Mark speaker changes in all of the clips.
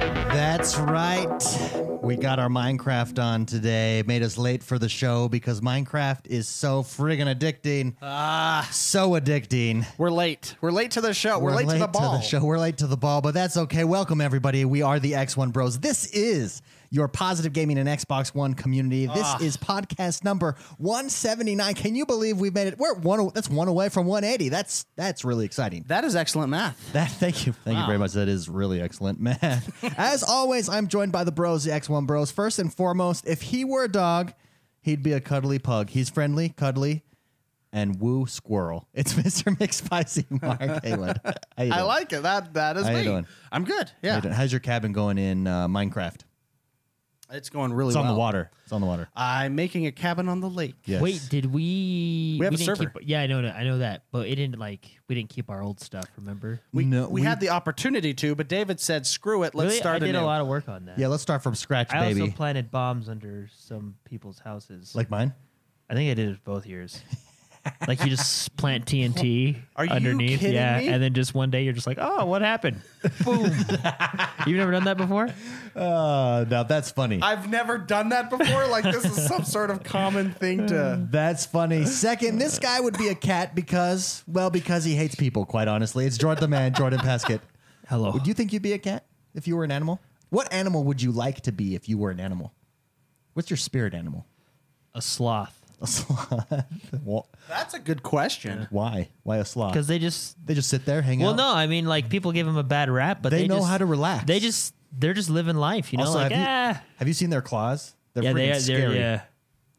Speaker 1: That's right. We got our Minecraft on today. It made us late for the show because Minecraft is so friggin' addicting. Ah, so addicting.
Speaker 2: We're late. We're late to the show. We're, late, to the ball.
Speaker 1: show. We're late to the ball, but that's okay. Welcome everybody. We are the X1 Bros. This is your positive gaming and Xbox One community. This
Speaker 2: Ah.
Speaker 1: is podcast number 179. Can you believe we've made it? We're one. That's one away from 180. That's that's really exciting.
Speaker 2: That is excellent math.
Speaker 1: That thank you, thank you very much. That is really excellent, man. As always, I'm joined by the Bros, the X1 Bros. First and foremost, if he were a dog, he'd be a cuddly pug. He's friendly, cuddly, and woo squirrel. It's Mr. McSpicy Mark Haywood. How you
Speaker 2: I
Speaker 1: doing?
Speaker 2: like it. That that is
Speaker 1: How you
Speaker 2: me.
Speaker 1: doing?
Speaker 2: I'm good.
Speaker 1: How you
Speaker 2: Yeah,
Speaker 1: doing? How's your cabin going in uh, Minecraft?
Speaker 2: it's going really
Speaker 1: It's
Speaker 2: well.
Speaker 1: on the water. It's on the water.
Speaker 2: I'm making a cabin on the lake.
Speaker 1: Yes.
Speaker 3: Wait, did we?
Speaker 2: We have a
Speaker 3: didn't
Speaker 2: server.
Speaker 3: Keep, yeah, I know. that- I know that, but it didn't like we didn't keep our old stuff. Remember?
Speaker 2: We,
Speaker 1: No, we-
Speaker 2: we, had the opportunity to, but David said, "Screw it. Let's
Speaker 3: really,
Speaker 2: start
Speaker 3: I did
Speaker 2: anew."
Speaker 3: a lot of work on that.
Speaker 1: Yeah, let's start from scratch,
Speaker 3: I
Speaker 1: baby.
Speaker 3: also planted bombs under some people's houses.
Speaker 1: like mine.
Speaker 3: I think I did it both years. like you just plant TNT
Speaker 2: Are you
Speaker 3: underneath,
Speaker 2: kidding
Speaker 3: yeah,
Speaker 2: me?
Speaker 3: and then just one day you're just like, oh, what happened? Boom! You've never done that before?
Speaker 1: Uh, now that's funny.
Speaker 2: I've never done that before. Like this is some sort of common thing to.
Speaker 1: that's funny. Second, this guy would be a cat because, well, because he hates people. Quite honestly, it's Jordan the man, Jordan Pescott.
Speaker 3: Hello.
Speaker 1: Would you think you'd be a cat if you were an animal? What animal would you like to be if you were an animal? What's your spirit animal?
Speaker 3: a sloth?
Speaker 1: A sloth. Wha-
Speaker 2: That's a good question.
Speaker 1: Why? Why a sloth?
Speaker 3: Because they just
Speaker 1: They just sit there, hang
Speaker 3: Well,
Speaker 1: out.
Speaker 3: no, I mean, like people give them a bad rap, but
Speaker 1: They
Speaker 3: they,
Speaker 1: know
Speaker 3: just-
Speaker 1: how to relax.
Speaker 3: They just they're just living life, you know.
Speaker 1: Also,
Speaker 3: like
Speaker 1: have,
Speaker 3: ah,
Speaker 1: you, have you seen their claws? They're
Speaker 3: yeah,
Speaker 1: freaking
Speaker 3: they, they're
Speaker 1: scary.
Speaker 3: yeah.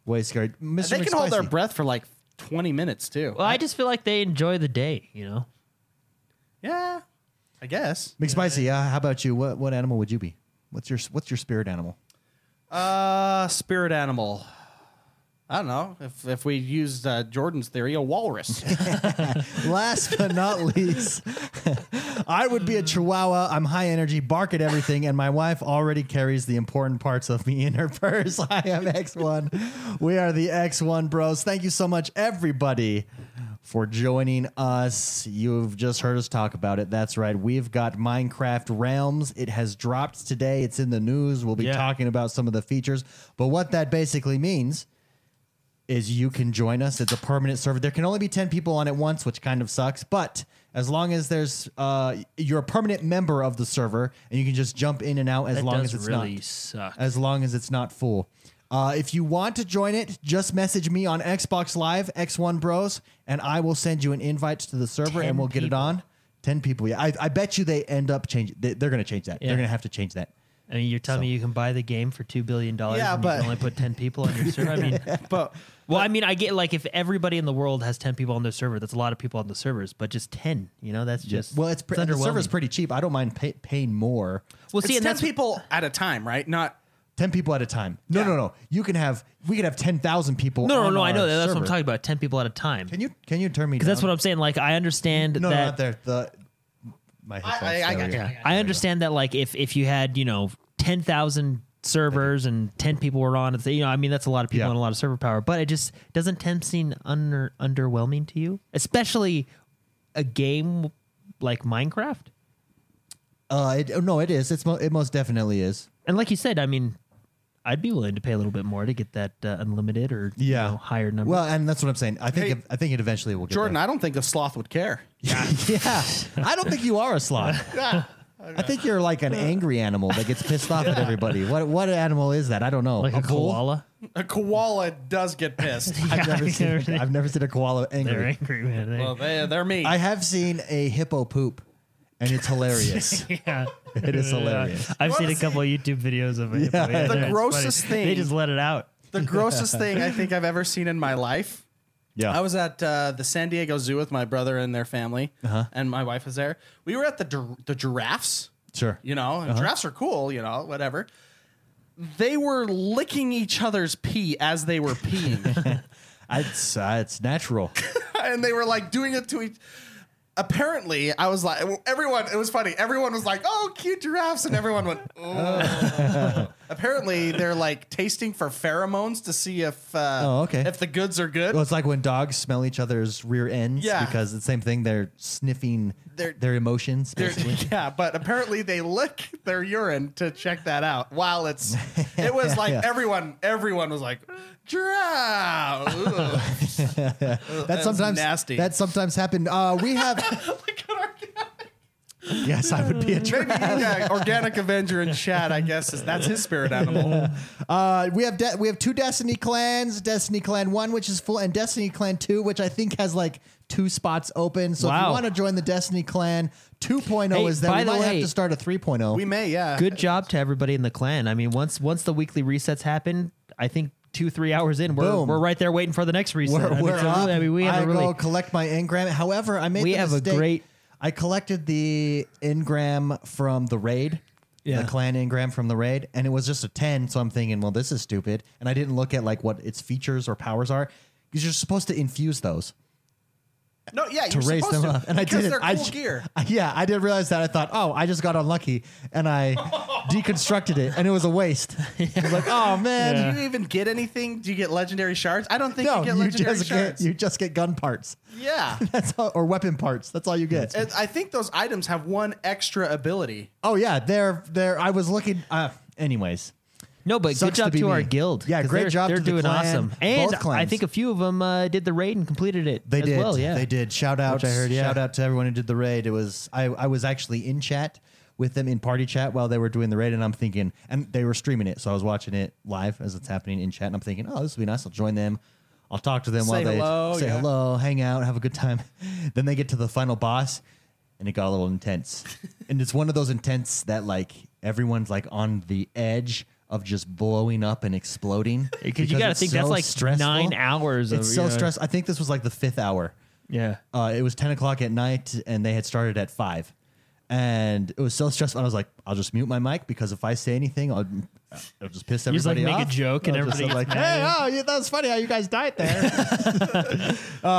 Speaker 1: Way scary. Mr.
Speaker 2: They can hold their
Speaker 1: McSpicy.
Speaker 2: breath for like 20 minutes too.
Speaker 3: Well, I just feel like they enjoy the day, you know.
Speaker 2: yeah, I guess.
Speaker 1: McSpicy, yeah. how about you? What what animal would you be? What's your what's your spirit animal?
Speaker 2: Uh, spirit animal. I don't know if if we used uh, Jordan's theory, a walrus.
Speaker 1: Last but not least, I would be a chihuahua. I'm high energy, bark at everything, and my wife already carries the important parts of me in her purse. I am X1. We are the X1 Bros. Thank you so much, everybody, for joining us. You've just heard us talk about it. That's right. We've got Minecraft Realms. It has dropped today. It's in the news. We'll be
Speaker 3: Yeah.
Speaker 1: talking about some of the features. But what that basically means is you can join us. It's a permanent server. There can only be 10 people on at once, which kind of sucks. But as long as there's, uh, you're a permanent member of the server and you can just jump in and out as
Speaker 3: That
Speaker 1: long as
Speaker 3: does
Speaker 1: it's
Speaker 3: really
Speaker 1: not,
Speaker 3: suck.
Speaker 1: as long as it's not full. Uh, if you want to join it, just message me on Xbox Live, X1 Bros, and I will send you an invite to the server
Speaker 3: 10
Speaker 1: and we'll get it
Speaker 3: people.
Speaker 1: on. 10 people. Yeah. I, I bet you they end up changing. They, they're going to change that.
Speaker 3: Yeah.
Speaker 1: They're going to have to change that.
Speaker 3: I mean, you're telling me you can buy the game for two billion dollars,
Speaker 2: Yeah,
Speaker 3: and you
Speaker 2: but-
Speaker 3: can only put ten people on your server. I mean,
Speaker 2: but
Speaker 3: well, I mean, I get like if everybody in the world has ten people on their server, that's a lot of people on the servers, but just ten, you know, that's just
Speaker 1: Well, it's, pre-
Speaker 3: it's
Speaker 1: the server's
Speaker 3: underwhelming.
Speaker 1: pretty cheap. I don't mind pay- paying more.
Speaker 3: Well,
Speaker 2: it's
Speaker 3: see,
Speaker 2: 10
Speaker 3: and that's
Speaker 2: people at a time, right? Not
Speaker 1: 10 people at a time. No,
Speaker 2: Yeah.
Speaker 1: no, no. You can have we could have 10,000 people
Speaker 3: no, no,
Speaker 1: on
Speaker 3: no. I
Speaker 1: our
Speaker 3: know that. That's what
Speaker 1: server.
Speaker 3: I'm talking about. Ten people at a time.
Speaker 1: Can you can you turn me down?
Speaker 3: Because that's what I'm saying. Like, I understand
Speaker 1: No, no,
Speaker 3: that.
Speaker 1: not there. The my headphones.
Speaker 2: I- I
Speaker 1: There we
Speaker 2: got you.
Speaker 1: go.
Speaker 2: Yeah.
Speaker 3: I understand that. Like, if if you had, you know, ten thousand servers and ten people were on, it, you know, I mean, that's a lot of people
Speaker 1: Yeah.
Speaker 3: and a lot of server power. But it just doesn't ten seem under underwhelming to you, especially a game like Minecraft.
Speaker 1: Uh, it, no, it is. It's mo- it most definitely is.
Speaker 3: And like you said, I mean, I'd be willing to pay a little bit more to get that uh, unlimited or you
Speaker 1: Yeah.
Speaker 3: know, higher number.
Speaker 1: Well, and that's what I'm saying. I think
Speaker 2: Hey,
Speaker 1: if- I think it eventually will get
Speaker 2: Jordan, I don't think a sloth would care.
Speaker 1: There. yeah. I don't think you are a sloth. I think you're like an angry animal that gets pissed off at everybody. What what animal is that? I don't know.
Speaker 3: like a,
Speaker 1: bull?
Speaker 3: koala.
Speaker 2: A koala does get pissed.
Speaker 1: I've never
Speaker 3: I've
Speaker 1: seen.
Speaker 3: never seen-
Speaker 1: I've never seen a koala
Speaker 3: They're
Speaker 1: angry.
Speaker 3: angry, man. They-
Speaker 2: well, they, they're me.
Speaker 1: I have seen a hippo poop, and it's hilarious.
Speaker 3: yeah.
Speaker 1: It is hilarious.
Speaker 3: I've
Speaker 2: You
Speaker 3: seen
Speaker 2: wanna
Speaker 3: a couple of YouTube videos of it.
Speaker 1: Yeah. The
Speaker 3: it's
Speaker 2: grossest
Speaker 3: funny.
Speaker 2: thing-
Speaker 3: They just let it out.
Speaker 2: the grossest thing I think I've ever seen in my life.
Speaker 1: Yeah.
Speaker 2: I was at uh, the San Diego Zoo with my brother and their family, and my wife was there. We were at the gir- the giraffes.
Speaker 1: Sure.
Speaker 2: You know, and giraffes are cool. You know, whatever. They were licking each other's pee as they were peeing,
Speaker 1: It's uh, it's natural.
Speaker 2: and they were like doing it to each. Apparently, I was like, everyone. It was funny. Everyone was like, "Oh, cute giraffes," and everyone went, "Oh."
Speaker 4: Apparently, they're like tasting for pheromones to see if uh,
Speaker 1: Oh, okay.
Speaker 4: if the goods are good.
Speaker 1: Well, it's like when dogs smell each other's rear ends
Speaker 4: Yeah.
Speaker 1: because it's the same thing. They're sniffing
Speaker 4: They're-
Speaker 1: their emotions.
Speaker 4: They're-
Speaker 1: basically.
Speaker 4: yeah, but apparently they lick their urine to check that out. While it's, it was like
Speaker 1: Yeah.
Speaker 4: everyone, everyone was like, drow. Ugh.
Speaker 1: that
Speaker 4: was
Speaker 1: sometimes
Speaker 4: nasty.
Speaker 1: That sometimes happened. Uh, we have.
Speaker 4: Look at our-
Speaker 1: yes, I would be a
Speaker 4: Maybe yeah, organic Avenger in chat, I guess, is that's his spirit animal.
Speaker 1: Uh, we have de- we have two Destiny clans, Destiny Clan One, which is full, and Destiny Clan Two, which I think has like two spots open. So if you
Speaker 3: Wow.
Speaker 1: want to join the Destiny Clan 2.0,
Speaker 3: Hey,
Speaker 1: is that
Speaker 3: by
Speaker 1: we
Speaker 3: the
Speaker 1: might
Speaker 3: way-
Speaker 1: have to start a oh. 3.0.
Speaker 4: We may, yeah.
Speaker 3: Good job to everybody in the clan. I mean, once once the weekly resets happen, I think two three hours in, we're
Speaker 1: Boom.
Speaker 3: we're right there waiting for the next reset.
Speaker 1: we're,
Speaker 3: I mean,
Speaker 1: we're
Speaker 3: so
Speaker 1: up.
Speaker 3: really- I mean, we have
Speaker 1: I
Speaker 3: a really
Speaker 1: go collect my engram. However, I made
Speaker 3: We
Speaker 1: the
Speaker 3: have a
Speaker 1: mistake-
Speaker 3: great-
Speaker 1: I collected the engram from the raid.
Speaker 3: Yeah.
Speaker 1: The clan engram from the raid, and it was just a ten. So I'm thinking, well, this is stupid, and I didn't look at like what its features or powers are because you're supposed to infuse those.
Speaker 4: No, yeah,
Speaker 1: to
Speaker 4: you're
Speaker 1: raise
Speaker 4: supposed
Speaker 1: them
Speaker 4: to,
Speaker 1: up, and I
Speaker 4: because
Speaker 1: didn't.
Speaker 4: They're cool
Speaker 1: I j-
Speaker 4: gear.
Speaker 1: Yeah, I didn't realize that. I thought, oh, I just got unlucky, and I deconstructed it, and it was a waste. I was like, oh man,
Speaker 3: Yeah.
Speaker 4: Do you even get anything? Do you get legendary shards? I don't think
Speaker 1: no,
Speaker 4: you get
Speaker 1: you
Speaker 4: legendary
Speaker 1: just get
Speaker 4: shards.
Speaker 1: you just get gun parts.
Speaker 4: yeah.
Speaker 1: That's all, or weapon parts. That's all you get.
Speaker 4: And I think those items have one extra ability.
Speaker 1: oh yeah, there, there. I was looking. Uh, anyways,
Speaker 3: No, but
Speaker 1: Sucks
Speaker 3: good
Speaker 1: to
Speaker 3: job
Speaker 1: be
Speaker 3: to, our
Speaker 1: me.
Speaker 3: guild.
Speaker 1: Yeah,
Speaker 3: 'cause
Speaker 1: great
Speaker 3: they're,
Speaker 1: job
Speaker 3: They're
Speaker 1: to the
Speaker 3: doing
Speaker 1: clan,
Speaker 3: awesome,
Speaker 1: both
Speaker 3: and I
Speaker 1: clans.
Speaker 3: think a few of them uh, did the raid and completed it.
Speaker 1: they
Speaker 3: as
Speaker 1: did.
Speaker 3: well. Yeah,
Speaker 1: they did. Shout out.
Speaker 3: Which I heard, yeah.
Speaker 1: Shout out to everyone who did the raid. It was I. I was actually in chat. With them in party chat while they were doing the raid, and I'm thinking, and they were streaming it, so I was watching it live as it's happening in chat, and I'm thinking, oh, this would be nice. I'll join them. I'll talk to them while
Speaker 4: Say
Speaker 1: they
Speaker 4: hello,
Speaker 1: say
Speaker 4: yeah.
Speaker 1: hello, hang out, have a good time. then they get to the final boss, and it got a little intense. and it's one of those intense that like everyone's like on the edge of just blowing up and exploding.
Speaker 3: Because you got to
Speaker 1: it's
Speaker 3: think that's
Speaker 1: so
Speaker 3: like nine hours. Of,
Speaker 1: It's
Speaker 3: you
Speaker 1: so
Speaker 3: know,
Speaker 1: stressful. I think this was like the fifth hour.
Speaker 3: Yeah.
Speaker 1: Uh, it was 10 o'clock at night and they had started at 5. And it was so stressful. I was like, I'll just mute my mic because if I say anything, I'll, I'll just piss
Speaker 3: just, like,
Speaker 1: everybody off.
Speaker 3: make a joke and
Speaker 1: I'll just,
Speaker 3: everybody's
Speaker 1: like,
Speaker 3: mad.
Speaker 1: hey, oh, yeah, that was funny how you guys died there. uh,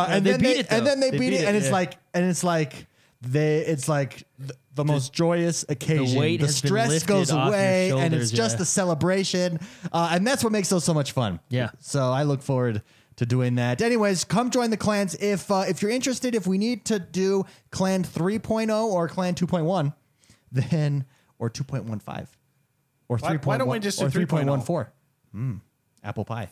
Speaker 1: and,
Speaker 3: they
Speaker 1: then
Speaker 3: beat
Speaker 1: they,
Speaker 3: it,
Speaker 1: and
Speaker 3: though.
Speaker 1: then they,
Speaker 3: They
Speaker 1: beat,
Speaker 3: beat
Speaker 1: it,
Speaker 3: it,
Speaker 1: and it's
Speaker 3: yeah.
Speaker 1: like, and it's like, they, it's like the, the most joyous occasion.
Speaker 3: weight has been
Speaker 1: stress
Speaker 3: lifted
Speaker 1: goes
Speaker 3: off your
Speaker 1: away, and it's
Speaker 3: shoulders,
Speaker 1: just
Speaker 3: yeah.
Speaker 1: a celebration, uh, and that's what makes those so much fun.
Speaker 3: Yeah.
Speaker 1: So I look forward to doing that. Anyways, come join the clans if uh, if you're interested. If we need to do clan 3.0 or clan 2.1, then or 2.15 or 3.1
Speaker 4: Why- why don't we just do oh?
Speaker 1: or
Speaker 4: 3.0?
Speaker 1: 3.14? Mm, Hmm, apple pie.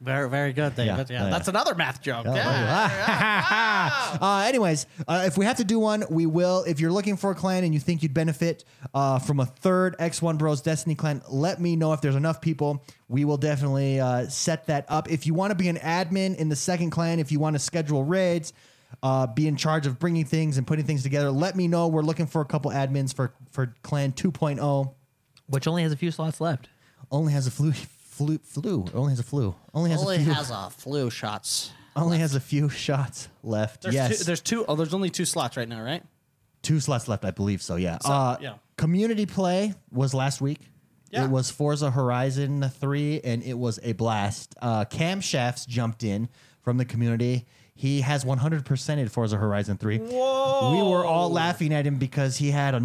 Speaker 4: Very, very good. Thing.
Speaker 1: Yeah.
Speaker 4: That's, yeah,
Speaker 1: Yeah.
Speaker 4: that's another math joke.
Speaker 1: Oh,
Speaker 4: yeah.
Speaker 1: Uh, anyways, uh, if we have to do one, we will. If you're looking for a clan and you think you'd benefit uh, from a third X1 Bros Destiny clan, let me know if there's enough people. We will definitely uh, set that up. If you want to be an admin in the second clan, if you want to schedule raids, uh, be in charge of bringing things and putting things together, let me know. We're looking for a couple admins for, for Clan 2.0.
Speaker 3: Which only has a few slots left.
Speaker 1: Only has a flu. Flu, flu. Only has a flu. Only has a
Speaker 2: only
Speaker 1: few.
Speaker 2: has a flu shots.
Speaker 1: only has a few shots left.
Speaker 4: There's
Speaker 1: yes,
Speaker 4: two, there's two. Oh, there's only two slots right now, right?
Speaker 1: two slots left, I believe. So yeah. uh,
Speaker 4: yeah.
Speaker 1: Community play was last week.
Speaker 4: Yeah.
Speaker 1: It was Forza Horizon three, and it was a blast. Uh, Cam Shafts jumped in from the community. He has 100%ed Forza Horizon 3. Whoa. We were all laughing at him because he had a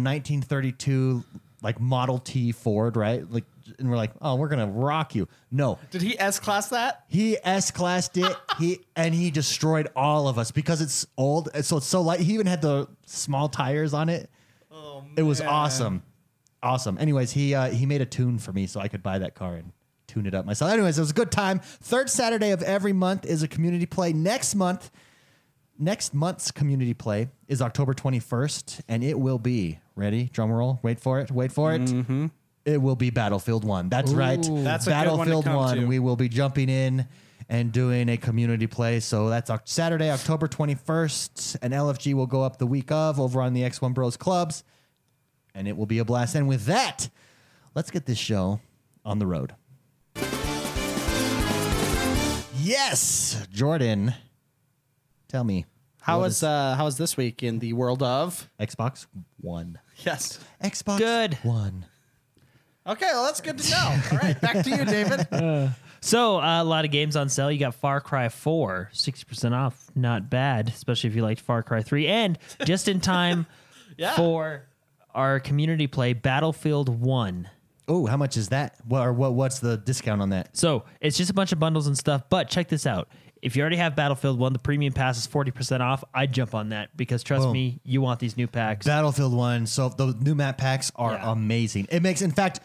Speaker 1: 1932 like Model T Ford, right? Like, and we're like, oh, we're gonna rock you. No,
Speaker 4: Did he S class that?
Speaker 1: he S classed it. He and he destroyed all of us because it's old. and So it's so light. He even had the small tires on it. Oh, it was awesome, awesome. Anyways, he uh, he made a tune for me so I could buy that car and tune it up myself. Anyways, it was a good time. Third Saturday of every month is a community play. Next month, next month's community play is October twenty first, and it will be ready. Drum roll. Wait for it. Wait for it. It will be Battlefield One. That's right.
Speaker 4: Mm-hmm. That's a good one to
Speaker 1: Battlefield
Speaker 4: come to.
Speaker 1: We will be jumping in and doing a community play. So that's Oc- Saturday, October 21st, and LFG will go up the week of over on the X1 Bros Clubs, and it will be a blast. And with that, let's get this show on the road. Yes, Jordan, tell me
Speaker 4: How
Speaker 1: what
Speaker 4: was uh, how was this week in the world of?
Speaker 1: Xbox One?
Speaker 4: Yes.
Speaker 1: Xbox
Speaker 3: Good.
Speaker 1: One.
Speaker 4: Okay, well that's good to know. All right, back to you, David.
Speaker 3: So uh, a lot of games on sale. You got Far Cry 4, 60% off. Not bad, especially if you liked Far Cry 3. And just in time
Speaker 4: Yeah.
Speaker 3: for our community play, Battlefield 1.
Speaker 1: Oh, how much is that? What or what? What's the discount on that?
Speaker 3: So it's just a bunch of bundles and stuff. But check this out. If you already have Battlefield 1, the premium pass is 40% off. I jump on that because trust
Speaker 1: Boom.
Speaker 3: me, you want these new packs.
Speaker 1: Battlefield One. So the new map packs are
Speaker 3: Yeah.
Speaker 1: amazing. It makes, in fact,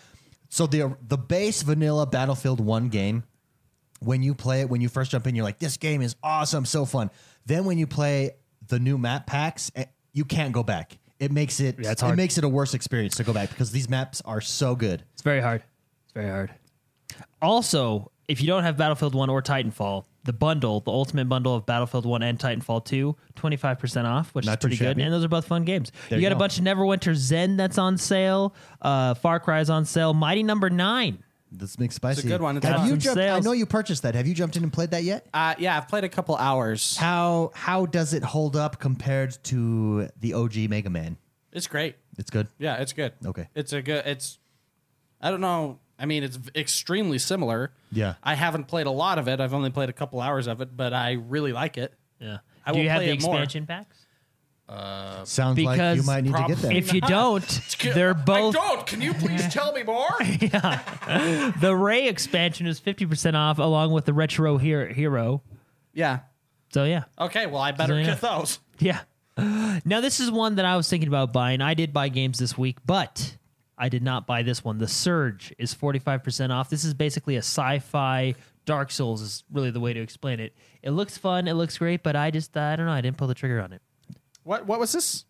Speaker 1: so the the base vanilla Battlefield One game. When you play it, when you first jump in, you're like, "This game is awesome, so fun." Then when you play the new map packs, eh, you can't go back. It makes it
Speaker 3: Yeah, it's
Speaker 1: it
Speaker 3: hard.
Speaker 1: makes it a worse experience to go back because these maps are so good.
Speaker 3: It's very hard. It's very hard. Also, if you don't have Battlefield 1 or Titanfall, the bundle, the ultimate bundle of Battlefield 1 and Titanfall 2, 25% off, which
Speaker 1: Not
Speaker 3: is
Speaker 1: too
Speaker 3: pretty good.
Speaker 1: shabby.
Speaker 3: And those are both fun games.
Speaker 1: There
Speaker 3: you
Speaker 1: you
Speaker 3: got a
Speaker 1: go.
Speaker 3: bunch of Neverwinter Zen that's on sale, uh, Far Cry's on sale, Mighty Number 9.
Speaker 1: This makes spicy.
Speaker 4: good one. It's
Speaker 1: Have
Speaker 4: awesome.
Speaker 1: you jumped? I
Speaker 3: Sales.
Speaker 1: know you purchased that. Have you jumped in and played that yet?
Speaker 4: Uh, yeah, I've played a couple hours.
Speaker 1: How how does it hold up compared to the OG Mega Man?
Speaker 4: It's great.
Speaker 1: It's good.
Speaker 4: Yeah, it's good.
Speaker 1: Okay.
Speaker 4: It's a good. It's. I don't know. I mean, it's extremely similar.
Speaker 1: Yeah.
Speaker 4: I haven't played a lot of it. I've only played a couple hours of it, but I really like it.
Speaker 3: Yeah.
Speaker 4: I
Speaker 3: Do
Speaker 4: will
Speaker 3: you have
Speaker 4: play
Speaker 3: the
Speaker 4: it more.
Speaker 3: expansion packs?
Speaker 1: Sounds like you
Speaker 3: Because
Speaker 1: might need to get that.
Speaker 3: If you don't, they're both.
Speaker 4: Can you please tell me more?
Speaker 3: The Ray expansion is 50% off along with the Retro Hero. Hero.
Speaker 4: yeah.
Speaker 3: So, yeah.
Speaker 4: Okay. Well, I better
Speaker 3: Yeah.
Speaker 4: get those.
Speaker 3: Yeah. Now this is one that I was thinking about buying. I did buy games this week, but I did not buy this one. The Surge is 45% off. This is basically a sci-fi Dark Souls is really the way to explain it. It looks fun, it looks great, but I just I don't know, I didn't pull the trigger on it.
Speaker 4: What What was this?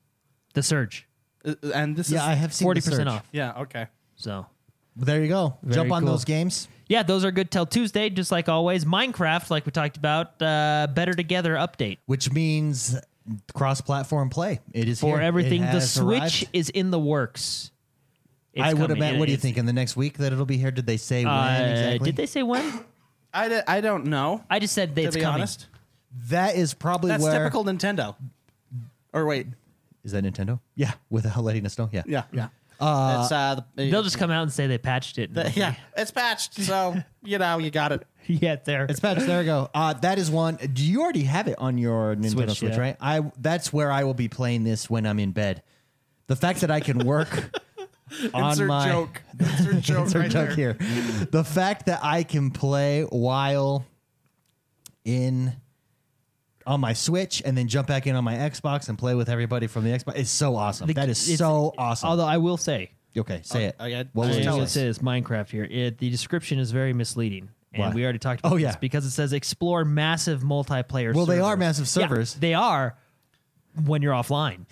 Speaker 3: The Surge,
Speaker 4: Uh, And this
Speaker 1: yeah, I
Speaker 4: is.
Speaker 1: have seen the
Speaker 3: 40%
Speaker 1: search.
Speaker 3: off.
Speaker 4: yeah. Okay.
Speaker 3: So,
Speaker 1: There you go.
Speaker 3: Very
Speaker 1: Jump on
Speaker 3: cool.
Speaker 1: those games.
Speaker 3: yeah, those are good till Tuesday just like always. Minecraft like we talked about, uh better together update.
Speaker 1: which means cross-platform play. It is
Speaker 3: For
Speaker 1: here. It
Speaker 3: everything the
Speaker 1: has
Speaker 3: Switch
Speaker 1: arrived.
Speaker 3: is in the works. It's
Speaker 1: I would have
Speaker 3: coming.
Speaker 1: meant.
Speaker 3: It-
Speaker 1: What do you
Speaker 3: it's-
Speaker 1: think in the next week that it'll be here? Did they say
Speaker 3: Uh,
Speaker 1: when exactly?
Speaker 3: Did they say when?
Speaker 4: I, d- I don't know.
Speaker 3: I just said that
Speaker 4: To
Speaker 3: it's
Speaker 4: be
Speaker 3: coming.
Speaker 4: honest,
Speaker 1: That is probably
Speaker 4: that's
Speaker 1: where
Speaker 4: typical Nintendo. Or wait.
Speaker 1: is that Nintendo? Yeah, without letting us know. Yeah,
Speaker 4: Yeah. Yeah. it's, uh, the,
Speaker 3: They'll just come out and say they patched it.
Speaker 4: the- yeah. It's patched, so you know you got it.
Speaker 3: yeah, there.
Speaker 1: It's patched. There we go. Uh, that is one. Do you already have it on your Nintendo Switch?
Speaker 3: Switch, yeah.
Speaker 1: Right. I. That's where I will be playing this when I'm in bed. The fact that I can work on
Speaker 4: Insert
Speaker 1: my
Speaker 4: joke. Insert joke
Speaker 1: Insert
Speaker 4: right
Speaker 1: joke
Speaker 4: there.
Speaker 1: here. The fact that I can play while in on my Switch and then jump back in on my Xbox and play with everybody from the Xbox is so awesome.
Speaker 3: The-
Speaker 1: that is
Speaker 3: it's- Oh,
Speaker 1: so awesome.
Speaker 3: Although I will say,
Speaker 1: okay, say it.
Speaker 4: okay,
Speaker 1: what was
Speaker 4: just
Speaker 1: it?
Speaker 4: tell
Speaker 3: it
Speaker 4: us.
Speaker 3: says Minecraft here. It, the description is very misleading, and
Speaker 1: Why?
Speaker 3: we already talked about
Speaker 1: Oh,
Speaker 3: this
Speaker 1: yeah.
Speaker 3: because it says explore massive multiplayer.
Speaker 1: Well, they are
Speaker 3: servers."
Speaker 1: massive
Speaker 3: Yeah,
Speaker 1: servers.
Speaker 3: they are when you're offline.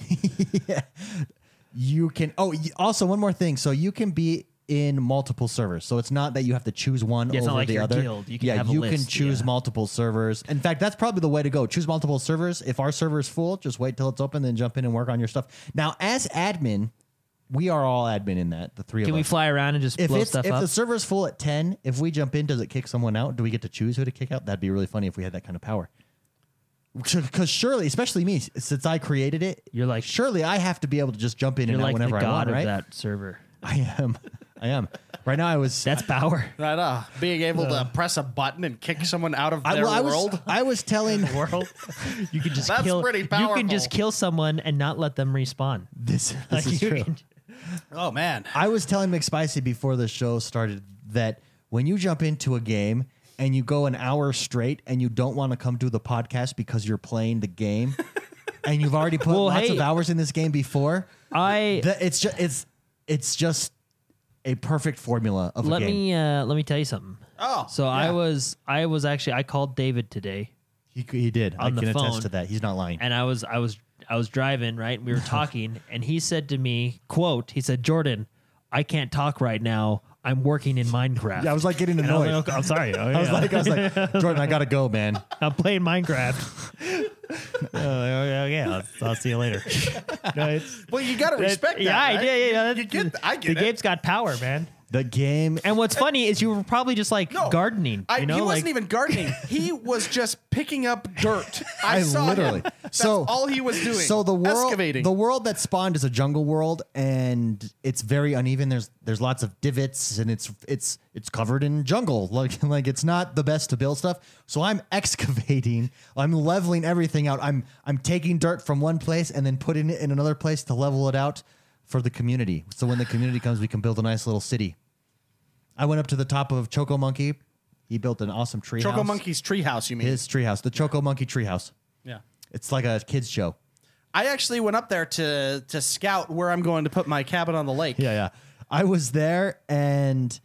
Speaker 1: You can. Oh, y- also one more thing. So you can be in multiple servers. So it's not that you have to choose one
Speaker 3: Yeah, it's
Speaker 1: over
Speaker 3: not like
Speaker 1: the
Speaker 3: your
Speaker 1: other.
Speaker 3: guild. You can
Speaker 1: yeah,
Speaker 3: have a
Speaker 1: you can
Speaker 3: list,
Speaker 1: choose
Speaker 3: yeah.
Speaker 1: multiple servers. In fact, that's probably the way to go. Choose multiple servers. If our server is full, just wait till it's open, then jump in and work on your stuff. Now, as admin, we are all admin in that. The three
Speaker 3: Can
Speaker 1: of
Speaker 3: we
Speaker 1: us.
Speaker 3: fly around and just
Speaker 1: if
Speaker 3: blow
Speaker 1: it's
Speaker 3: stuff
Speaker 1: if
Speaker 3: up?
Speaker 1: the server's full at ten, if we jump in, does it kick someone out? Do we get to choose who to kick out? That'd be really funny if we had that kind of power. Because surely, especially me, s- since I created it,
Speaker 3: You're like-
Speaker 1: surely I have to be able to just jump in
Speaker 3: you're
Speaker 1: and out
Speaker 3: like the
Speaker 1: whenever
Speaker 3: god
Speaker 1: I want,
Speaker 3: of
Speaker 1: right?
Speaker 3: that server.
Speaker 1: I am. I am. Right now, I was.
Speaker 3: That's power.
Speaker 4: Right, uh, being able to press a button and kick someone out of
Speaker 1: I,
Speaker 4: their
Speaker 1: well, I
Speaker 4: world.
Speaker 1: was. I was telling
Speaker 3: World, you can just
Speaker 4: That's
Speaker 3: kill.
Speaker 4: pretty
Speaker 3: You can
Speaker 4: powerful.
Speaker 3: just kill someone and not let them respawn.
Speaker 1: this. This
Speaker 3: Like,
Speaker 1: is
Speaker 3: you
Speaker 1: true.
Speaker 3: can-
Speaker 4: oh man,
Speaker 1: I was telling McSpicy before the show started that when you jump into a game and you go an hour straight and you don't want to come do the podcast because you're playing the game and you've already put
Speaker 3: Well,
Speaker 1: lots
Speaker 3: hey.
Speaker 1: of hours in this game before,
Speaker 3: I
Speaker 1: that it's just it's it's just a perfect formula of
Speaker 3: let
Speaker 1: a game.
Speaker 3: me uh, let me tell you something.
Speaker 4: Oh,
Speaker 3: so
Speaker 4: yeah.
Speaker 3: I was I was actually I called David today,
Speaker 1: he, he did. I
Speaker 3: on the
Speaker 1: can attest
Speaker 3: phone.
Speaker 1: to that. He's not lying.
Speaker 3: and I was I was I was driving right. and We were talking, and he said to me, "quote He said, Jordan, I can't talk right now. I'm working in Minecraft.
Speaker 1: Yeah, I was like getting
Speaker 3: And I was
Speaker 1: annoyed.
Speaker 3: like, "Okay, I'm sorry. Oh,
Speaker 1: I was
Speaker 3: yeah.
Speaker 1: like, uh, I was like, Jordan, I gotta go, man.
Speaker 3: I'm playing Minecraft. oh, yeah, yeah. I'll, I'll see you later. No, it's-
Speaker 4: well, you got to respect
Speaker 3: yeah,
Speaker 4: that.
Speaker 3: I
Speaker 4: right?
Speaker 3: did. Yeah,
Speaker 4: You
Speaker 3: that's-
Speaker 4: get- I get
Speaker 3: the
Speaker 4: it.
Speaker 3: game's got power, man.
Speaker 1: The game
Speaker 3: And what's funny is you were probably just like
Speaker 4: No,
Speaker 3: gardening.
Speaker 4: I,
Speaker 3: you know,
Speaker 4: he
Speaker 3: like,
Speaker 4: wasn't even gardening. he was just picking up dirt. I,
Speaker 1: I
Speaker 4: saw
Speaker 1: literally.
Speaker 4: him. That's
Speaker 1: so
Speaker 4: all he was doing.
Speaker 1: So the world,
Speaker 4: excavating.
Speaker 1: the world that spawned is a jungle world, and it's very uneven. There's there's lots of divots, and it's it's it's covered in jungle. Like like it's not the best to build stuff. So I'm excavating. I'm leveling everything out. I'm I'm taking dirt from one place and then putting it in another place to level it out for the community. So when the community comes, we can build a nice little city. I went up to the top of Choco Monkey. He built an awesome tree
Speaker 2: Choco
Speaker 1: house.
Speaker 2: Monkey's treehouse, you mean?
Speaker 1: His tree house, the Choco Monkey tree house.
Speaker 2: yeah.
Speaker 1: It's like a kids show.
Speaker 2: I actually went up there to to scout where I'm going to put my cabin on the lake.
Speaker 1: Yeah, yeah. I was there and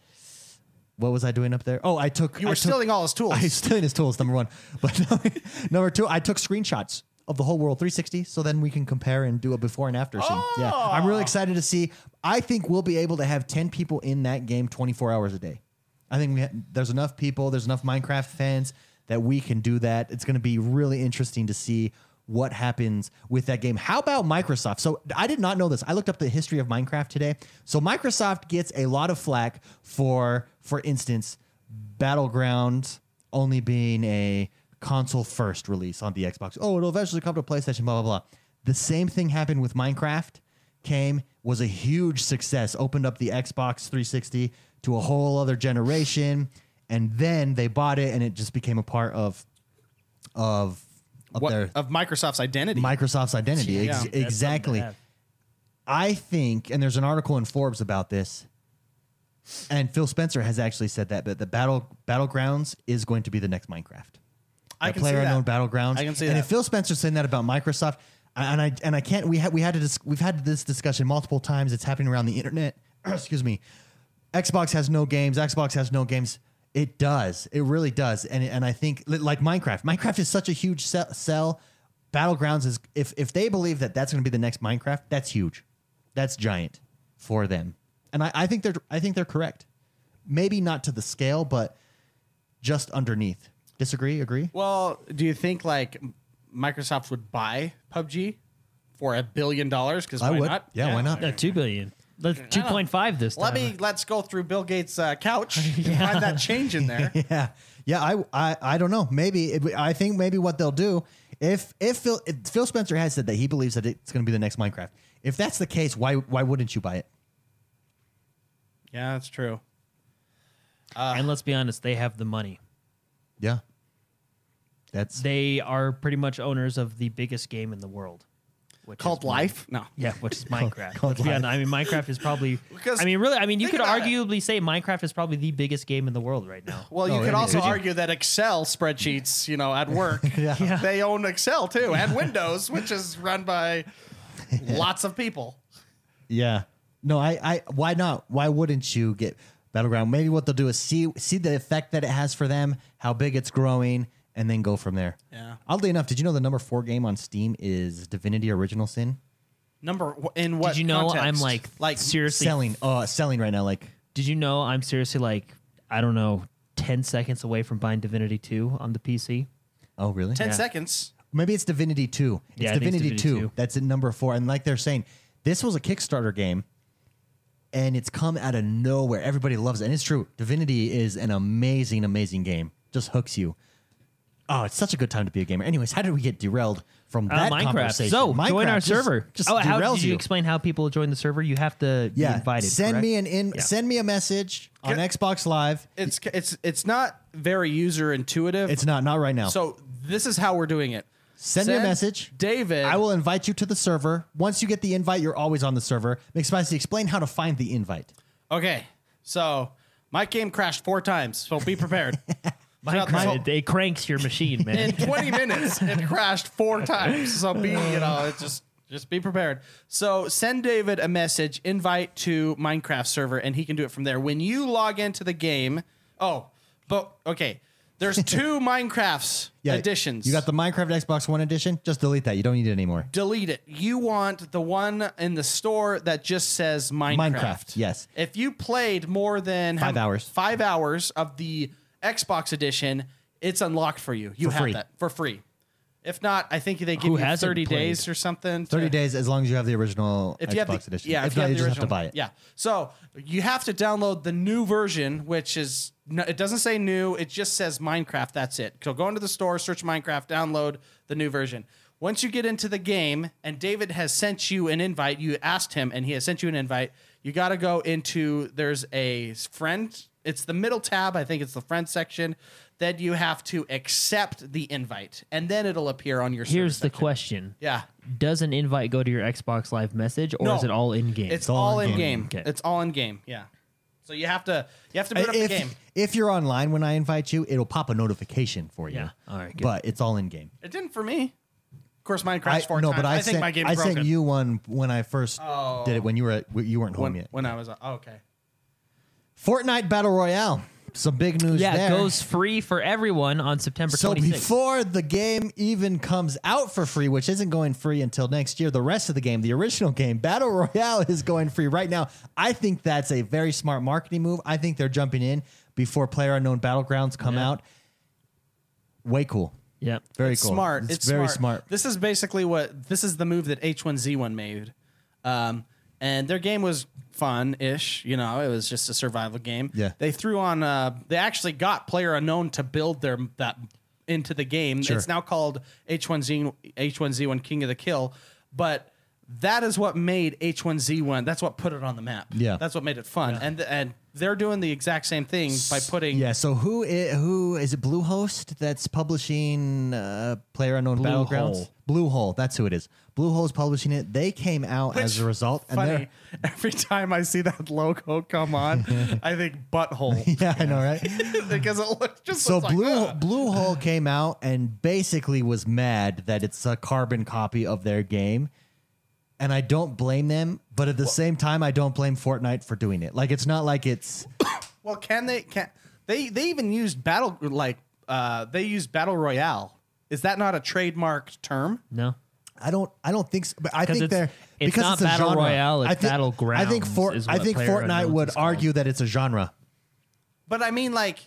Speaker 1: what was I doing up there? Oh, I took
Speaker 2: You
Speaker 1: I
Speaker 2: were
Speaker 1: took-
Speaker 2: stealing all his tools.
Speaker 1: I was stealing his tools, number one. But number, number two, I took screenshots of the whole world 360 so then we can compare and do a before and after scene. Yeah.
Speaker 2: Oh!
Speaker 1: I'm really excited to see. I think we'll be able to have 10 people in that game 24 hours a day. I think we ha- there's enough people, there's enough Minecraft fans that we can do that. It's going to be really interesting to see what happens with that game. How about Microsoft? So I did not know this. I looked up the history of Minecraft today. So Microsoft gets a lot of flack for for instance Battleground only being a console first release on the Xbox. Oh, it'll eventually come to PlayStation, blah, blah, blah. The same thing happened with Minecraft, came, was a huge success, opened up the Xbox 360 to a whole other generation. And then they bought it and it just became a part of of of
Speaker 2: What-
Speaker 1: their
Speaker 2: of Microsoft's identity.
Speaker 1: Microsoft's identity.
Speaker 2: Yeah.
Speaker 1: Ex-
Speaker 2: That's
Speaker 3: something to
Speaker 1: exactly.
Speaker 3: have.
Speaker 1: I think, and there's an article in Forbes about this, and Phil Spencer has actually said that, but the battle battlegrounds is going to be the next Minecraft.
Speaker 2: I
Speaker 1: The
Speaker 2: can see
Speaker 1: player unknown
Speaker 2: that.
Speaker 1: battlegrounds.
Speaker 2: I can see
Speaker 1: and
Speaker 2: that.
Speaker 1: if Phil Spencer's saying that about Microsoft, I- and I and I can't. We had we had to dis- we've had this discussion multiple times. It's happening around the internet. Excuse me. Xbox has no games. Xbox has no games. It does. It really does. And and I think li- like Minecraft. Minecraft is such a huge sell. sell. Battlegrounds is if if they believe that that's going to be the next Minecraft, that's huge. That's giant for them. And I, I think they're I think they're correct. Maybe not to the scale, but just underneath. Disagree? Agree?
Speaker 2: Well, do you think like m- Microsoft would buy PUBG for a billion dollars? Because why not?
Speaker 1: Yeah, why not? uh,
Speaker 3: No, two billion. Let's two point five this time.
Speaker 2: Let me let's go through Bill Gates' uh, couch and find that change in there.
Speaker 1: Yeah, yeah. I, I, I don't know. Maybe it, I think maybe what they'll do if if Phil if Phil Spencer has said that he believes that it's going to be the next Minecraft. If that's the case, why why wouldn't you buy it?
Speaker 2: yeah, that's true.
Speaker 3: and let's be honest, they have the money.
Speaker 1: Yeah, that's
Speaker 3: They are pretty much owners of the biggest game in the world. Which
Speaker 2: Called
Speaker 3: is Minecraft.
Speaker 2: Life? No.
Speaker 3: Yeah, which is Minecraft.
Speaker 1: called
Speaker 3: Let's be
Speaker 1: life.
Speaker 3: honest, I mean, Minecraft is probably.
Speaker 2: Because
Speaker 3: I mean, really, I mean, you
Speaker 2: think
Speaker 3: could
Speaker 2: about it.
Speaker 3: arguably say Minecraft is probably the biggest game in the world right now.
Speaker 2: Well, you
Speaker 1: Oh,
Speaker 2: could
Speaker 1: yeah,
Speaker 2: also
Speaker 1: could you?
Speaker 2: argue that Excel spreadsheets, you know, at work,
Speaker 3: Yeah.
Speaker 2: they own Excel too, and Windows, which is run by lots of people.
Speaker 1: yeah. No, I, I why not? Why wouldn't you get battleground? Maybe what they'll do is see see the effect that it has for them, how big it's growing, and then go from there.
Speaker 2: Yeah.
Speaker 1: Oddly enough, did you know the number four game on Steam is Divinity Original Sin?
Speaker 2: Number in what?
Speaker 3: Did you know
Speaker 2: context?
Speaker 3: I'm like,
Speaker 2: like
Speaker 3: seriously?
Speaker 1: Selling, uh, selling right now. Like,
Speaker 3: Did you know I'm seriously like I don't know ten seconds away from buying Divinity Two on the PC?
Speaker 1: oh really?
Speaker 2: ten
Speaker 3: Yeah.
Speaker 2: seconds?
Speaker 1: Maybe it's Divinity 2. It's
Speaker 3: Yeah, I think it's
Speaker 1: Divinity,
Speaker 3: Divinity
Speaker 1: 2.
Speaker 3: 2.
Speaker 1: That's at number 4 and like they're saying, this was a Kickstarter game and it's come out of nowhere. Everybody loves it and it's true. Divinity is an amazing amazing game. Just hooks you. Oh, it's such a good time to be a gamer. Anyways, how did we get derailed from
Speaker 3: Uh,
Speaker 1: that
Speaker 3: Minecraft.
Speaker 1: conversation?
Speaker 3: So join our
Speaker 1: just-
Speaker 3: server.
Speaker 1: Just
Speaker 3: oh,
Speaker 1: derails
Speaker 3: how did you,
Speaker 1: you.
Speaker 3: explain how people join the server? You have to be
Speaker 1: yeah,
Speaker 3: invited.
Speaker 1: send
Speaker 3: correct?
Speaker 1: me an in.
Speaker 3: Yeah.
Speaker 1: Send me a message on
Speaker 2: Ca-
Speaker 1: Xbox Live.
Speaker 2: It's it's it's not very user intuitive.
Speaker 1: It's not not right now.
Speaker 2: so this is how we're doing it.
Speaker 1: Oh. Send me a message.
Speaker 2: David.
Speaker 1: I will invite you to the server. Once you get the invite, you're always on the server. McSpicy, explain how to find the invite.
Speaker 2: Okay, so my game crashed four times, so be prepared.
Speaker 3: Minecraft. it, it cranks your machine,
Speaker 2: in
Speaker 3: man.
Speaker 2: 20 minutes it crashed four times so be you know it just just be prepared so send david a message invite to minecraft server and he can do it from there when you log into the game oh but okay there's two minecrafts editions
Speaker 1: You got the Minecraft Xbox One edition. Just delete that. You don't need it anymore.
Speaker 2: delete it you want the one in the store that just says minecraft
Speaker 1: Minecraft, yes.
Speaker 2: if you played more than how-
Speaker 1: Five hours.
Speaker 2: five hours of the xbox edition it's unlocked for you you
Speaker 1: For
Speaker 2: have
Speaker 1: free.
Speaker 2: that for free if not i think they give
Speaker 3: Who
Speaker 2: you
Speaker 3: hasn't
Speaker 2: 30
Speaker 3: played?
Speaker 2: days or something to-
Speaker 1: Thirty days, as long as you have the original
Speaker 2: if
Speaker 1: Xbox
Speaker 2: you have the,
Speaker 1: edition.
Speaker 2: yeah
Speaker 1: if, not,
Speaker 2: you have
Speaker 1: you just
Speaker 2: the
Speaker 1: have to
Speaker 2: original.
Speaker 1: buy it.
Speaker 2: yeah so you have to download the new version which is no, it doesn't say new it just says minecraft that's it so go into the store search minecraft download the new version once you get into the game and david has sent you an invite you asked him and he has sent you an invite you got to go into there's a friend it's the middle tab i think it's the friend section then you have to accept the invite and then it'll appear on your
Speaker 3: Here's
Speaker 2: server section.
Speaker 3: the question.
Speaker 2: yeah
Speaker 3: Does an invite go to your Xbox Live message, or
Speaker 2: No.
Speaker 3: is it all in game?
Speaker 2: it's all in game.
Speaker 3: Okay.
Speaker 2: It's all in game. Yeah. So you have to you have to boot up the
Speaker 1: if,
Speaker 2: game.
Speaker 1: if you're online when I invite you, it'll pop a notification for you.
Speaker 3: Yeah. All right, good.
Speaker 1: But it's all in game.
Speaker 2: It didn't for me. Of course, mine crashed four
Speaker 1: no,
Speaker 2: times.
Speaker 1: but I,
Speaker 2: I,
Speaker 1: sent,
Speaker 2: think my game's
Speaker 1: I
Speaker 2: broken. Oh.
Speaker 1: sent you one when I first did it when you were at, you weren't home
Speaker 2: when,
Speaker 1: yet.
Speaker 2: when I was oh, okay.
Speaker 1: Fortnite Battle Royale. Some big news
Speaker 3: Yeah,
Speaker 1: there.
Speaker 3: it goes free for everyone on September
Speaker 1: so
Speaker 3: 26th.
Speaker 1: before the game even comes out for free, which isn't going free until next year, the rest of the game, the original game, Battle Royale is going free right now. I think that's a very smart marketing move. I think they're jumping in before Player Unknown Battlegrounds come
Speaker 3: Yeah.
Speaker 1: out. Way cool.
Speaker 3: yeah.
Speaker 1: Very cool.
Speaker 2: Smart. It's,
Speaker 1: very smart.
Speaker 2: This is basically what this is the move that H1Z1 made. Um, and their game was fun ish. You know, it was just a survival game.
Speaker 1: Yeah.
Speaker 2: They threw on, uh, they actually got Player Unknown to build their that into the game. It's now called H1Z, H1Z1 King of the Kill. But that is what made H1Z1, that's what put it on the map.
Speaker 1: Yeah.
Speaker 2: That's what made it fun. And, and they're doing the exact same thing by putting
Speaker 1: Yeah. So who is, who is it? Bluehost that's publishing uh, Player Unknown Battlegrounds. Bluehole. That's who it is. Bluehole's publishing it. They came out as a result, and
Speaker 2: funny.
Speaker 1: they're
Speaker 2: Every time I see that logo come on, I think butthole
Speaker 1: yeah, I know, right?
Speaker 2: because it looks just
Speaker 1: So
Speaker 2: looks like, ah.
Speaker 1: Blue
Speaker 3: uh.
Speaker 2: "Ugh."
Speaker 1: Bluehole came out and basically was mad that it's a carbon copy of their game. And I don't blame them, but at the same time, I don't blame Fortnite for doing it. Like it's not like it's
Speaker 2: Well, can they? Can they? They even used battle like uh, they used battle royale. Is that not a trademarked term?
Speaker 3: No.
Speaker 1: I don't. I don't think. So, but I
Speaker 3: 'Cause
Speaker 1: think
Speaker 3: it's-
Speaker 1: they're
Speaker 3: it's
Speaker 1: because
Speaker 3: not
Speaker 1: it's a
Speaker 3: Battle
Speaker 1: genre.
Speaker 3: Royale, it's
Speaker 1: I think, I think,
Speaker 3: Battlegrounds
Speaker 1: for,
Speaker 3: is
Speaker 1: I
Speaker 3: what
Speaker 1: think
Speaker 3: Player
Speaker 1: Fortnite
Speaker 3: Unknown's
Speaker 1: would
Speaker 3: is called.
Speaker 1: argue that it's a genre.
Speaker 2: But I mean, like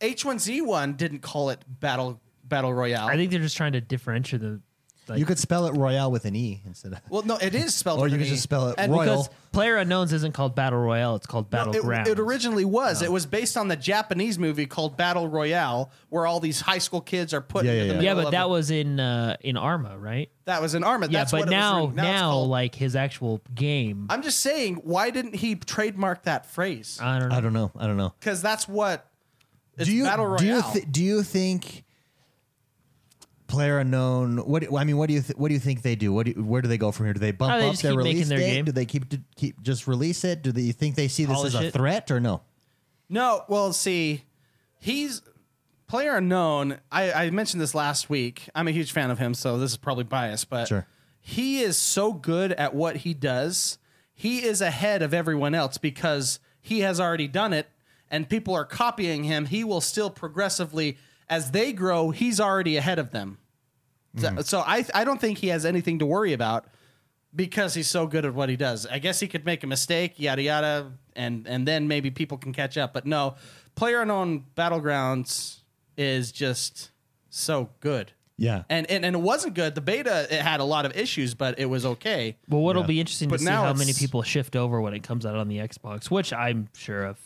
Speaker 2: H1Z1 didn't call it battle battle royale.
Speaker 3: I think they're just trying to differentiate the. Like,
Speaker 1: you could spell it Royale with an e instead of.
Speaker 2: well, no, it is spelled.
Speaker 1: Or
Speaker 2: with
Speaker 1: you
Speaker 2: an
Speaker 1: could
Speaker 2: E.
Speaker 1: just spell it
Speaker 2: And
Speaker 1: Roy-
Speaker 3: because
Speaker 1: Royal.
Speaker 3: Player Unknowns isn't called Battle Royale, it's called
Speaker 2: It,
Speaker 3: Battlegrounds.
Speaker 2: it originally was. It was based on the Japanese movie called Battle Royale, where all these high school kids are put.
Speaker 1: Yeah,
Speaker 2: into
Speaker 1: yeah,
Speaker 2: the
Speaker 1: yeah.
Speaker 3: yeah,
Speaker 2: middle
Speaker 3: but
Speaker 2: of
Speaker 3: that
Speaker 2: a-
Speaker 3: was in uh, in Arma, right?
Speaker 2: that was an armor.
Speaker 3: Yeah,
Speaker 2: That's
Speaker 3: but
Speaker 2: what it
Speaker 3: now
Speaker 2: was, re- it's
Speaker 3: now
Speaker 2: called-
Speaker 3: like his actual game,
Speaker 2: I'm just saying, why didn't he trademark that phrase?
Speaker 3: I don't know.
Speaker 1: I don't know. I don't know.
Speaker 2: Because that's what it's
Speaker 1: do you
Speaker 2: battle royale.
Speaker 1: do you thi- do you think player unknown? What do- I mean, what do you th- what do you think they do? What do you, where do they go from here? Do they bump
Speaker 3: Oh, they
Speaker 1: up
Speaker 3: just
Speaker 1: their
Speaker 3: keep making
Speaker 1: release
Speaker 3: their
Speaker 1: date?
Speaker 3: game.
Speaker 1: Do they keep d- keep just release it? Do they you think they see this
Speaker 3: Polish
Speaker 1: as a
Speaker 3: it?
Speaker 1: threat or no?
Speaker 2: no, well, see, he's player unknown. I, I mentioned this last week. I'm a huge fan of him, so this is probably biased, but
Speaker 1: Sure.
Speaker 2: he is so good at what he does. He is ahead of everyone else because he has already done it, and people are copying him. He will still progressively, as they grow, he's already ahead of them. So, so I I don't think he has anything to worry about because he's so good at what he does. I guess he could make a mistake, yada yada, and and then maybe people can catch up. But no, player unknown battlegrounds is just so good.
Speaker 1: Yeah.
Speaker 2: And, and and it wasn't good. The beta it had a lot of issues, but it was okay.
Speaker 3: Well, what'll be interesting
Speaker 2: But
Speaker 3: to see
Speaker 2: now
Speaker 3: how many
Speaker 2: it's-
Speaker 3: people shift over when it comes out on the Xbox, which I'm sure a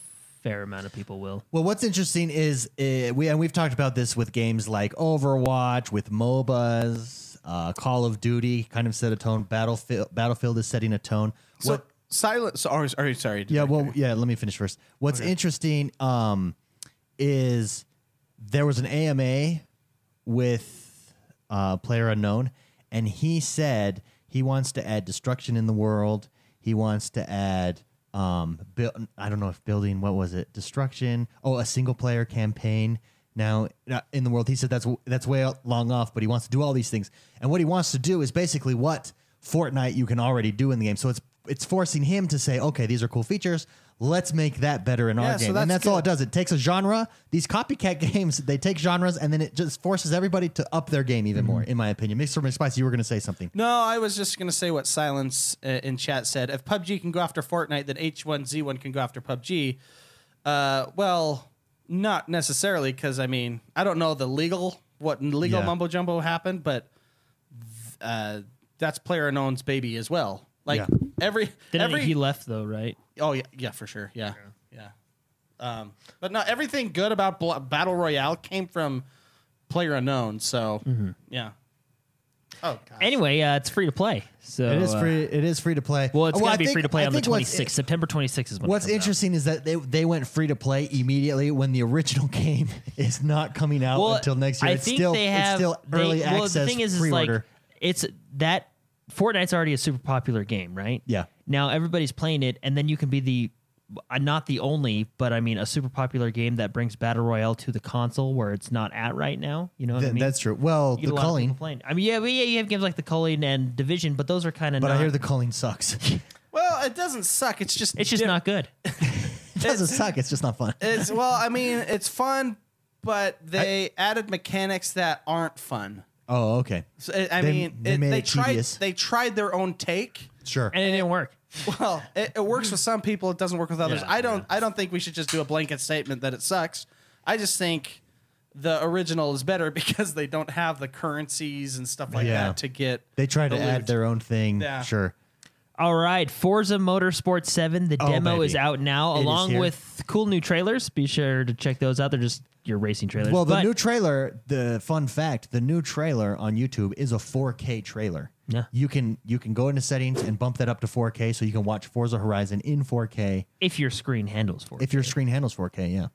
Speaker 3: fair amount of people will.
Speaker 1: Well, what's interesting is uh, we and we've talked about this with games like Overwatch, with MOBAs, uh, Call of Duty, kind of set a tone. Battlefield Battlefield is setting a tone.
Speaker 2: So silent. Sorry, sorry, sorry.
Speaker 1: Yeah, well, yeah, let me finish first. What's interesting um, is there was an AMA with uh, Player Unknown, and he said he wants to add destruction in the world. He wants to add, um, build, I don't know if building, what was it? Destruction. Oh, a single player campaign. Now uh, in the world, he said that's that's way long off, but he wants to do all these things. And what he wants to do is basically what Fortnite you can already do in the game. So it's it's forcing him to say, okay, these are cool features. Let's make that better in
Speaker 2: Yeah,
Speaker 1: our
Speaker 2: so
Speaker 1: game.
Speaker 2: that's
Speaker 1: and that's all
Speaker 2: good.
Speaker 1: it does. It takes a genre. These copycat games, they take genres and then it just forces everybody to up their game
Speaker 3: Mhm.
Speaker 1: even more, in my opinion. Mr. McSpicy, you were going to say something.
Speaker 2: No, I was just gonna say what silence uh, in chat said. If PUBG can go after Fortnite, then H1Z1 can go after PUBG. Uh, well, not necessarily, because I mean, I don't know the legal what legal
Speaker 1: Yeah.
Speaker 2: mumbo jumbo happened, but th- uh, that's player unknown's baby as well. Like
Speaker 1: Yeah.
Speaker 2: every
Speaker 3: Then
Speaker 2: every
Speaker 3: he left though, right?
Speaker 2: Oh yeah, yeah, for sure. Yeah, yeah. Um, but no, everything good about Bl- Battle Royale came from Player Unknown. So
Speaker 1: Mm-hmm.
Speaker 2: yeah. Oh god.
Speaker 3: Anyway, uh, it's free to play. So
Speaker 1: It is
Speaker 3: uh,
Speaker 1: free. It is free to play.
Speaker 3: well, it's
Speaker 1: I
Speaker 3: gonna be
Speaker 1: think-
Speaker 3: free to play
Speaker 1: I
Speaker 3: on the
Speaker 1: think what's-
Speaker 3: 26th. September 26th is when.
Speaker 1: What's
Speaker 3: it comes out.
Speaker 1: interesting is that they they went free to play immediately when the original game is not coming out
Speaker 3: Well,
Speaker 1: until next year.
Speaker 3: I
Speaker 1: it's
Speaker 3: think
Speaker 1: still
Speaker 3: they have
Speaker 1: it's still
Speaker 3: they-
Speaker 1: early
Speaker 3: well,
Speaker 1: access
Speaker 3: the thing is, is like
Speaker 1: pre-order.
Speaker 3: it's that Fortnite's already a super popular game, right?
Speaker 1: Yeah.
Speaker 3: Now everybody's playing it, and then you can be the uh, not the only, but I mean, a super popular game that brings battle royale to the console where it's not at right now. You know what I
Speaker 1: Th-
Speaker 3: mean?
Speaker 1: that's true. Well,
Speaker 3: You get
Speaker 1: the
Speaker 3: a lot of people
Speaker 1: culling,
Speaker 3: playing. I mean, yeah, but yeah, you have games like the Culling and Division, but those are kind of.
Speaker 1: but
Speaker 3: not,
Speaker 1: I hear the culling sucks.
Speaker 2: Well, it doesn't suck. It's just
Speaker 3: It's just
Speaker 2: diff-
Speaker 3: not good.
Speaker 1: it doesn't suck. It's just not fun.
Speaker 2: It's well, I mean, it's fun, but they added mechanics that aren't fun.
Speaker 1: Oh, okay.
Speaker 2: So, I- I
Speaker 1: They-
Speaker 2: mean,
Speaker 1: they
Speaker 2: it-
Speaker 1: made
Speaker 2: they
Speaker 1: it
Speaker 2: tried
Speaker 1: tedious.
Speaker 2: they tried their own take.
Speaker 1: Sure.
Speaker 3: And it didn't work.
Speaker 2: Well, it, it works with some people. It doesn't work with others.
Speaker 3: Yeah,
Speaker 2: I don't. I don't think we should just do a blanket statement that it sucks. I just think the original is better because they don't have the currencies and stuff like
Speaker 1: Yeah.
Speaker 2: that to get.
Speaker 1: They try to
Speaker 2: the
Speaker 1: add
Speaker 2: loot.
Speaker 1: their own thing.
Speaker 2: Yeah.
Speaker 1: Sure.
Speaker 3: All right, Forza Motorsport 7, the
Speaker 1: Oh,
Speaker 3: demo
Speaker 1: baby.
Speaker 3: is out now,
Speaker 1: It is
Speaker 3: along
Speaker 1: here.
Speaker 3: with cool new trailers. Be sure to check those out. They're just your racing trailers.
Speaker 1: Well, the
Speaker 3: But-
Speaker 1: new trailer, the fun fact, the new trailer on YouTube is a 4K trailer.
Speaker 3: Yeah.
Speaker 1: You can you can go into settings and bump that up to 4K so you can watch Forza Horizon in 4K
Speaker 3: if your screen handles for
Speaker 1: if your screen handles 4K, yeah.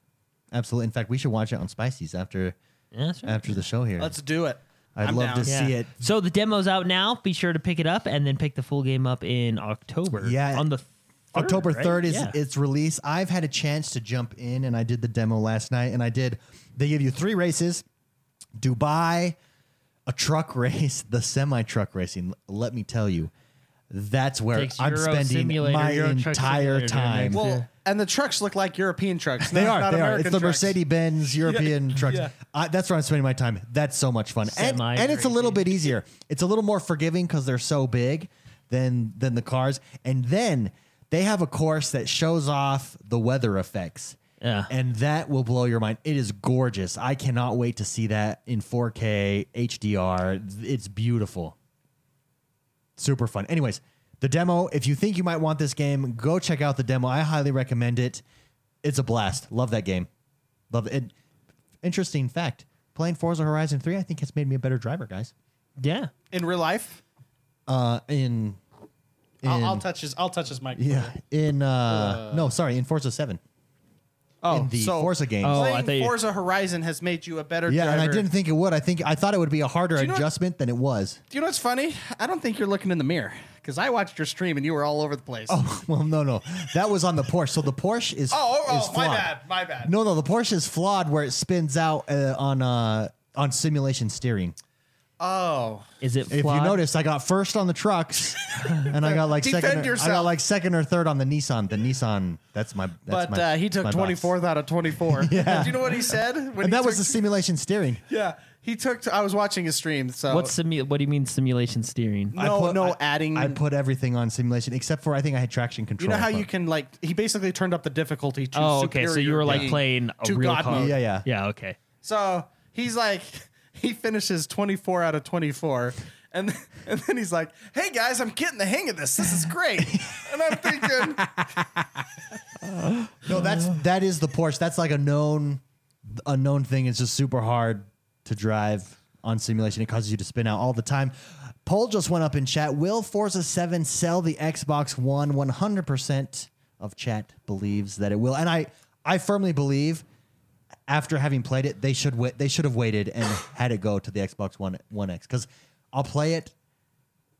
Speaker 1: Absolutely. In fact, we should watch it on Spicy's after
Speaker 3: Yeah, that's right.
Speaker 1: after the show here.
Speaker 2: Let's do it.
Speaker 1: I'd
Speaker 2: I'm
Speaker 1: love
Speaker 2: down.
Speaker 1: to see it.
Speaker 3: So the demo's out now. Be sure to pick it up and then pick the full game up in October.
Speaker 1: Yeah.
Speaker 3: on the third,
Speaker 1: October
Speaker 3: right?
Speaker 1: 3rd is
Speaker 3: Yeah.
Speaker 1: its release. I've had a chance to jump in and I did the demo last night and I did they give you three races. Dubai, a truck race, the semi truck racing. Let me tell you, that's where
Speaker 3: Takes
Speaker 1: I'm
Speaker 3: Euro
Speaker 1: spending
Speaker 3: Simulator,
Speaker 1: my
Speaker 3: Euro Truck
Speaker 1: entire
Speaker 3: Simulator,
Speaker 1: time.
Speaker 3: man.
Speaker 2: Well,
Speaker 3: Yeah.
Speaker 2: and the trucks look like European trucks.
Speaker 1: they
Speaker 2: not,
Speaker 1: are.
Speaker 2: Not
Speaker 1: They are.
Speaker 2: American
Speaker 1: It's the
Speaker 2: trucks.
Speaker 1: Mercedes Benz European trucks.
Speaker 2: yeah.
Speaker 1: I, that's where I'm spending my time. That's so much fun, and,
Speaker 3: Semi
Speaker 1: and it's a little
Speaker 3: crazy.
Speaker 1: bit easier. It's a little more forgiving because they're so big than than the cars, and then they have a course that shows off the weather effects.
Speaker 3: Yeah.
Speaker 1: And that will blow your mind. It is gorgeous. I cannot wait to see that in 4K HDR. It's beautiful super fun. Anyways, the demo, if you think you might want this game, go check out the demo. I highly recommend it. It's a blast. Love that game. Love it. Interesting fact. Playing Forza Horizon 3, I think has made me a better driver, guys.
Speaker 3: yeah.
Speaker 2: in real life.
Speaker 1: Uh in, in
Speaker 2: I'll, I'll touch his. I'll touch his mic.
Speaker 1: yeah, in uh, no, sorry, in Forza 7.
Speaker 2: Oh,
Speaker 1: in the
Speaker 2: so
Speaker 1: Forza games.
Speaker 3: Oh, I
Speaker 2: playing
Speaker 3: thought you-
Speaker 2: Forza Horizon has made you a better
Speaker 1: yeah,
Speaker 2: driver.
Speaker 1: and I didn't think it would. I think I thought it would be a harder
Speaker 2: you know what-
Speaker 1: adjustment than it was.
Speaker 2: Do you know what's funny? I don't think you're looking in the mirror because I watched your stream and you were all over the place. Oh,
Speaker 1: well, no, no. That was on the Porsche. So the Porsche is
Speaker 2: oh, oh,
Speaker 1: is
Speaker 2: my
Speaker 1: flawed.
Speaker 2: bad, my bad.
Speaker 1: No, no, the Porsche is flawed where it spins out uh, on uh, on simulation steering.
Speaker 2: Oh,
Speaker 3: Is it?
Speaker 1: If
Speaker 3: flawed?
Speaker 1: you notice, I got first on the trucks, and I got like second.
Speaker 2: Defend
Speaker 1: Or, I got
Speaker 2: yourself.
Speaker 1: like second or third on the Nissan. The Nissan. That's my. That's
Speaker 2: but
Speaker 1: my,
Speaker 2: uh, he took
Speaker 1: my box.
Speaker 2: 24th out of 24.
Speaker 1: Yeah.
Speaker 2: Do you know what he said? When
Speaker 1: and
Speaker 2: he
Speaker 1: that was the
Speaker 2: took-
Speaker 1: simulation steering.
Speaker 2: yeah. He took. I was watching his stream.
Speaker 1: uh,
Speaker 2: So
Speaker 3: What's simu- What do you mean simulation steering?
Speaker 1: I
Speaker 2: no,
Speaker 1: put-
Speaker 2: no
Speaker 1: I-
Speaker 2: adding.
Speaker 1: I put everything on simulation except for I think I had traction control.
Speaker 2: you know how you
Speaker 1: but-
Speaker 2: can like. He basically turned up the difficulty to.
Speaker 3: Oh, okay. So you
Speaker 2: superior
Speaker 3: were like
Speaker 2: being
Speaker 3: playing a
Speaker 2: to
Speaker 3: real
Speaker 2: God
Speaker 3: car.
Speaker 2: mode.
Speaker 1: Yeah, yeah.
Speaker 3: Yeah. Okay.
Speaker 2: So he's like, he finishes 24 out of 24. And, and then he's like, hey guys, I'm getting the hang of this. This is great. And I'm thinking,
Speaker 1: No, that's that is the Porsche. That's like a known, a known thing. It's just super hard to drive on simulation. It causes you to spin out all the time. Poll just went up in chat. Will Forza Seven sell the Xbox One? One hundred percent of chat believes that it will, and I I firmly believe. After having played it, they should wait. They should have waited and had it go to the Xbox One One X because I'll play it,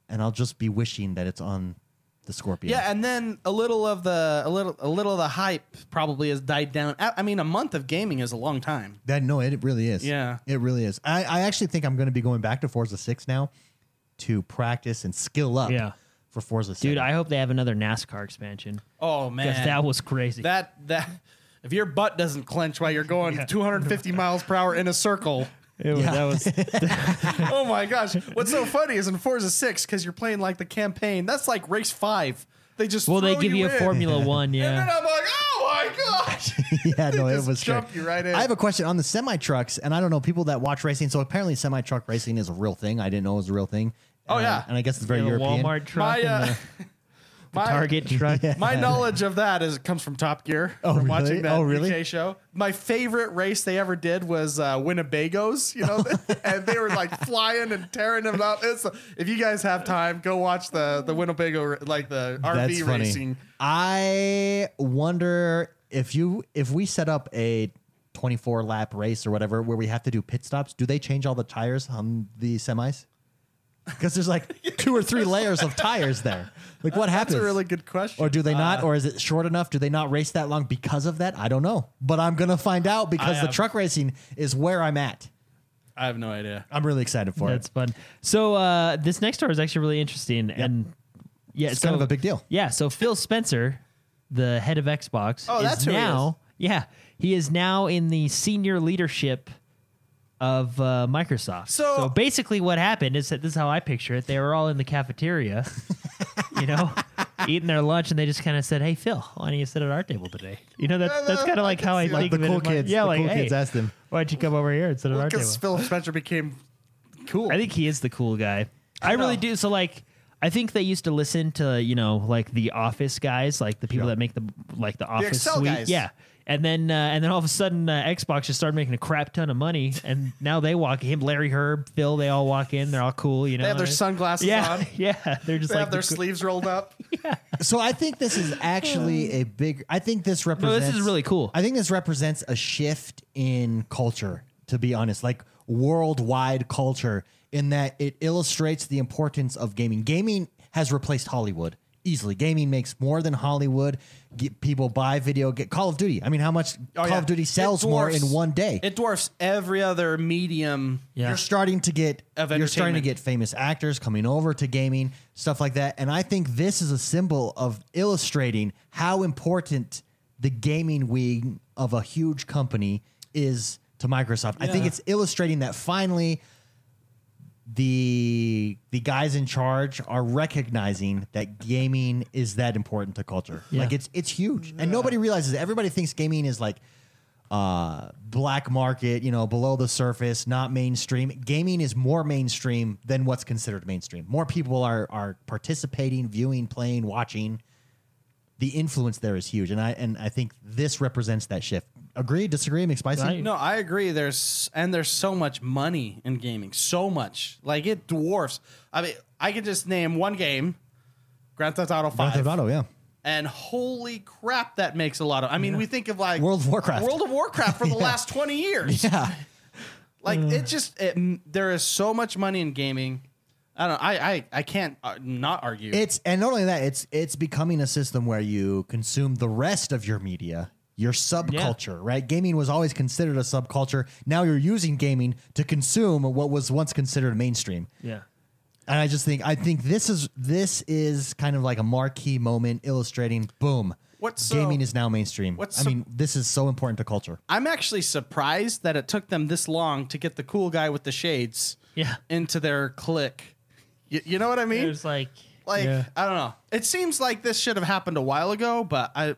Speaker 1: and I'll just be wishing that it's on the Scorpion.
Speaker 2: yeah. And then a little of the, a little, a little of the hype probably has died down. I, I mean, a month of gaming is a long time.
Speaker 1: That no, it really is.
Speaker 2: Yeah.
Speaker 1: it really is. I, I actually think I'm going to be going back to Forza Six now to practice and skill up.
Speaker 3: Yeah.
Speaker 1: for Forza Six.
Speaker 3: Dude, I hope they have another NASCAR expansion.
Speaker 2: Oh man.
Speaker 3: Because that was crazy.
Speaker 2: that, that, if your butt doesn't clench while you're going 250 miles per hour in a circle,
Speaker 3: It was- that was
Speaker 2: oh my gosh. What's so funny is in Forza 6, because you're playing like the campaign, that's like race five. They just
Speaker 3: well. They
Speaker 2: throw
Speaker 3: give you a
Speaker 2: in.
Speaker 3: Formula
Speaker 2: And
Speaker 3: One.
Speaker 2: then
Speaker 3: Yeah.
Speaker 2: I'm like, oh my gosh.
Speaker 1: yeah, no,
Speaker 2: They
Speaker 1: it
Speaker 2: just
Speaker 1: was
Speaker 2: jump
Speaker 1: great.
Speaker 2: you right in.
Speaker 1: I have a question on the semi trucks, and I don't know people that watch racing. So apparently, semi truck racing is a real thing. I didn't know it was a real thing.
Speaker 2: Oh,
Speaker 1: Uh,
Speaker 2: yeah.
Speaker 1: and I guess it's very
Speaker 3: The
Speaker 1: European.
Speaker 3: Walmart truck.
Speaker 2: my,
Speaker 3: and
Speaker 2: uh,
Speaker 3: the
Speaker 2: my,
Speaker 3: Target truck.
Speaker 2: my knowledge of that is it comes from Top Gear.
Speaker 1: Oh,
Speaker 2: from
Speaker 1: really?
Speaker 2: watching that
Speaker 1: Oh, really?
Speaker 2: UK show. My favorite race they ever did was uh, Winnebago's, you know, and they were like flying and tearing them up. It's, if you guys have time, go watch the the Winnebago like the RV
Speaker 1: That's funny.
Speaker 2: racing.
Speaker 1: I wonder if you if we set up a 24 lap race or whatever where we have to do pit stops, do they change all the tires on the semis? Because there's like two or three layers of tires there. Like what happens?
Speaker 4: That's a really Uh. good question.
Speaker 1: Or do they not? or is it short enough? Do they not race that long because of that? I don't know. But I'm gonna find out because
Speaker 4: I
Speaker 1: the
Speaker 4: have-
Speaker 1: truck racing is where I'm at.
Speaker 4: I have no idea.
Speaker 1: I'm really excited for
Speaker 3: That's
Speaker 1: it.
Speaker 3: fun. So uh, this next story is actually really interesting, and yeah,
Speaker 1: It's kind
Speaker 3: so-
Speaker 1: of a big deal.
Speaker 3: Yeah, so Phil Spencer, the head of Xbox,
Speaker 4: Oh,
Speaker 3: is
Speaker 4: that's who he
Speaker 3: now. Yeah, he is now in the senior leadership of uh, Microsoft.
Speaker 4: So-
Speaker 3: basically, what happened is that this is how I picture it. They were all in the cafeteria, you know, eating their lunch, and they just kind of said, "Hey, Phil, why don't you sit at our table today?" You know, that's that's kind of like how I
Speaker 1: Like
Speaker 3: think
Speaker 1: the
Speaker 3: of it in
Speaker 1: cool
Speaker 3: my-
Speaker 1: kids.
Speaker 3: Yeah,
Speaker 1: the
Speaker 3: like
Speaker 1: cool
Speaker 3: hey,
Speaker 1: kids asked him.
Speaker 3: why don't you come over here and sit at our table?
Speaker 4: Because Phil Spencer became cool.
Speaker 3: I think he is the cool guy. I
Speaker 4: Oh.
Speaker 3: really do. So like, I think they used to listen to you know like the Office guys, like the people that make the like the Office
Speaker 4: Excel
Speaker 3: suite.
Speaker 4: guys.
Speaker 3: Yeah. And then, uh, and then all of a sudden, uh, Xbox just started making a crap ton of money, and now they walk him, Larry Herb, Phil, they all walk in, they're all cool, you know.
Speaker 4: they have their
Speaker 3: and-
Speaker 4: sunglasses
Speaker 3: yeah,
Speaker 4: on. They
Speaker 3: yeah, they're just like
Speaker 4: have their
Speaker 3: the cool-
Speaker 4: sleeves rolled up.
Speaker 1: So I think this is actually a big. I think this
Speaker 3: No,
Speaker 1: represents.
Speaker 3: this is really cool.
Speaker 1: I think this represents a shift in culture. To be honest, like worldwide culture, in that it illustrates the importance of gaming. Gaming has replaced Hollywood easily. Gaming makes more than Hollywood. Get people buy video. Get Call of Duty. I mean, how much
Speaker 4: Oh,
Speaker 1: Call
Speaker 4: yeah.
Speaker 1: of Duty
Speaker 4: It
Speaker 1: sells more
Speaker 4: dwarfs-
Speaker 1: in one day?
Speaker 4: It dwarfs every other medium.
Speaker 3: Yeah.
Speaker 1: you're starting to get
Speaker 4: Of
Speaker 1: you're starting to
Speaker 4: entertainment.
Speaker 1: get famous actors coming over to gaming stuff like that and i think this is a symbol of illustrating how important the gaming wing of a huge company is to microsoft i think
Speaker 4: Yeah.
Speaker 1: it's illustrating that finally the the guys in charge are recognizing that gaming is that important to culture
Speaker 3: Yeah.
Speaker 1: like it's it's huge and nobody realizes it. everybody thinks gaming is like uh, black market, you know, below the surface, not mainstream. Gaming is more mainstream than what's considered mainstream. More people are are participating, viewing, playing, watching. The influence there is huge, and I and I think this represents that shift. Agree? Disagree? McSpicy?
Speaker 3: Right.
Speaker 4: No, I agree. There's and there's so much money in gaming, so much. Like it dwarfs. I mean, I can just name one game, Grand Theft Auto
Speaker 1: Grand
Speaker 4: Five,
Speaker 1: Theft Auto, yeah.
Speaker 4: and holy crap, that makes a lot of. I mean, we think of like
Speaker 1: World of Warcraft.
Speaker 4: World of Warcraft for the last twenty years.
Speaker 1: Yeah. Uh.
Speaker 4: Like it just it, m- there is so much money in gaming. I don't. I I I can't uh, not argue.
Speaker 1: It's and not only that, it's it's becoming a system where you consume the rest of your media, your subculture, right? Gaming was always considered a subculture. Now you're using gaming to consume what was once considered mainstream.
Speaker 3: yeah.
Speaker 1: And I just think I think this is this is kind of like a marquee moment illustrating boom.
Speaker 4: What's so-
Speaker 1: gaming is now mainstream.
Speaker 4: what's
Speaker 1: I
Speaker 4: so-
Speaker 1: mean, this is so important to culture.
Speaker 4: I'm actually surprised that it took them this long to get the cool guy with the shades
Speaker 3: Yeah.
Speaker 4: into their clique. You, you know what I mean?
Speaker 3: It was like,
Speaker 4: like
Speaker 3: Yeah.
Speaker 4: I don't know. It seems like this should have happened a while ago, but I,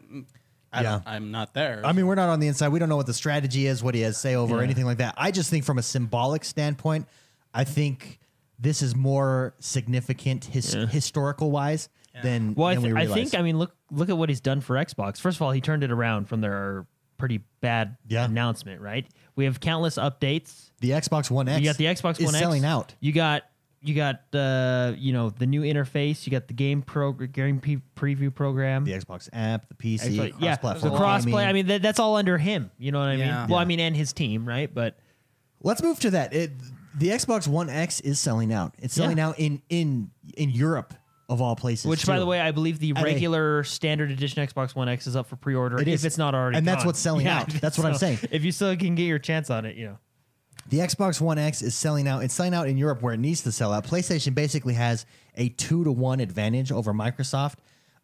Speaker 4: I
Speaker 1: Yeah.
Speaker 4: don't- I'm not there.
Speaker 1: I mean, we're not on the inside. We don't know what the strategy is, what he has say over, or
Speaker 3: Yeah.
Speaker 1: anything like that. I just think from a symbolic standpoint, I think this is more significant his- historical wise than,
Speaker 3: well, I,
Speaker 1: than
Speaker 3: th-
Speaker 1: we
Speaker 3: I
Speaker 1: realize.
Speaker 3: think I mean, look, look at what he's done for Xbox. First of all, he turned it around from their pretty bad
Speaker 1: Yeah.
Speaker 3: announcement. Right? We have countless updates.
Speaker 1: the Xbox One X.
Speaker 3: You got the Xbox
Speaker 1: is
Speaker 3: One
Speaker 1: selling
Speaker 3: X.
Speaker 1: out.
Speaker 3: You got you got uh, you know the new interface. You got the game pro game pre- preview program.
Speaker 1: The Xbox app, the PC,
Speaker 3: Xbox- yeah, the
Speaker 1: cross-platform gaming.
Speaker 3: crossplay. I mean, that, that's all under him. You know what I mean?
Speaker 4: Yeah.
Speaker 3: Well, I mean, and his team, right? But
Speaker 1: Let's move to that. It, the Xbox One X is selling out. It's selling
Speaker 3: Yeah.
Speaker 1: out in in in Europe of all places.
Speaker 3: which, by
Speaker 1: too.
Speaker 3: the way, I believe the
Speaker 1: a-
Speaker 3: regular standard edition Xbox One X is up for pre-order
Speaker 1: It is.
Speaker 3: if it's not already.
Speaker 1: And that's
Speaker 3: gone.
Speaker 1: what's selling out. That's what I'm
Speaker 3: so
Speaker 1: saying.
Speaker 3: If you still can get your chance on it, you know.
Speaker 1: the Xbox One X is selling out. It's selling out in Europe where it needs to sell out. PlayStation basically has a two to one advantage over Microsoft.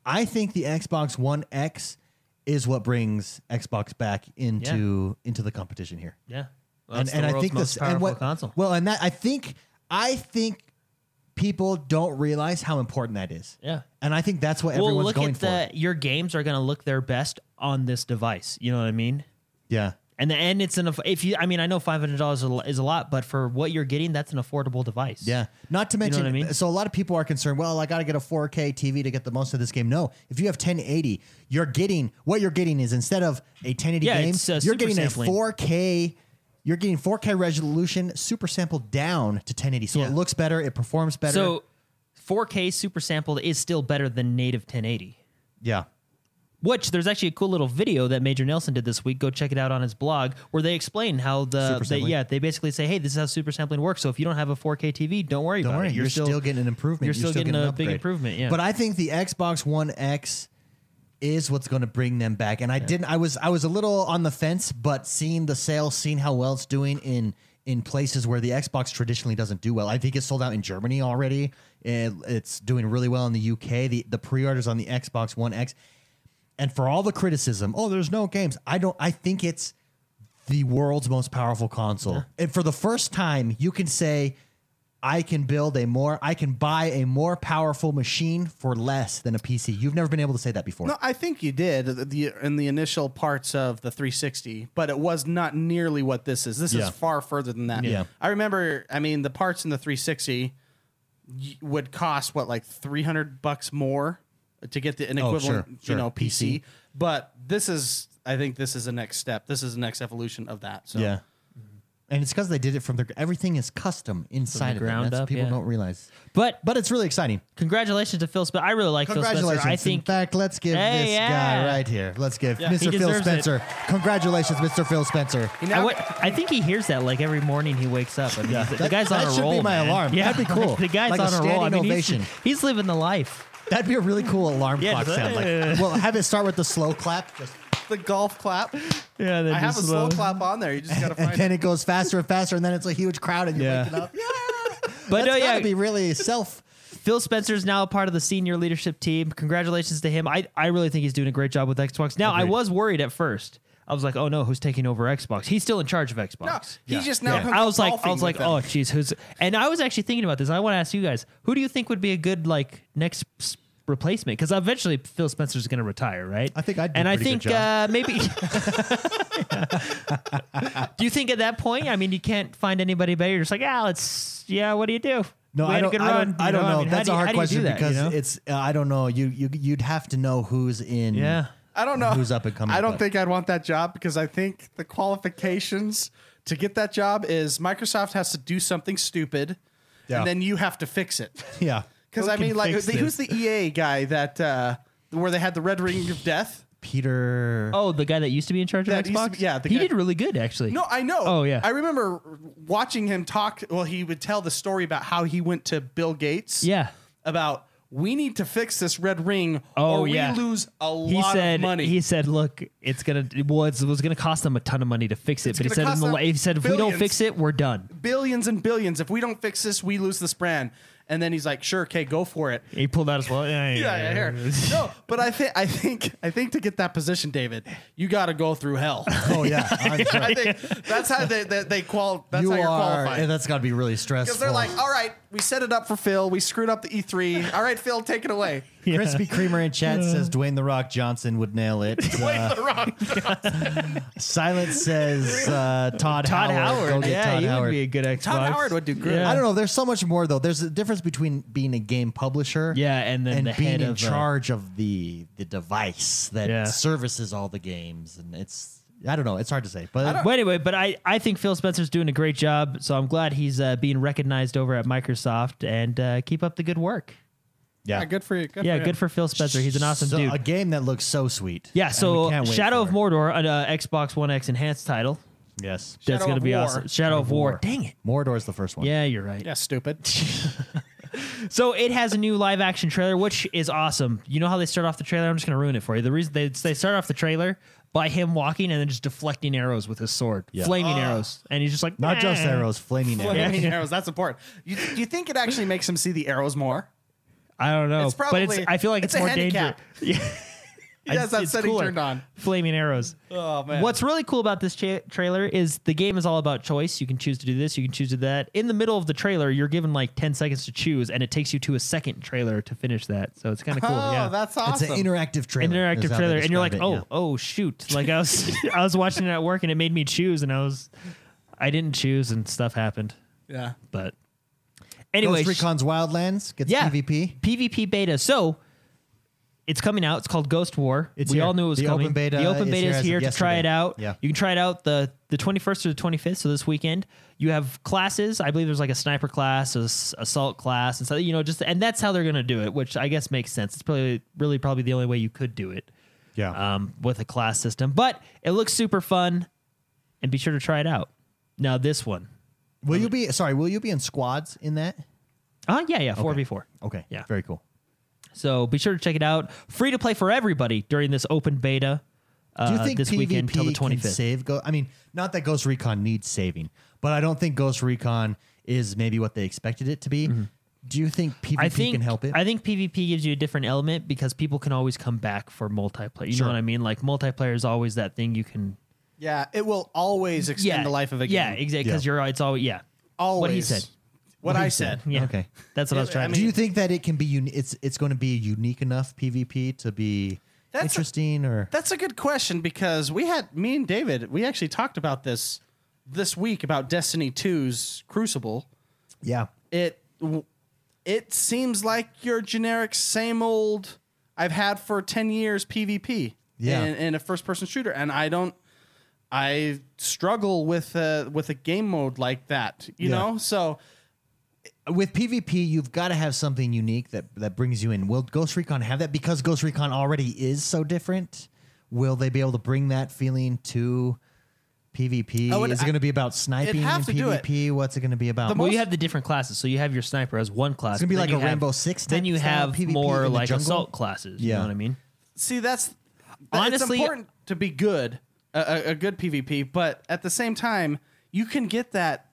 Speaker 1: I think the Xbox One X is what brings Xbox back into into the competition here.
Speaker 3: Yeah. Well, that's the world's most
Speaker 1: and
Speaker 3: powerful
Speaker 1: what-
Speaker 3: console.
Speaker 1: Well, and that I think I think people don't realize how important that is.
Speaker 3: Yeah.
Speaker 1: And I think that's what
Speaker 3: well,
Speaker 1: everyone's
Speaker 3: look
Speaker 1: going
Speaker 3: at
Speaker 1: for.
Speaker 3: the your games are going to look their best on this device. You know what I mean?
Speaker 1: yeah.
Speaker 3: And the and it's an aff- if you I mean I know five hundred dollars is a lot, but for what you're getting, that's an affordable device.
Speaker 1: Yeah. Not to
Speaker 3: know
Speaker 1: mention,
Speaker 3: what I mean?
Speaker 1: so a lot of people are concerned, well, I got to get a 4K TV to get the most of this game. No, if you have 1080, you're getting what you're getting is instead of a 1080
Speaker 3: Yeah,
Speaker 1: game,
Speaker 3: it's, uh,
Speaker 1: you're
Speaker 3: super
Speaker 1: getting
Speaker 3: sampling.
Speaker 1: a 4K. You're getting 4K resolution super sampled down to 1080. So
Speaker 3: Yeah.
Speaker 1: it looks better, it performs better.
Speaker 3: So, 4K super sampled is still better than native 1080.
Speaker 1: yeah.
Speaker 3: Which there's actually a cool little video that Major Nelson did this week. Go check it out on his blog, where they explain how the
Speaker 1: Super
Speaker 3: they,
Speaker 1: sampling.
Speaker 3: yeah they basically say, hey, this is how super sampling works. So if you don't have a 4K TV, don't worry
Speaker 1: Don't
Speaker 3: about
Speaker 1: worry,
Speaker 3: it.
Speaker 1: you're, still, getting an improvement.
Speaker 3: you're still getting
Speaker 1: an
Speaker 3: a big
Speaker 1: upgrade.
Speaker 3: improvement, yeah.
Speaker 1: But I think the Xbox One X is what's going to bring them back. And I didn't. I was I was a little on the fence, but seeing the sales, seeing how well it's doing in in places where the Xbox traditionally doesn't do well. I think it's sold out in Germany already. It, it's doing really well in the UK. The the pre-orders on the Xbox One X, and for all the criticism, oh, there's no games. I don't. I think it's the world's most powerful console. And for the first time, you can say, I can build a more, I can buy a more powerful machine for less than a PC. You've never been able to say that before.
Speaker 2: No, I think you did the- the- in the initial parts of the 360, but it was not nearly what this is. This
Speaker 1: Yeah.
Speaker 2: is far further than that.
Speaker 1: Yeah.
Speaker 2: I remember. I mean, the parts in the 360 y- would cost what like 300 bucks more to get the an
Speaker 1: Oh, sure,
Speaker 2: equivalent, you
Speaker 1: sure,
Speaker 2: know, PC.
Speaker 1: PC.
Speaker 2: But this is, I think, this is the next step. This is the next evolution of that. So
Speaker 1: Yeah. And it's because they did it from the, everything is custom inside of it.
Speaker 3: ground
Speaker 1: That's-
Speaker 3: up,
Speaker 1: People
Speaker 3: yeah.
Speaker 1: don't realize.
Speaker 3: but
Speaker 1: But it's really exciting.
Speaker 3: congratulations to Phil Spencer. I really like Phil Spencer.
Speaker 1: Congratulations.
Speaker 3: I
Speaker 1: In
Speaker 3: think
Speaker 1: fact, let's give
Speaker 3: Hey,
Speaker 1: this
Speaker 3: yeah.
Speaker 1: guy right here. Let's give
Speaker 3: he
Speaker 1: Mr. Phil
Speaker 3: deserves it.
Speaker 1: Spencer. Congratulations, Mr. Phil Spencer.
Speaker 2: You
Speaker 3: I,
Speaker 2: know,
Speaker 3: wa- I think he hears that like every morning he wakes up. I mean, the, the
Speaker 1: That-
Speaker 3: guy's on
Speaker 1: that
Speaker 3: a
Speaker 1: should be
Speaker 3: roll.
Speaker 1: my
Speaker 3: man.
Speaker 1: alarm.
Speaker 3: Yeah,
Speaker 1: That'd be cool.
Speaker 3: the guy's
Speaker 1: Like a
Speaker 3: on a roll. I
Speaker 1: standing
Speaker 3: mean, he's,
Speaker 1: ovation.
Speaker 3: he's living the life.
Speaker 1: That'd be a really cool alarm
Speaker 3: Yeah,
Speaker 1: clock
Speaker 3: just-
Speaker 1: sound. Like, well, have it start with the slow clap. Just.
Speaker 2: the golf clap.
Speaker 3: Yeah,
Speaker 2: I have a slow clap on there. You just gotta
Speaker 1: and
Speaker 2: find
Speaker 1: then
Speaker 2: it.
Speaker 1: it goes faster and faster, and then it's a huge crowd, and you're
Speaker 3: Yeah.
Speaker 1: waking up. Yeah,
Speaker 3: But no,
Speaker 1: that's
Speaker 3: yeah,
Speaker 1: gotta be really self.
Speaker 3: Phil Spencer's now a part of the senior leadership team. Congratulations to him. I, I really think he's doing a great job with Xbox. Now, I
Speaker 1: Agreed.
Speaker 3: was worried at first. I was like, oh no, who's taking over Xbox? He's still in charge of Xbox.
Speaker 2: No, he just now.
Speaker 3: I was like, I
Speaker 2: golfing
Speaker 3: was like,
Speaker 2: with them.
Speaker 3: oh jeez, who's? And I was actually thinking about this. I want to ask you guys, who do you think would be a good like next s- replacement? Because eventually Phil Spencer's going to retire, right?
Speaker 1: I think I'd do
Speaker 3: and
Speaker 1: a
Speaker 3: I
Speaker 1: pretty
Speaker 3: think
Speaker 1: good
Speaker 3: uh,
Speaker 1: job.
Speaker 3: maybe. do you think at that point? I mean, you can't find anybody better. You're just like, ah, let's. Yeah, what do you do?
Speaker 1: No,
Speaker 3: We
Speaker 1: I
Speaker 3: had a
Speaker 1: don't.
Speaker 3: good
Speaker 1: I
Speaker 3: run,
Speaker 1: don't, I
Speaker 3: you
Speaker 1: don't
Speaker 3: I
Speaker 1: know.
Speaker 3: mean, how
Speaker 1: That's
Speaker 3: do
Speaker 1: a
Speaker 3: you-
Speaker 1: hard
Speaker 3: how do you do
Speaker 1: question
Speaker 3: that, you
Speaker 1: because
Speaker 3: know?
Speaker 1: it's. Uh, I don't know. You you you'd have to know who's in.
Speaker 3: yeah.
Speaker 2: I don't know
Speaker 1: who's up and coming,
Speaker 2: I don't
Speaker 1: but-
Speaker 2: think I'd want that job because I think the qualifications to get that job is Microsoft has to do something stupid,
Speaker 1: Yeah.
Speaker 2: and then you have to fix it.
Speaker 1: yeah.
Speaker 2: Because
Speaker 3: Who
Speaker 2: I
Speaker 3: can
Speaker 2: mean, like,
Speaker 3: fix
Speaker 2: the, who's the EA guy that uh, where they had the Red Ring of Death?
Speaker 1: Peter.
Speaker 3: Oh, the guy that used to be in charge of
Speaker 2: That used to
Speaker 3: Xbox.
Speaker 2: be- yeah, the
Speaker 3: he
Speaker 2: guy-
Speaker 3: did really good actually.
Speaker 2: No, I know.
Speaker 3: Oh, yeah.
Speaker 2: I remember watching him talk. Well, he would tell the story about how he went to Bill Gates.
Speaker 3: Yeah.
Speaker 2: About we need to fix this red ring,
Speaker 3: Oh,
Speaker 2: or we
Speaker 3: yeah.
Speaker 2: lose a
Speaker 3: he
Speaker 2: lot
Speaker 3: said
Speaker 2: of money.
Speaker 3: he said look it's gonna well it's, it was gonna cost them a ton of money to fix it but he
Speaker 2: gonna
Speaker 3: said in
Speaker 2: cost
Speaker 3: the,
Speaker 2: them
Speaker 3: li- he said if we don't
Speaker 2: billions."
Speaker 3: fix it we're done
Speaker 2: billions and billions. If we don't fix this, we lose this brand. And then he's like, sure, okay, go for it.
Speaker 3: he pulled out his wallet yeah
Speaker 2: Yeah, yeah, here. No, but I think I think I think to get that position, David, you got to go through hell.
Speaker 1: Oh, yeah. I'm sure.
Speaker 2: I think that's how they they, they qual. That's
Speaker 1: you
Speaker 2: how
Speaker 1: are.
Speaker 2: you're qualified.
Speaker 1: and that's got to be really stressful.
Speaker 2: Because they're like, oh, all right, we set it up for Phil. We screwed up the E3. All right, Phil, take it away.
Speaker 1: Krispy Kremer in chat says Dwayne the Rock Johnson would nail it. Uh, Silence says uh, Todd,
Speaker 3: Todd Howard,
Speaker 1: Howard. Go get
Speaker 3: yeah
Speaker 1: Todd
Speaker 3: he
Speaker 1: Howard.
Speaker 3: would be a good Xbox
Speaker 2: Todd Howard would do good.
Speaker 3: Yeah.
Speaker 1: I don't know. There's so much more though. There's a difference between being a game publisher,
Speaker 3: Yeah, and then the
Speaker 1: being
Speaker 3: head
Speaker 1: in
Speaker 3: of a-
Speaker 1: charge of uh, the the device that
Speaker 3: Yeah.
Speaker 1: services all the games, and it's I don't know. It's hard to say, but
Speaker 3: but anyway, but I, I think Phil Spencer's doing a great job, so I'm glad he's uh, being recognized over at Microsoft and uh, keep up the good work.
Speaker 1: yeah,
Speaker 2: good for you. Good
Speaker 3: yeah,
Speaker 2: for
Speaker 3: good for Phil Spencer. He's an awesome
Speaker 1: So,
Speaker 3: dude.
Speaker 1: A game that looks so sweet.
Speaker 3: yeah,
Speaker 1: and
Speaker 3: so
Speaker 1: we can't wait
Speaker 3: Shadow
Speaker 1: for
Speaker 3: of
Speaker 1: it.
Speaker 3: Mordor, an uh, Xbox One X enhanced title.
Speaker 1: Yes,
Speaker 3: that's
Speaker 2: Shadow
Speaker 3: going to
Speaker 2: of
Speaker 3: be
Speaker 2: War.
Speaker 3: awesome. Shadow of War. Dang it.
Speaker 1: Mordor's the first one.
Speaker 3: Yeah, you're right.
Speaker 2: Yeah, stupid.
Speaker 3: So it has a new live action trailer, which is awesome. You know how they start off the trailer? I'm just going to ruin it for you. The reason they, they start off the trailer by him walking and then just deflecting arrows with his sword,
Speaker 1: Yeah.
Speaker 3: flaming
Speaker 2: Ah.
Speaker 3: arrows, and he's just like
Speaker 1: not just
Speaker 3: "Nah."
Speaker 1: arrows, flaming arrows.
Speaker 2: Flaming arrows. That's important. You, do you think it actually makes him see the arrows more?
Speaker 3: I don't know,
Speaker 2: It's
Speaker 3: but it's
Speaker 2: probably-
Speaker 3: I feel like it's,
Speaker 2: it's a
Speaker 3: more dangerous.
Speaker 2: handicap.
Speaker 3: Yeah,
Speaker 2: He has that
Speaker 3: It's
Speaker 2: setting
Speaker 3: cooler.
Speaker 2: turned on.
Speaker 3: Flaming arrows.
Speaker 2: Oh man.
Speaker 3: What's really cool about this cha- trailer is the game is all about choice. You can choose to do this, you can choose to do that. In the middle of the trailer, you're given like 10 seconds to choose, and it takes you to a second trailer to finish that. So it's kind of cool.
Speaker 2: Oh,
Speaker 3: yeah.
Speaker 2: that's
Speaker 1: It's
Speaker 2: awesome.
Speaker 1: an interactive trailer. is
Speaker 3: interactive
Speaker 1: how they
Speaker 3: trailer, and you're like,
Speaker 1: describe
Speaker 3: oh,
Speaker 1: it, yeah.
Speaker 3: oh, shoot! Like I was, I was watching it at work, and it made me choose, and I was, I didn't choose, and stuff happened.
Speaker 2: yeah.
Speaker 3: But anyway,
Speaker 1: Ghost Recon's Wildlands gets E
Speaker 3: yeah,
Speaker 1: PvP.
Speaker 3: PvP beta. So it's coming out. It's called Ghost War.
Speaker 1: It's
Speaker 3: we
Speaker 1: here.
Speaker 3: all knew it was
Speaker 1: The
Speaker 3: coming.
Speaker 1: open beta
Speaker 3: the open
Speaker 1: is
Speaker 3: beta
Speaker 1: here
Speaker 3: is
Speaker 1: as of
Speaker 3: here to try
Speaker 1: yesterday.
Speaker 3: it out.
Speaker 1: Yeah.
Speaker 3: you can try it out the the 21st or the 25th. So this weekend, you have classes. I believe there's like a sniper class, a s- assault class, and so you know just and that's how they're gonna do it, which I guess makes sense. It's probably really probably the only way you could do it.
Speaker 2: Yeah.
Speaker 3: um, with a class system. But it looks super fun, and be sure to try it out. Now this one,
Speaker 1: Will you be sorry? Will you be in squads in that?
Speaker 4: Uh-huh,
Speaker 3: oh yeah, yeah, four v four.
Speaker 1: Okay.
Speaker 3: Yeah.
Speaker 1: Very cool.
Speaker 3: So be sure to check it out. Free to play for everybody during this open beta. Uh,
Speaker 1: Do you think
Speaker 3: this
Speaker 1: PvP
Speaker 3: weekend till the
Speaker 1: can
Speaker 3: 25th?
Speaker 1: save? Go- I mean, not that Ghost Recon needs saving, but I don't think Ghost Recon is maybe what they expected it to be. Do you think PvP
Speaker 3: Mm-hmm. I think
Speaker 1: can help it?
Speaker 3: I think PvP gives you a different element because people can always come back for multiplayer. You
Speaker 1: Sure.
Speaker 3: know what I mean? Like multiplayer is always that thing you can.
Speaker 4: Yeah, it will always extend the life of a game.
Speaker 3: Yeah, exactly. Because
Speaker 1: Yeah.
Speaker 3: you're it's always yeah.
Speaker 4: Always.
Speaker 3: What he said.
Speaker 4: What, I said.
Speaker 3: Yeah.
Speaker 1: Okay.
Speaker 3: That's what I was
Speaker 4: Yeah,
Speaker 3: trying.
Speaker 4: I
Speaker 3: to
Speaker 1: Do
Speaker 4: mean-
Speaker 1: you think that it can be? Uni- it's it's going to be unique enough PvP to be
Speaker 4: That's a-
Speaker 1: interesting, or
Speaker 4: That's a good question because we had me and David. We actually talked about this this week about Destiny 2's Crucible.
Speaker 1: yeah,
Speaker 4: It it seems like your generic same old I've had for ten years PvP.
Speaker 1: Yeah.
Speaker 4: in, in a first person shooter, and I don't. I struggle with a, with a game mode like that, you
Speaker 1: Yeah.
Speaker 4: know. So
Speaker 1: with PvP, you've got to have something unique that that brings you in. Will Ghost Recon have that because Ghost Recon already is so different? Will they be able to bring that feeling to PvP?
Speaker 4: I would-
Speaker 1: is it
Speaker 4: I-
Speaker 1: going to be about sniping
Speaker 4: have
Speaker 1: in
Speaker 4: to do it.
Speaker 1: PvP? What's it going to be about?
Speaker 4: The
Speaker 3: Well, you
Speaker 4: Most-
Speaker 3: have the different classes. So you have your sniper as one class.
Speaker 1: It's gonna be
Speaker 3: but
Speaker 1: like
Speaker 3: then
Speaker 1: a
Speaker 3: you have-
Speaker 1: Rainbow Six
Speaker 3: Then
Speaker 1: type
Speaker 3: you
Speaker 1: style
Speaker 3: have
Speaker 1: PvP in
Speaker 3: more
Speaker 1: the
Speaker 3: like
Speaker 1: jungle?
Speaker 3: assault classes. You
Speaker 1: Yeah.
Speaker 3: know what I mean?
Speaker 4: see that's honestly
Speaker 3: Honestly-
Speaker 4: it's important to be good a, a, a good pvp but at the same time you can get that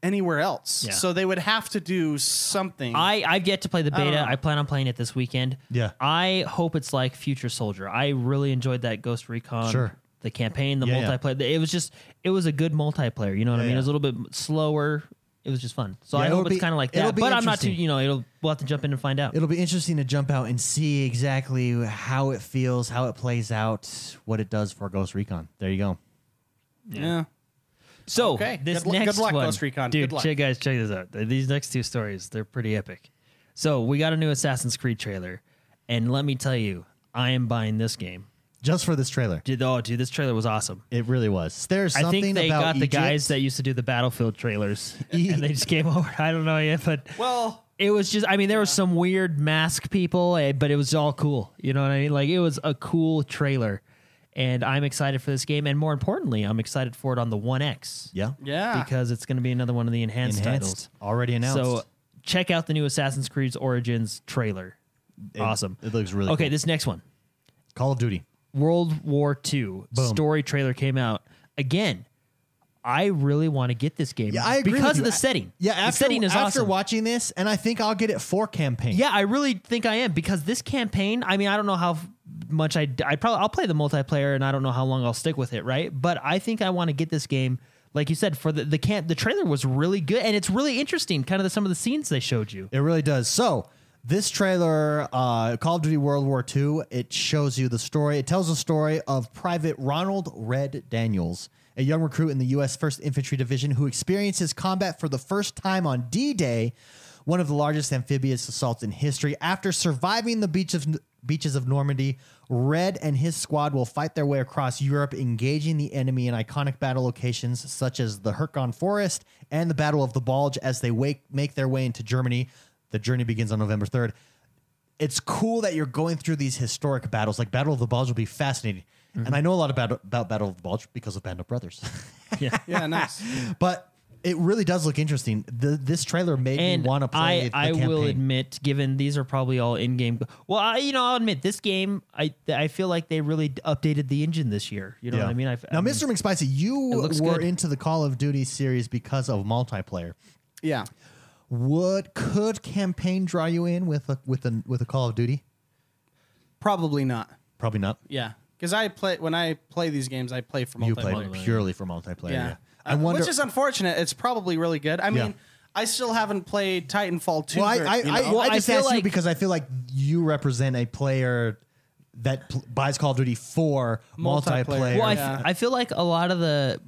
Speaker 4: anywhere else
Speaker 3: Yeah.
Speaker 4: so they would have to do something
Speaker 3: I I've yet to play the
Speaker 4: don't
Speaker 3: beta.
Speaker 4: know.
Speaker 3: I, plan on playing it this weekend.
Speaker 1: Oh. Yeah.
Speaker 3: I hope it's like Future Soldier. I really enjoyed that Ghost Recon.
Speaker 1: Sure.
Speaker 3: The campaign, the
Speaker 1: Yeah, yeah.
Speaker 3: multiplayer. It was just it was a good multiplayer. You know what I mean?
Speaker 1: yeah.
Speaker 3: It was a little bit slower. It was just fun. So
Speaker 1: Yeah,
Speaker 3: I
Speaker 1: it'll
Speaker 3: hope it's
Speaker 1: be-
Speaker 3: kind of like
Speaker 1: it'll
Speaker 3: that.
Speaker 1: be
Speaker 3: But I'm not too.
Speaker 1: interesting.
Speaker 3: You know, it'll we'll have to jump in and find out.
Speaker 1: It'll be interesting to jump out and see exactly how it feels, how it plays out, what it does for Ghost Recon. There you go.
Speaker 4: yeah
Speaker 3: So
Speaker 4: Okay.
Speaker 3: this
Speaker 4: Good lu-
Speaker 3: next
Speaker 4: good luck,
Speaker 3: one,
Speaker 4: Ghost Recon.
Speaker 3: dude,
Speaker 4: Good luck.
Speaker 3: check guys, check this out. Th- These next two stories, they're pretty epic. So we got a new Assassin's Creed trailer, and let me tell you, I am buying this game.
Speaker 1: Just for this trailer,
Speaker 3: Dude, oh, dude, this trailer was awesome.
Speaker 1: it really was. There's something
Speaker 3: I think they
Speaker 1: about
Speaker 3: got the
Speaker 1: Egypt-
Speaker 3: guys that used to do the Battlefield trailers, and they just came over. I don't know yet, but
Speaker 4: well
Speaker 3: it was just. I mean, there was some weird mask people, eh, but it was all cool. You know what I mean? Like it was a cool trailer, and I'm excited for this game, and more importantly, I'm excited for it on the One X.
Speaker 1: yeah,
Speaker 4: yeah
Speaker 3: because it's going to be another one of the enhanced,
Speaker 1: enhanced,
Speaker 3: titles.
Speaker 1: already announced.
Speaker 3: So check out the new Assassin's Creed Origins trailer.
Speaker 1: It-
Speaker 3: awesome.
Speaker 1: It looks really
Speaker 3: okay,
Speaker 1: cool.
Speaker 3: this next one.
Speaker 1: Call of Duty.
Speaker 3: World War II story trailer came out. Again, I really want to get this game
Speaker 1: Yeah, I agree
Speaker 3: Mm. because
Speaker 1: with
Speaker 3: of
Speaker 1: you.
Speaker 3: the
Speaker 1: A-
Speaker 3: setting.
Speaker 1: Yeah, after,
Speaker 3: the setting is
Speaker 1: after
Speaker 3: awesome.
Speaker 1: watching this, and I think I'll get it for campaign.
Speaker 3: yeah, I really think I am because this campaign. I mean, I don't know how f- much I I probably I'll play the multiplayer, and I don't know how long I'll stick with it, right? But I think I want to get this game, like you said, for the the camp. The trailer was really good, and it's really interesting. Kind of the, some of the scenes they showed you.
Speaker 1: it really does. So this trailer, uh, Call of Duty World War II, it shows you the story. It tells the story of Private Ronald Red Daniels, a young recruit in the U.S. First Infantry Division who experiences combat for the first time on D-Day, one of the largest amphibious assaults in history. After surviving the beach of beaches of Normandy, Red and his squad will fight their way across Europe, engaging the enemy in iconic battle locations such as the Herkon Forest and the Battle of the Bulge as they wake, make their way into Germany. The journey begins on November 3rd. It's cool that you're going through these historic battles. Like Battle of the Bulge will be fascinating.
Speaker 3: Mm-hmm.
Speaker 1: And I know a lot about, about Battle of the Bulge because of Band of Brothers.
Speaker 4: yeah nice
Speaker 1: but it really does look interesting. The, this trailer made
Speaker 3: And
Speaker 1: me want to play
Speaker 3: I,
Speaker 1: the
Speaker 3: I will
Speaker 1: campaign.
Speaker 3: admit, given these are probably all in-game. Well, I, you know, I'll admit this game. I I feel like they really updated the engine this year. You know what I mean? I,
Speaker 1: now,
Speaker 3: I mean,
Speaker 1: Mr. McSpicy, you
Speaker 3: looks
Speaker 1: were
Speaker 3: good.
Speaker 1: into the Call of Duty series because of multiplayer.
Speaker 4: yeah
Speaker 1: Would could campaign draw you in with a with a with a Call of Duty?
Speaker 4: probably not
Speaker 1: Probably not.
Speaker 4: yeah because i play when i play these games i play for multiplayer
Speaker 1: You play purely for multiplayer. Yeah. I
Speaker 4: Uh,
Speaker 1: wonder.
Speaker 4: which is unfortunate it's probably really good i mean i still haven't played titanfall 2
Speaker 1: well, I
Speaker 4: or-
Speaker 1: I,
Speaker 4: you know?
Speaker 1: I,
Speaker 3: Well,
Speaker 1: I
Speaker 3: I
Speaker 1: just
Speaker 3: feel
Speaker 1: asked you
Speaker 3: like-
Speaker 1: because I feel like you represent a player that pl- buys Call of Duty for multiplayer.
Speaker 4: Multiplayer.
Speaker 3: well, I,
Speaker 4: Yeah.
Speaker 3: f- I feel like a lot of the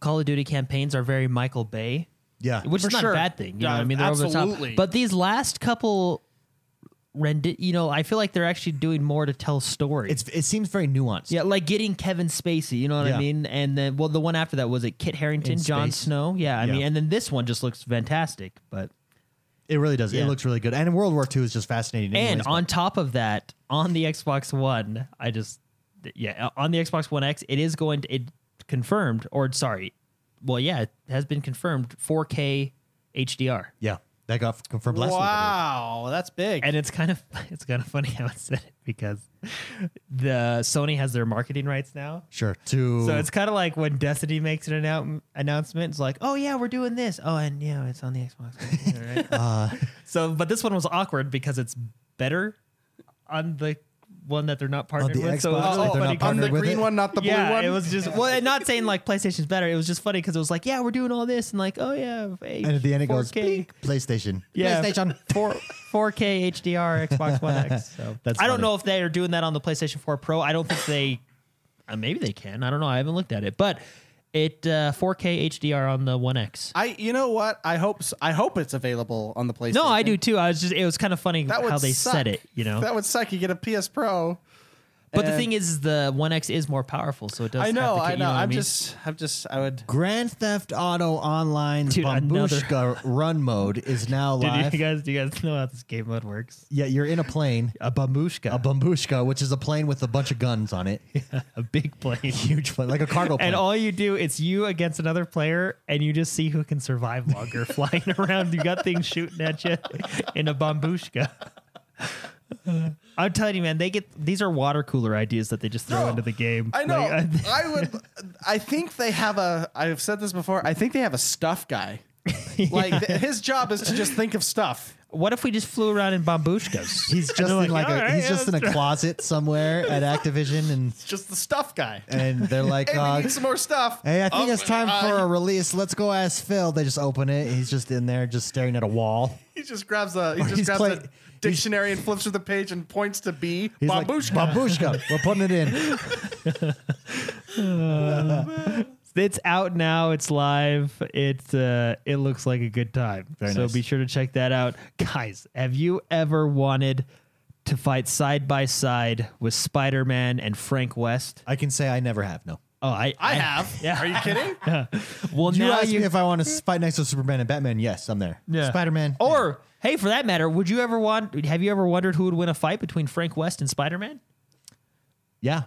Speaker 3: Call of Duty campaigns are very Michael Bay.
Speaker 1: yeah,
Speaker 3: which
Speaker 4: For
Speaker 3: is not
Speaker 4: sure.
Speaker 3: a bad thing. You
Speaker 4: Yeah,
Speaker 3: know what I mean? They're over the
Speaker 4: absolutely.
Speaker 3: top. But these last couple rendi you know, I feel like they're actually doing more to tell story.
Speaker 1: it's it seems very nuanced.
Speaker 3: yeah, like getting Kevin Spacey, you know what
Speaker 1: Yeah.
Speaker 3: I mean? And then well the one after that was it Kit Harrington,
Speaker 1: In
Speaker 3: Jon
Speaker 1: space.
Speaker 3: Snow. Yeah, I
Speaker 1: Yeah.
Speaker 3: mean and then this one just looks fantastic, but
Speaker 1: it really does. It
Speaker 3: Yeah.
Speaker 1: looks really good. And World War II is just fascinating.
Speaker 3: and
Speaker 1: anyways, but-
Speaker 3: on top of that, on the Xbox One, I just th- yeah, uh, on the Xbox One X, it is going to it confirmed or sorry, well yeah, it has been confirmed 4K HDR,
Speaker 1: Yeah, that got confirmed last week. I
Speaker 2: Wow, that's big.
Speaker 3: and it's kind of it's kind of funny how it said it because the Sony has their marketing rights now.
Speaker 1: believe. Sure. To
Speaker 3: So it's kind of like when Destiny makes an annou- announcement. It's like, oh yeah, we're doing this. Oh, and yeah, it's on the Xbox. All right.
Speaker 1: Uh.
Speaker 3: so, but this one was awkward because it's better on the one that they're not partnered
Speaker 1: the
Speaker 3: with. So it
Speaker 4: Oh,
Speaker 1: Xbox
Speaker 3: was
Speaker 1: that
Speaker 3: like
Speaker 1: they're not
Speaker 3: funny 'cause-
Speaker 2: on the
Speaker 1: partnered with
Speaker 2: green
Speaker 1: it?
Speaker 2: one, not the
Speaker 3: yeah,
Speaker 2: blue one.
Speaker 3: it was just well, and not saying like PlayStation's better. It was just funny because it was like, yeah, we're doing all this, and like, oh yeah, hey,
Speaker 1: and at the end it goes
Speaker 3: 4K.
Speaker 1: "Beep, PlayStation.
Speaker 3: Yeah.
Speaker 1: PlayStation.
Speaker 3: four four K HDR Xbox One X. So
Speaker 1: That's
Speaker 3: I don't
Speaker 1: funny.
Speaker 3: know if they are doing that on the PlayStation 4 Pro. I don't think they. Uh, maybe they can. I don't know. I haven't looked at it, but it uh, 4K HDR on the One X.
Speaker 2: I, you know what? I hope s- I hope it's available on the PlayStation.
Speaker 3: No, I do too. I was just it was kind of funny
Speaker 2: That would
Speaker 3: how they
Speaker 2: suck.
Speaker 3: said it, you know.
Speaker 2: That would suck. You get a PS Pro.
Speaker 3: but the
Speaker 2: and-
Speaker 3: thing is, the One X is more powerful, so it does.
Speaker 2: I know,
Speaker 3: have to,
Speaker 2: I know.
Speaker 3: you what
Speaker 2: I'm
Speaker 3: mean?
Speaker 2: just, I'm just, I would.
Speaker 1: Grand Theft Auto Online's
Speaker 3: Dude, another-
Speaker 1: Bambushka run mode is now live.
Speaker 3: Did you guys do you guys know how this game mode works?
Speaker 1: yeah, you're in a plane,
Speaker 3: A bamushka,
Speaker 1: a Bambushka, which is a plane with a bunch of guns on it.
Speaker 3: a big plane.
Speaker 1: Huge plane, like a cargo plane.
Speaker 3: And all you do, it's you against another player, and you just see who can survive longer flying around. You got things shooting at you in a bambushka. I'm telling you, man, they get these are water cooler ideas that they just throw
Speaker 2: No,
Speaker 3: into the game.
Speaker 2: I know.
Speaker 3: Like, uh,
Speaker 2: I would. I think they have a. I've said this before. I think they have a stuff guy. Like th- his job is to just think of stuff.
Speaker 3: what if we just flew around in bambushkas?
Speaker 1: he's just
Speaker 3: They're
Speaker 1: in like
Speaker 3: like,
Speaker 1: a,
Speaker 3: "All right,
Speaker 1: he's just in a
Speaker 3: let's
Speaker 1: closet somewhere at Activision, and
Speaker 2: It's just the stuff guy.
Speaker 1: and they're like,
Speaker 2: Hey,
Speaker 1: uh,
Speaker 2: we need some more stuff.
Speaker 1: Hey, I think
Speaker 2: Oh,
Speaker 1: it's time
Speaker 2: uh,
Speaker 1: for a release. Let's go ask Phil. They just open it. He's just in there, just staring at a wall.
Speaker 2: He just grabs a. He just
Speaker 1: He's
Speaker 2: grabs
Speaker 1: play-
Speaker 2: a dictionary and flips through the page and points to B.
Speaker 1: He's
Speaker 2: Babushka.
Speaker 1: like, Babushka. We're putting it in.
Speaker 3: It's out now. It's live. It's uh, it looks like a good time. so
Speaker 1: nice.
Speaker 3: be sure to check that out, guys. Have you ever wanted to fight side by side with Spider Man and Frank West?
Speaker 1: I can say I never have. No.
Speaker 3: Oh, I,
Speaker 2: I have.
Speaker 3: Yeah.
Speaker 2: Are you kidding?
Speaker 3: Well,
Speaker 1: You
Speaker 3: now
Speaker 1: asked
Speaker 3: you
Speaker 1: me if I want to fight next to Superman and Batman. Yes, I'm there.
Speaker 3: Yeah.
Speaker 1: Spider Man.
Speaker 2: Oh.
Speaker 3: or hey, for that matter, would you ever want? Have you ever wondered who would win a fight between Frank West and Spider Man?
Speaker 1: yeah.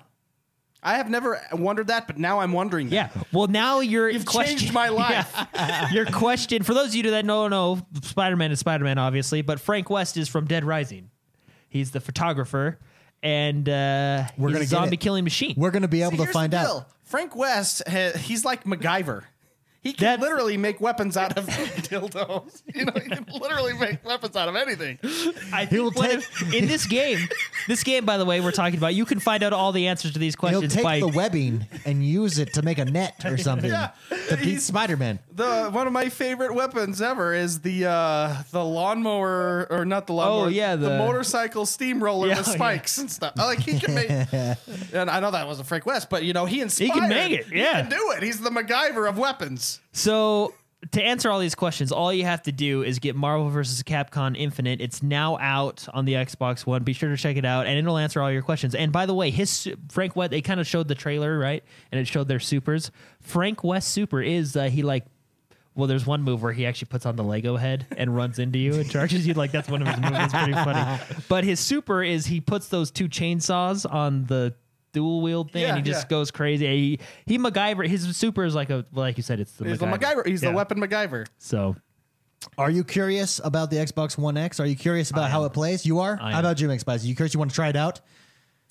Speaker 2: I have never wondered that, but now I'm wondering. that.
Speaker 3: Yeah. Well, now your
Speaker 2: You've
Speaker 3: question,
Speaker 2: changed my life.
Speaker 3: Yeah. your question for those of you that don't know, Spider Man is Spider Man, obviously, but Frank West is from Dead Rising. He's the photographer, and uh,
Speaker 1: We're
Speaker 3: he's
Speaker 1: gonna
Speaker 3: a
Speaker 1: get
Speaker 3: zombie
Speaker 1: it.
Speaker 3: killing machine.
Speaker 1: We're gonna be able
Speaker 2: See,
Speaker 1: to
Speaker 2: here's
Speaker 1: find
Speaker 2: the
Speaker 1: out.
Speaker 2: deal. Frank West, ha- he's like MacGyver. He can
Speaker 3: That's-
Speaker 2: literally make weapons out of dildos. You know, he can literally make weapons out of anything.
Speaker 3: I think
Speaker 1: He'll
Speaker 3: when it- in this game. This game, by the way, we're talking about. You can find out all the answers to these
Speaker 1: He'll
Speaker 3: questions
Speaker 1: take
Speaker 3: by
Speaker 1: the webbing and use it to make a net or something
Speaker 2: Yeah.
Speaker 1: to beat
Speaker 2: He's-
Speaker 1: Spider Man.
Speaker 2: The one of my favorite weapons ever is the uh, the lawnmower or not the lawnmower.
Speaker 3: Oh, yeah, the-
Speaker 2: motorcycle steamroller
Speaker 3: Yeah, oh,
Speaker 2: with
Speaker 3: yeah.
Speaker 2: spikes and stuff. I Like he can make. and I know that wasn't Frank West, but you know he inspired.
Speaker 3: can make it,
Speaker 2: He
Speaker 3: yeah.
Speaker 2: can do it. He's the MacGyver of weapons.
Speaker 3: So to answer all these questions, all you have to do is get Marvel vs. Capcom Infinite. It's now out on the Xbox One. Be sure to check it out, and it'll answer all your questions. And by the way, his Frank West. They kind of showed the trailer, right? And it showed their supers. Frank West super is uh, he like. Well, there's one move where he actually puts on the Lego head and runs into you and charges you. Like that's one of his moves. It's pretty funny. But his super is he puts those two chainsaws on the dual wield thing
Speaker 2: Yeah,
Speaker 3: and he just
Speaker 2: yeah.
Speaker 3: goes crazy. He he MacGyver. His super is like a like you said, it's the
Speaker 2: He's the MacGyver. He's
Speaker 3: Yeah.
Speaker 2: the weapon MacGyver.
Speaker 3: So
Speaker 1: Are you curious about the Xbox One X? Are you curious about how it plays? You are.
Speaker 3: I
Speaker 1: How
Speaker 3: am.
Speaker 1: about you, McSpicy? You curious? You want to try it out?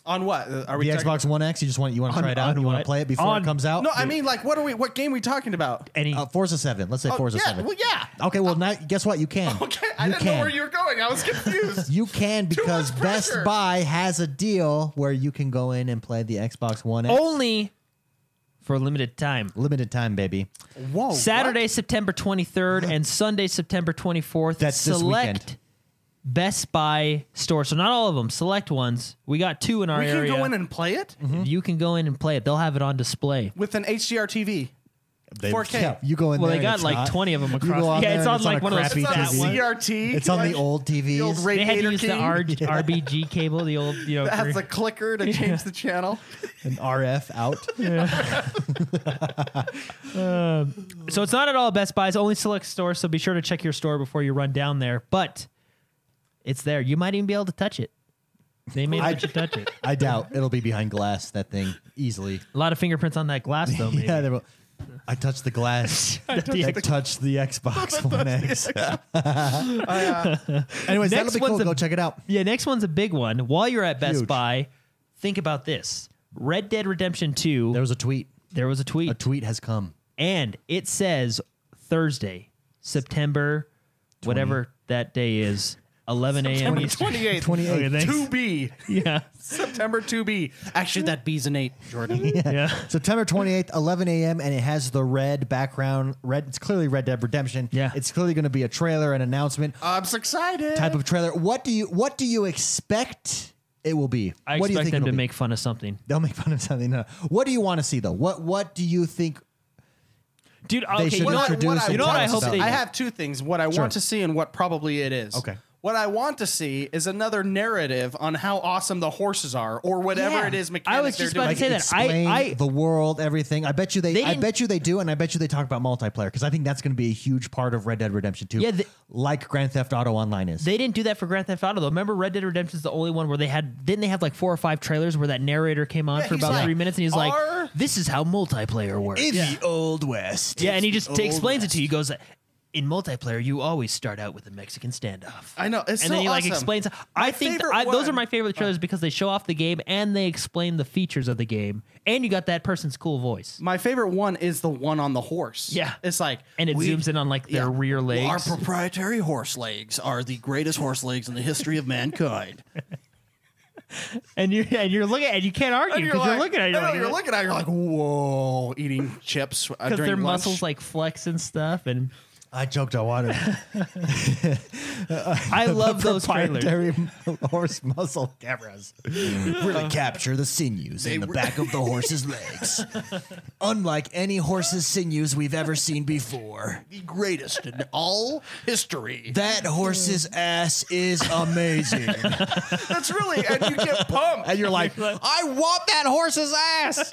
Speaker 2: On what Uh, are we?
Speaker 1: The
Speaker 2: talking-
Speaker 1: Xbox One X. You just want you want to
Speaker 3: On-
Speaker 1: try it out.
Speaker 3: on
Speaker 1: You want to
Speaker 3: what?
Speaker 1: play it before
Speaker 3: On-
Speaker 1: it comes out.
Speaker 2: No, I mean like what are we? What game are we talking about?
Speaker 3: any
Speaker 1: Uh, Forza Seven. Let's say
Speaker 2: Oh,
Speaker 1: Forza
Speaker 2: yeah,
Speaker 1: Seven.
Speaker 2: well, yeah. Uh,
Speaker 1: Okay. Well, now guess what? You can.
Speaker 2: Okay, I
Speaker 1: you
Speaker 2: didn't know where you were going. I was confused.
Speaker 1: You can because
Speaker 2: much
Speaker 1: Best
Speaker 2: pressure.
Speaker 1: Buy has a deal where you can go in and play the Xbox One
Speaker 2: Oh.
Speaker 1: X.
Speaker 3: only for a limited time.
Speaker 1: Limited time, baby.
Speaker 2: Whoa!
Speaker 3: Saturday, September 23rd, and Sunday, September 24th.
Speaker 1: That's this
Speaker 3: select
Speaker 1: weekend.
Speaker 3: Best Buy store. So not all of them. Select ones. We got two in our
Speaker 2: we can
Speaker 3: area.
Speaker 2: go in and play it
Speaker 1: Mm-hmm.
Speaker 3: you can go in and play it. They'll have it on display.
Speaker 2: with an HDR TV. 4K.
Speaker 1: Yeah, you go in
Speaker 3: Well,
Speaker 1: there.
Speaker 3: they got
Speaker 1: and it's
Speaker 3: like
Speaker 1: not.
Speaker 3: 20 of them
Speaker 1: You
Speaker 3: across.
Speaker 1: go on
Speaker 3: Yeah,
Speaker 1: there
Speaker 3: it's
Speaker 1: and
Speaker 3: on
Speaker 1: it's on
Speaker 3: like
Speaker 1: a
Speaker 3: one of those
Speaker 1: crappy
Speaker 2: It's on
Speaker 1: TV.
Speaker 3: fat ones.
Speaker 2: CRT.
Speaker 1: It's on
Speaker 2: like
Speaker 1: the old
Speaker 2: the old
Speaker 1: TVs.
Speaker 3: They had to
Speaker 2: Radiator
Speaker 3: use
Speaker 2: King.
Speaker 3: the R- RBG cable, the old, you know.
Speaker 2: that has
Speaker 3: for-
Speaker 2: the clicker to change the channel.
Speaker 1: an RF out.
Speaker 3: So it's not at all Best Buy. It's only select stores. So be sure to check your store before you run down there. But it's there. You might even be able to touch it. They may
Speaker 1: I-
Speaker 3: let you touch it.
Speaker 1: I doubt it'll be behind glass that thing easily.
Speaker 3: A lot of fingerprints on that glass, though. Maybe.
Speaker 1: Yeah, they will. I touched the glass. I touched, the, Xbox One X. Anyways,
Speaker 3: Next
Speaker 1: that'll be
Speaker 3: one's
Speaker 1: cool.
Speaker 3: a-
Speaker 1: Go check it out.
Speaker 3: Yeah, next one's a big one. While you're at Best
Speaker 1: Huge.
Speaker 3: Buy, think about this. Red Dead Redemption 2,
Speaker 1: There
Speaker 3: there,
Speaker 1: was a tweet.
Speaker 3: was a tweet,
Speaker 1: A tweet has come.
Speaker 3: and it says Thursday, September, whatever that day is, 11 a.m.
Speaker 4: September
Speaker 3: Eastern.
Speaker 4: 28th.
Speaker 1: 28th.
Speaker 3: Okay, thanks.
Speaker 4: 2B.
Speaker 3: Yeah.
Speaker 4: September 2B. Actually, that B's an 8, Jordan.
Speaker 3: Yeah.
Speaker 1: September 28th, 11 a.m., and it has the red background. Red. It's clearly Red Dead Redemption.
Speaker 3: Yeah.
Speaker 1: It's clearly going to be a trailer, an announcement
Speaker 4: I'm so excited.
Speaker 1: type of trailer. What do you What do you expect it will be?
Speaker 3: I
Speaker 1: what do you
Speaker 3: expect
Speaker 1: think
Speaker 3: them
Speaker 1: it'll
Speaker 3: to
Speaker 1: be?
Speaker 3: make fun of something.
Speaker 1: They'll make fun of something. No. What do you want to see though? What What do you think?
Speaker 3: Dude,
Speaker 1: They
Speaker 3: okay,
Speaker 1: should
Speaker 3: you know what?
Speaker 1: introduce
Speaker 4: what
Speaker 1: and
Speaker 4: I-
Speaker 3: you know what
Speaker 1: tell
Speaker 3: I
Speaker 1: us
Speaker 3: hope
Speaker 1: about
Speaker 3: they
Speaker 1: it.
Speaker 4: I have two things what I want to see and what probably it is.
Speaker 1: Okay.
Speaker 4: What I want to see is another narrative on how awesome the horses are or whatever
Speaker 3: Yeah.
Speaker 4: it is
Speaker 3: I
Speaker 4: mechanics
Speaker 3: was
Speaker 4: they're
Speaker 3: just
Speaker 4: doing.
Speaker 3: about to say that. I-
Speaker 1: explain
Speaker 3: I-
Speaker 1: the world, everything. I bet you they,
Speaker 3: They
Speaker 1: I
Speaker 3: didn't-
Speaker 1: bet you they do, and I bet you they talk about multiplayer because I think that's going to be a huge part of Red Dead Redemption 2,
Speaker 3: Yeah, the-
Speaker 1: like Grand Theft Auto Online is.
Speaker 3: They didn't do that for Grand Theft Auto though. Remember, Red Dead Redemption is the only one where they had didn't they have like four or five trailers where that narrator came on for
Speaker 4: he's
Speaker 3: about
Speaker 4: like,
Speaker 3: three minutes and he's
Speaker 4: "Our-
Speaker 3: like, "This is how multiplayer works."
Speaker 1: the old west,
Speaker 3: yeah, and he just
Speaker 4: old
Speaker 3: explains it to you. He goes, "In multiplayer, you always start out with a Mexican standoff."
Speaker 4: I know, it's
Speaker 3: and
Speaker 4: so
Speaker 3: then he like
Speaker 4: awesome.
Speaker 3: explains. I think
Speaker 4: favorite
Speaker 3: I, those
Speaker 4: one- Oh.
Speaker 3: are my favorite trailers because they show off the game and they explain the features of the game, and you got that person's cool voice.
Speaker 4: My favorite one is the one on the horse.
Speaker 3: Yeah.
Speaker 4: It's like
Speaker 3: And it
Speaker 2: We-
Speaker 3: zooms in on like their
Speaker 2: Yeah.
Speaker 3: rear
Speaker 2: Well,
Speaker 3: legs.
Speaker 2: Our proprietary horse legs are the greatest horse legs in the history of mankind.
Speaker 3: and you're and you're looking and you can't argue
Speaker 4: And
Speaker 3: because you're,
Speaker 4: like-
Speaker 3: looking at it.
Speaker 4: I know,
Speaker 3: like-
Speaker 4: you're looking at it, you're like, whoa, eating chips uh,
Speaker 3: because
Speaker 4: during
Speaker 3: their
Speaker 4: lunch.
Speaker 3: muscles like flex and stuff, and
Speaker 1: I choked on water.
Speaker 3: I love those trailers.
Speaker 1: Proprietary horse muscle cameras really capture the sinews
Speaker 2: They
Speaker 1: in the
Speaker 2: re-
Speaker 1: back of the horse's
Speaker 2: legs. Unlike any horse's sinews we've ever seen before. The greatest in all history.
Speaker 1: That horse's ass is amazing.
Speaker 4: That's really, and you get pumped.
Speaker 1: and you're like, I want that horse's ass.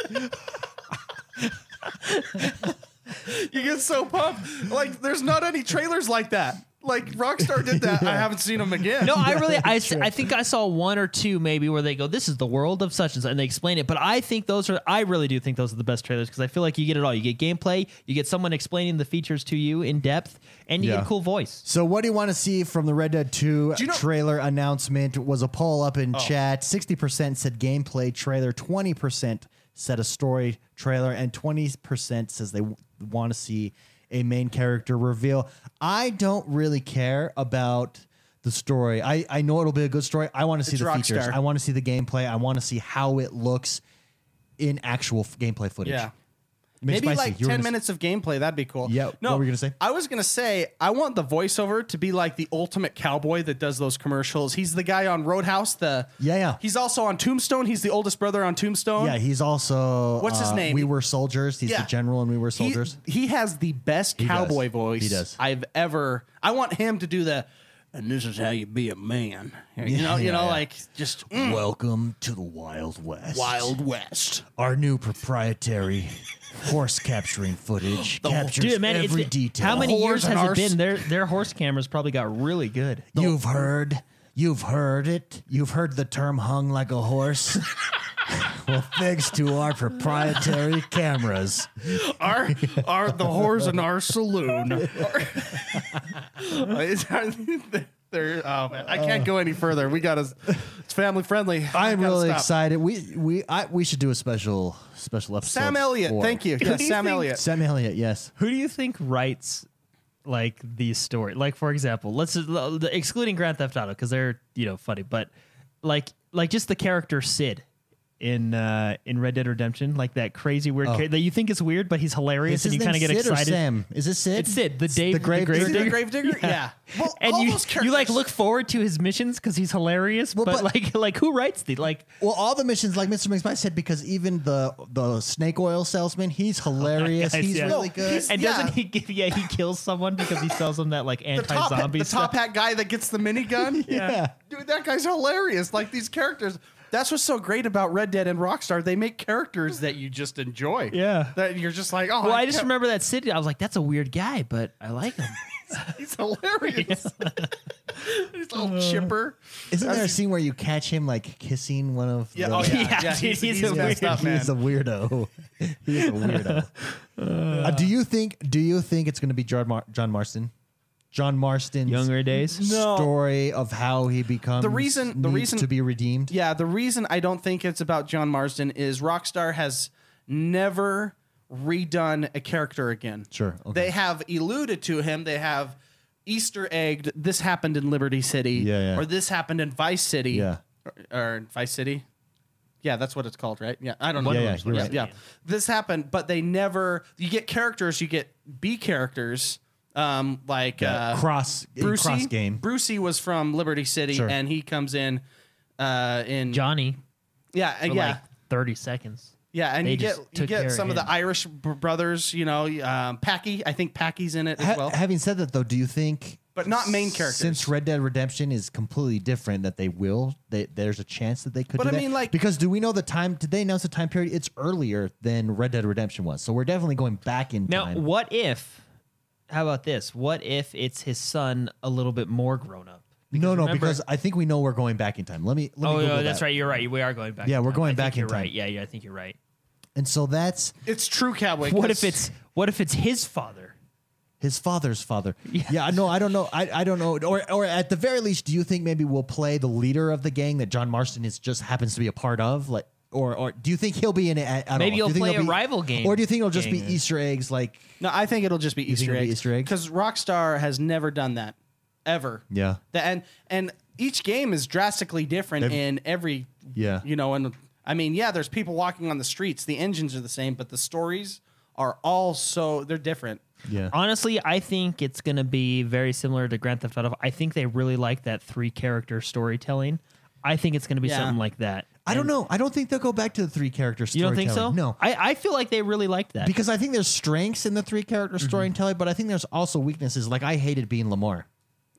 Speaker 4: You get so pumped. Like, there's not any trailers like that. Like, Rockstar did that. I haven't seen them again.
Speaker 3: No, I really, I, s- I think I saw one or two maybe where they go, "This is the world of such and such," and they explain it. But I think those are, I really do think those are the best trailers because I feel like you get it all. You get gameplay, you get someone explaining the features to you in depth, and you
Speaker 1: Yeah.
Speaker 3: get a cool voice.
Speaker 1: So, what do you want to see from the Red Dead 2
Speaker 4: you know- Oh.
Speaker 1: trailer announcement? Was a poll up in chat. 60% said gameplay trailer, 20% said a story trailer, and 20% says they w- want to see a main character reveal. I don't really care about the story. I, I know it'll be a good story. I want to see
Speaker 4: It's
Speaker 1: the features.
Speaker 4: Rockstar.
Speaker 1: I want to see the gameplay. I want to see how it looks in actual f- gameplay footage.
Speaker 4: Yeah.
Speaker 1: Mitch
Speaker 4: Maybe
Speaker 1: Spicy,
Speaker 4: like
Speaker 1: you were
Speaker 4: 10
Speaker 1: gonna s-
Speaker 4: minutes of gameplay. That'd be cool.
Speaker 1: Yeah, what were you gonna say?
Speaker 4: I was going to say, I want the voiceover to be like the ultimate cowboy that does those commercials. He's the guy on Roadhouse. The
Speaker 1: Yeah, yeah.
Speaker 4: He's also on Tombstone. He's the oldest brother on Tombstone.
Speaker 1: Yeah, he's also
Speaker 4: What's his
Speaker 1: uh,
Speaker 4: name?
Speaker 1: We were soldiers. He's
Speaker 4: Yeah.
Speaker 1: the general, and we were
Speaker 4: He-
Speaker 1: soldiers.
Speaker 4: He, has the best cowboy voice
Speaker 1: He does.
Speaker 4: I've ever. I want him to do the.
Speaker 2: And this is how you be a man.
Speaker 4: You know, you
Speaker 1: Yeah, yeah.
Speaker 4: know, like just mm,
Speaker 1: Welcome to the Wild West.
Speaker 2: Wild West.
Speaker 1: Our new proprietary horse capturing footage captures every
Speaker 3: it's-
Speaker 1: detail.
Speaker 3: how many
Speaker 4: Whores
Speaker 3: years
Speaker 4: and
Speaker 3: has it
Speaker 4: arse.
Speaker 3: been? Their their horse cameras probably got really good.
Speaker 1: You've heard. You've heard it. You've heard the term hung like a horse. well, thanks to our proprietary cameras.
Speaker 4: our our the whores in our saloon. They're, oh man, I can't go any further. We got to. It's family friendly.
Speaker 1: I'm
Speaker 4: Gotta
Speaker 1: really
Speaker 4: stop.
Speaker 1: excited. We we I, we should do a special special episode.
Speaker 4: Sam Elliott,
Speaker 1: for-
Speaker 4: thank you. Yeah,
Speaker 3: do you
Speaker 4: Sam
Speaker 3: think-
Speaker 4: Elliott.
Speaker 1: Sam Elliott, yes.
Speaker 3: Who do you think writes like these stories? Like for example, let's l- l- excluding Grand Theft Auto because they're you know funny, but like like just the character Sid in uh in Red Dead Redemption, like that crazy weird char- that you think is weird, but he's hilarious
Speaker 1: Is his
Speaker 3: and you
Speaker 1: name
Speaker 3: kind of get
Speaker 1: Sid or
Speaker 3: excited.
Speaker 1: Sam? Is this Sid?
Speaker 3: It's Sid, the Dave,
Speaker 1: the grave
Speaker 3: the
Speaker 1: digger?
Speaker 4: Is he the
Speaker 3: Gravedigger.
Speaker 4: Gravedigger? Yeah. Well,
Speaker 3: and
Speaker 4: all
Speaker 3: you,
Speaker 4: those
Speaker 3: you like
Speaker 4: characters-
Speaker 3: look forward to his missions because he's hilarious, but,
Speaker 1: but-
Speaker 3: like like who writes the like
Speaker 1: Well, all the missions, like Mr. McSpice said, because even the the snake oil salesman, he's hilarious.
Speaker 3: guys,
Speaker 1: he's
Speaker 3: Oh, yeah.
Speaker 1: really
Speaker 4: No,
Speaker 1: good.
Speaker 4: he's-
Speaker 3: and
Speaker 4: Yeah.
Speaker 3: doesn't he give yeah he kills someone because he sells them that like
Speaker 4: The
Speaker 3: anti
Speaker 4: top, hat,
Speaker 3: zombie
Speaker 4: the
Speaker 3: stuff
Speaker 4: top hat guy that gets the minigun.
Speaker 1: yeah.
Speaker 4: Dude, that guy's hilarious. Like these characters. That's what's so great about Red Dead and Rockstar. They make characters that you just enjoy.
Speaker 3: Yeah.
Speaker 4: That you're just like, oh,
Speaker 3: Well, I just
Speaker 4: can't-
Speaker 3: remember that city. I was like, that's a weird guy, but I like him.
Speaker 4: He's hilarious. He's a little chipper.
Speaker 1: Isn't there a scene where you catch him like kissing one of
Speaker 4: Yeah,
Speaker 1: the
Speaker 4: oh, yeah.
Speaker 3: Yeah, dude,
Speaker 4: he's-
Speaker 3: he's
Speaker 4: he's
Speaker 3: a
Speaker 4: messed
Speaker 3: weird
Speaker 4: up, man.
Speaker 1: He's a weirdo. He's a weirdo. Uh, do you think? Do you think it's going to be John, Mar- John Marston? John Marston's
Speaker 3: Younger days.
Speaker 4: No.
Speaker 1: story of how he becomes
Speaker 4: The reason- the
Speaker 1: needs
Speaker 4: reason-
Speaker 1: to be redeemed.
Speaker 4: Yeah, the reason I don't think it's about John Marsden is Rockstar has never redone a character again.
Speaker 1: Sure, okay.
Speaker 4: They have alluded to him. They have Easter egged this happened in Liberty City
Speaker 1: Yeah, yeah.
Speaker 4: or this happened in Vice City.
Speaker 1: Yeah.
Speaker 4: Or, or in Vice City. Yeah, that's what it's called, right? Yeah, I don't know.
Speaker 1: Yeah, yeah, you're
Speaker 4: yeah,
Speaker 1: right.
Speaker 4: yeah. This happened, but they never. You get characters, you get B characters, um, like uh,
Speaker 1: cross in
Speaker 4: Brucey.
Speaker 1: cross game.
Speaker 4: Brucey was from Liberty City,
Speaker 1: Sure.
Speaker 4: and he comes in uh, in
Speaker 3: Johnny
Speaker 4: yeah, uh,
Speaker 3: for
Speaker 4: yeah,
Speaker 3: like 30 seconds.
Speaker 4: yeah, and
Speaker 3: they
Speaker 4: you get
Speaker 3: just
Speaker 4: you
Speaker 3: took care
Speaker 4: get
Speaker 3: of
Speaker 4: some of
Speaker 3: him.
Speaker 4: the Irish br- brothers. You know, um, Packy. I think Packy's in it as
Speaker 1: Ha-
Speaker 4: well,
Speaker 1: having said that, though, do you think?
Speaker 4: but not main characters.
Speaker 1: Since Red Dead Redemption is completely different, that they will, they, there's a chance that they could.
Speaker 4: But
Speaker 1: do
Speaker 4: I
Speaker 1: that?
Speaker 4: mean, like-
Speaker 1: because do we know the time? Did they announce the time period? It's earlier than Red Dead Redemption was, so we're definitely going back in
Speaker 3: Now,
Speaker 1: time.
Speaker 3: what if? How about this? What if it's his son a little bit more grown up?
Speaker 1: no, no,
Speaker 3: remember-
Speaker 1: because I think we know we're going back in time. Let me. Let me
Speaker 3: Oh,
Speaker 1: Google
Speaker 3: yeah, that's
Speaker 1: that.
Speaker 3: right. You're right. We are going back.
Speaker 1: Yeah,
Speaker 3: in
Speaker 1: we're
Speaker 3: time.
Speaker 1: going
Speaker 3: I think
Speaker 1: back in
Speaker 3: you're
Speaker 1: time.
Speaker 3: Right. Yeah, yeah. I think you're right.
Speaker 1: And so that's
Speaker 4: it's true cowboy.
Speaker 3: What
Speaker 4: 'cause
Speaker 3: if it's what if it's his father?
Speaker 1: his father's father. Yeah, no, I don't know. I, I don't know. Or or at the very least, do you think maybe we'll play the leader of the gang that John Marston is just happens to be a part of? Like, or or do you think he'll be in it at, at
Speaker 3: Maybe
Speaker 1: all?
Speaker 3: he'll
Speaker 1: Do you think
Speaker 3: play
Speaker 1: there'll
Speaker 3: a rival gang-
Speaker 1: or do you think it'll just be
Speaker 3: gang.
Speaker 1: Easter eggs? Like,
Speaker 4: no? I think it'll just be
Speaker 1: think
Speaker 4: Easter
Speaker 1: it'll be
Speaker 4: eggs.
Speaker 1: Easter eggs?
Speaker 4: because Rockstar has never done that ever.
Speaker 1: Yeah.
Speaker 4: The, and and each game is drastically different in every.
Speaker 1: Yeah.
Speaker 4: You know, and I mean, yeah, there's people walking on the streets. The engines are the same, but the stories are all so they're different.
Speaker 1: yeah,
Speaker 3: Honestly, I think it's going to be very similar to Grand Theft Auto. I think they really like that three character storytelling. I think it's going to be
Speaker 4: Yeah.
Speaker 3: something like that.
Speaker 1: I don't know. I don't think they'll go back to the three character
Speaker 3: You don't
Speaker 1: storytelling.
Speaker 3: think so?
Speaker 1: No.
Speaker 3: I, I feel like they really liked that.
Speaker 1: because I think there's strengths in the three character
Speaker 3: Mm-hmm.
Speaker 1: storytelling, but I think there's also weaknesses. Like I hated being Lamar.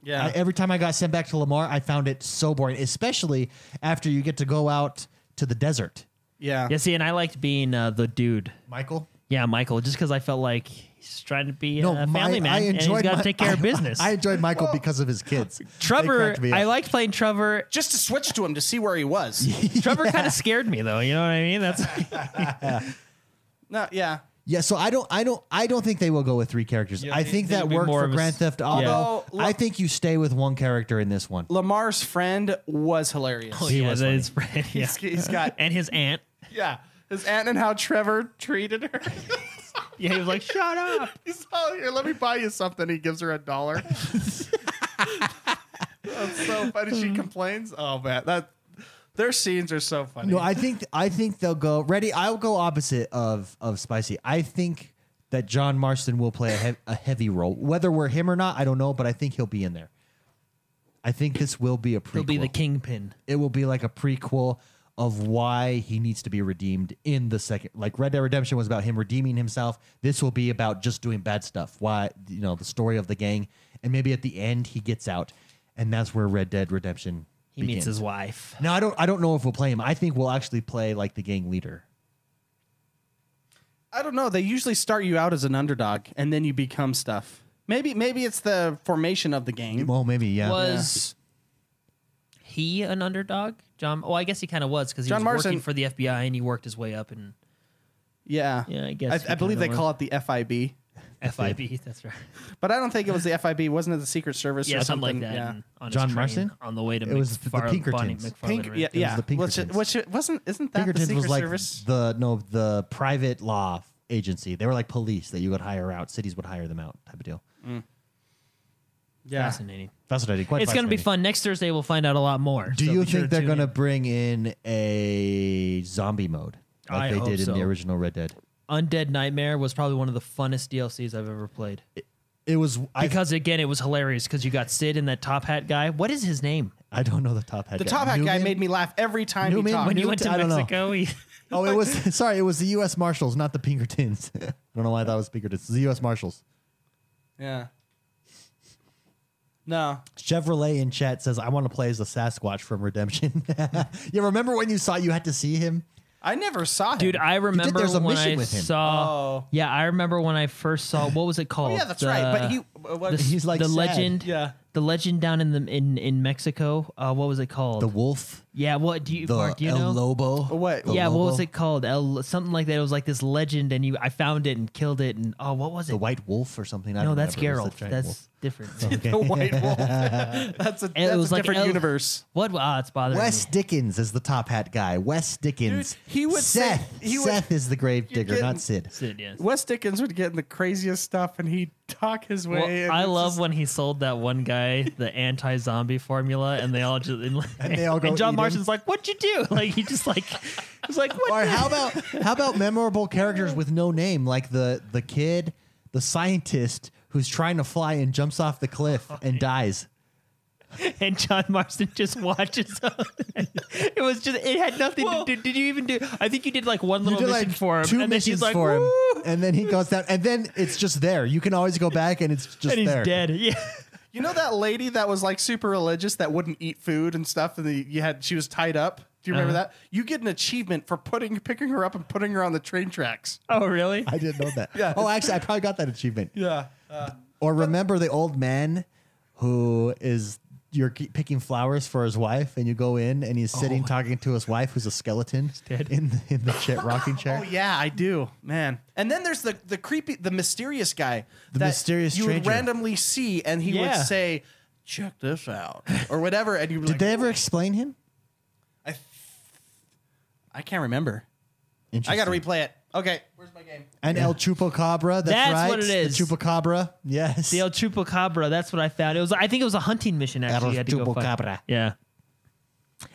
Speaker 4: Yeah.
Speaker 1: I, every time I got sent back to Lamar, I found it so boring, especially after you get to go out to the desert.
Speaker 4: yeah.
Speaker 3: yeah, see, and I liked being uh, the dude.
Speaker 1: Michael,
Speaker 3: Yeah, Michael, just because I felt like he's trying to be uh,
Speaker 1: no,
Speaker 3: a
Speaker 1: my-
Speaker 3: family man
Speaker 1: I
Speaker 3: and he's
Speaker 1: enjoyed
Speaker 3: got to
Speaker 1: my-
Speaker 3: take care of
Speaker 1: I-
Speaker 3: business.
Speaker 1: I enjoyed Michael because of his kids. They
Speaker 3: Trevor,
Speaker 1: cracked me up.
Speaker 3: I liked playing Trevor
Speaker 4: Just to switch to him to see where he was.
Speaker 3: Trevor kind of scared me though. You know what I mean? That's
Speaker 4: No, yeah.
Speaker 1: Yeah, so I don't, I don't, I don't think they will go with three characters. I
Speaker 3: think
Speaker 1: think
Speaker 3: it'll
Speaker 1: that
Speaker 3: be
Speaker 1: worked
Speaker 3: more
Speaker 1: for
Speaker 3: of a s-
Speaker 1: Grand Theft Auto.
Speaker 4: Although, look-
Speaker 1: I think you stay with one character in this one.
Speaker 4: Lamar's friend was hilarious.
Speaker 3: oh, yeah,
Speaker 1: was
Speaker 3: that
Speaker 1: funny.
Speaker 3: is right. Yeah.
Speaker 4: He's- he's got-
Speaker 3: and his aunt.
Speaker 4: Yeah. His aunt and how Trevor treated her.
Speaker 3: Yeah, he was like, "Shut up."
Speaker 4: He's all here, let me buy you something. He gives her a dollar. That's so funny. She complains. Oh man, that their scenes are so funny.
Speaker 1: No, I think, I think they'll go. Ready? I'll go opposite of of Spicy. I think that John Marston will play a, hev- a heavy role, whether we're him or not. I don't know, but I think he'll be in there. I think this will be a prequel.
Speaker 3: He'll be the kingpin.
Speaker 1: it will be like a prequel of why he needs to be redeemed in the second like red dead redemption was about him redeeming himself this will be about just doing bad stuff why you know the story of the gang and maybe at the end he gets out and that's where red dead redemption
Speaker 3: He meets his wife.
Speaker 1: now i don't i don't know if we'll play him i think we'll actually play like the gang leader
Speaker 4: I don't know. They usually start you out as an underdog and then you become stuff. Maybe maybe it's the formation of the game.
Speaker 1: well maybe yeah
Speaker 3: Was he an underdog? John. Well, I guess he kind of was because he
Speaker 4: John
Speaker 3: was
Speaker 4: Marsden-
Speaker 3: working for the FBI and he worked his way up in
Speaker 4: Yeah.
Speaker 3: Yeah, I guess
Speaker 4: I,
Speaker 3: you
Speaker 4: believe they
Speaker 3: kinda
Speaker 4: call it the FIB.
Speaker 3: FIB. That's right.
Speaker 4: But I don't think it was the FIB. Wasn't it the Secret Service
Speaker 3: Yeah,
Speaker 4: or
Speaker 3: something,
Speaker 4: something,
Speaker 3: like that. Mm.
Speaker 4: Yeah.
Speaker 3: and on his
Speaker 1: John
Speaker 3: train
Speaker 1: Marsden?
Speaker 3: on the way to
Speaker 1: It was the
Speaker 3: McFarlane- Bonnie
Speaker 1: Pinkertons.
Speaker 3: McFarlane,
Speaker 4: Pink,
Speaker 3: right?
Speaker 4: yeah,
Speaker 1: was
Speaker 4: yeah.
Speaker 1: the
Speaker 4: which,
Speaker 1: Pinkertons.
Speaker 4: which wasn't isn't that the
Speaker 1: pinkertons
Speaker 4: Secret
Speaker 1: was like
Speaker 4: Service?
Speaker 1: the no the private law agency they were like police that you would hire out cities would hire them out type of deal
Speaker 4: yeah.
Speaker 3: Fascinating.
Speaker 1: that's what i did quite
Speaker 3: It's going to be
Speaker 1: fascinating.
Speaker 3: fun. Next Thursday, we'll find out a lot more.
Speaker 1: Do
Speaker 3: so
Speaker 1: you
Speaker 3: be sure
Speaker 1: think they're
Speaker 3: tune
Speaker 1: going to
Speaker 3: in.
Speaker 1: bring in a zombie mode like
Speaker 3: I
Speaker 1: they
Speaker 3: hope
Speaker 1: did in
Speaker 3: so.
Speaker 1: the original Red Dead?
Speaker 3: Undead Nightmare was probably one of the funnest DLCs I've ever played.
Speaker 1: It was I,
Speaker 3: Because again, it was hilarious because you got Sid and that top hat guy. What is his name?
Speaker 1: I don't know the top hat.
Speaker 4: The top hat guy
Speaker 1: Newman?
Speaker 4: made me laugh every time
Speaker 1: Newman?
Speaker 4: he talked.
Speaker 1: When
Speaker 3: When you
Speaker 1: Newt-
Speaker 3: went to
Speaker 1: I don't know.
Speaker 3: Mexico, he,
Speaker 1: Oh, it was sorry. It was the U.S. Marshals, not the Pinkertons. I don't know why I thought it was Pinkertons. It's the U.S. Marshals.
Speaker 4: yeah. No.
Speaker 1: Chevrolet in chat says, "I want to play as the Sasquatch from Redemption." you remember when you saw you had to see him?
Speaker 4: I never saw him.
Speaker 3: dude, I remember
Speaker 1: there's a
Speaker 3: when
Speaker 1: mission
Speaker 3: I
Speaker 1: with him.
Speaker 3: saw.
Speaker 4: Oh.
Speaker 3: Yeah, I remember when I first saw. What was it called?
Speaker 1: Oh,
Speaker 4: yeah, that's right. But
Speaker 3: The-
Speaker 4: he what,
Speaker 3: The,
Speaker 1: uh, He's, like,
Speaker 3: the
Speaker 1: sad.
Speaker 3: legend.
Speaker 4: Yeah.
Speaker 3: The legend down in the in in Mexico. Uh, what was it called?
Speaker 1: The wolf,
Speaker 3: yeah. What do you
Speaker 1: the
Speaker 3: Mark? Do you
Speaker 1: El
Speaker 3: know?
Speaker 1: Lobo.
Speaker 4: what?
Speaker 1: the
Speaker 3: yeah. What was
Speaker 1: Lobo,
Speaker 3: it called? El something like that. It was like this legend, and you I found it and killed it, and oh, what was it?
Speaker 1: The white wolf or something. I
Speaker 3: no,
Speaker 1: don't
Speaker 3: that's
Speaker 1: remember. It was
Speaker 3: Geralt.
Speaker 1: the giant
Speaker 3: That's
Speaker 1: wolf.
Speaker 3: different.
Speaker 4: the white wolf. that's a, that's
Speaker 3: was
Speaker 4: a
Speaker 3: like
Speaker 4: different
Speaker 3: El-
Speaker 4: universe.
Speaker 3: What? Ah, it's bothering
Speaker 1: Wes
Speaker 3: me.
Speaker 1: Dickens is the top hat guy. Wes Dickens.
Speaker 4: Dude, he would say-
Speaker 1: Seth.
Speaker 4: he would-
Speaker 1: Seth is the grave digger,
Speaker 4: getting-
Speaker 1: not Sid.
Speaker 3: Sid, yes.
Speaker 4: Wes Dickens would get in the craziest stuff, and he'd talk his way.
Speaker 3: Well,
Speaker 4: and
Speaker 3: I
Speaker 4: it's
Speaker 3: love
Speaker 4: just-
Speaker 3: when he sold that one guy the anti-zombie formula, and they all just and,
Speaker 1: they all go eat
Speaker 3: John
Speaker 1: him.
Speaker 3: Marston's like, "What'd you do?" Like he just like he's like, "What?"
Speaker 1: Or
Speaker 3: the-"
Speaker 1: how about how about memorable characters with no name, like the the kid, the scientist who's trying to fly and jumps off the cliff and dies.
Speaker 3: And John Marston just watches. it was just it had nothing to do. Did you even do? I think you did like one
Speaker 1: You
Speaker 3: little
Speaker 1: did
Speaker 3: mission
Speaker 1: like
Speaker 3: for him,
Speaker 1: two
Speaker 3: and then she's
Speaker 1: missions
Speaker 3: like,
Speaker 1: for him,
Speaker 3: "Woo,"
Speaker 1: and then he goes down, and then it's just there. You can always go back, and it's just
Speaker 3: and he's
Speaker 1: there.
Speaker 3: dead. Yeah,
Speaker 4: you know that lady that was like super religious that wouldn't eat food and stuff, and the, you had she was tied up. Do you remember
Speaker 3: Uh-huh.
Speaker 4: that? You get an achievement for putting picking her up and putting her on the train tracks.
Speaker 3: Oh, really?
Speaker 1: I didn't know that. yeah. Oh, actually, I probably got that achievement.
Speaker 4: Yeah.
Speaker 3: Uh,
Speaker 1: Or remember the old man who is you're ke- picking flowers for his wife, and you go in, and he's sitting talking to his wife, who's a skeleton,
Speaker 3: Oh. dead.
Speaker 1: in the, in the chair, rocking chair.
Speaker 4: Oh yeah, I do, man. And then there's the the creepy, the mysterious guy, the
Speaker 1: mysterious
Speaker 4: you would
Speaker 1: stranger.
Speaker 4: randomly see, and he
Speaker 3: Yeah.
Speaker 4: would say, "Check this out" or whatever, and you
Speaker 1: Did they ever explain him?
Speaker 4: I can't remember. I
Speaker 1: Interesting.
Speaker 4: got to replay it. Okay, where's my game?
Speaker 1: And El Chupacabra. That's,
Speaker 3: That's
Speaker 1: right.
Speaker 3: what it is.
Speaker 1: The Chupacabra. Yes.
Speaker 3: The El Chupacabra. That's what I found. It was. I think it was a hunting mission. Actually,
Speaker 1: El
Speaker 3: you had to go find.
Speaker 1: Chupacabra.
Speaker 3: Yeah.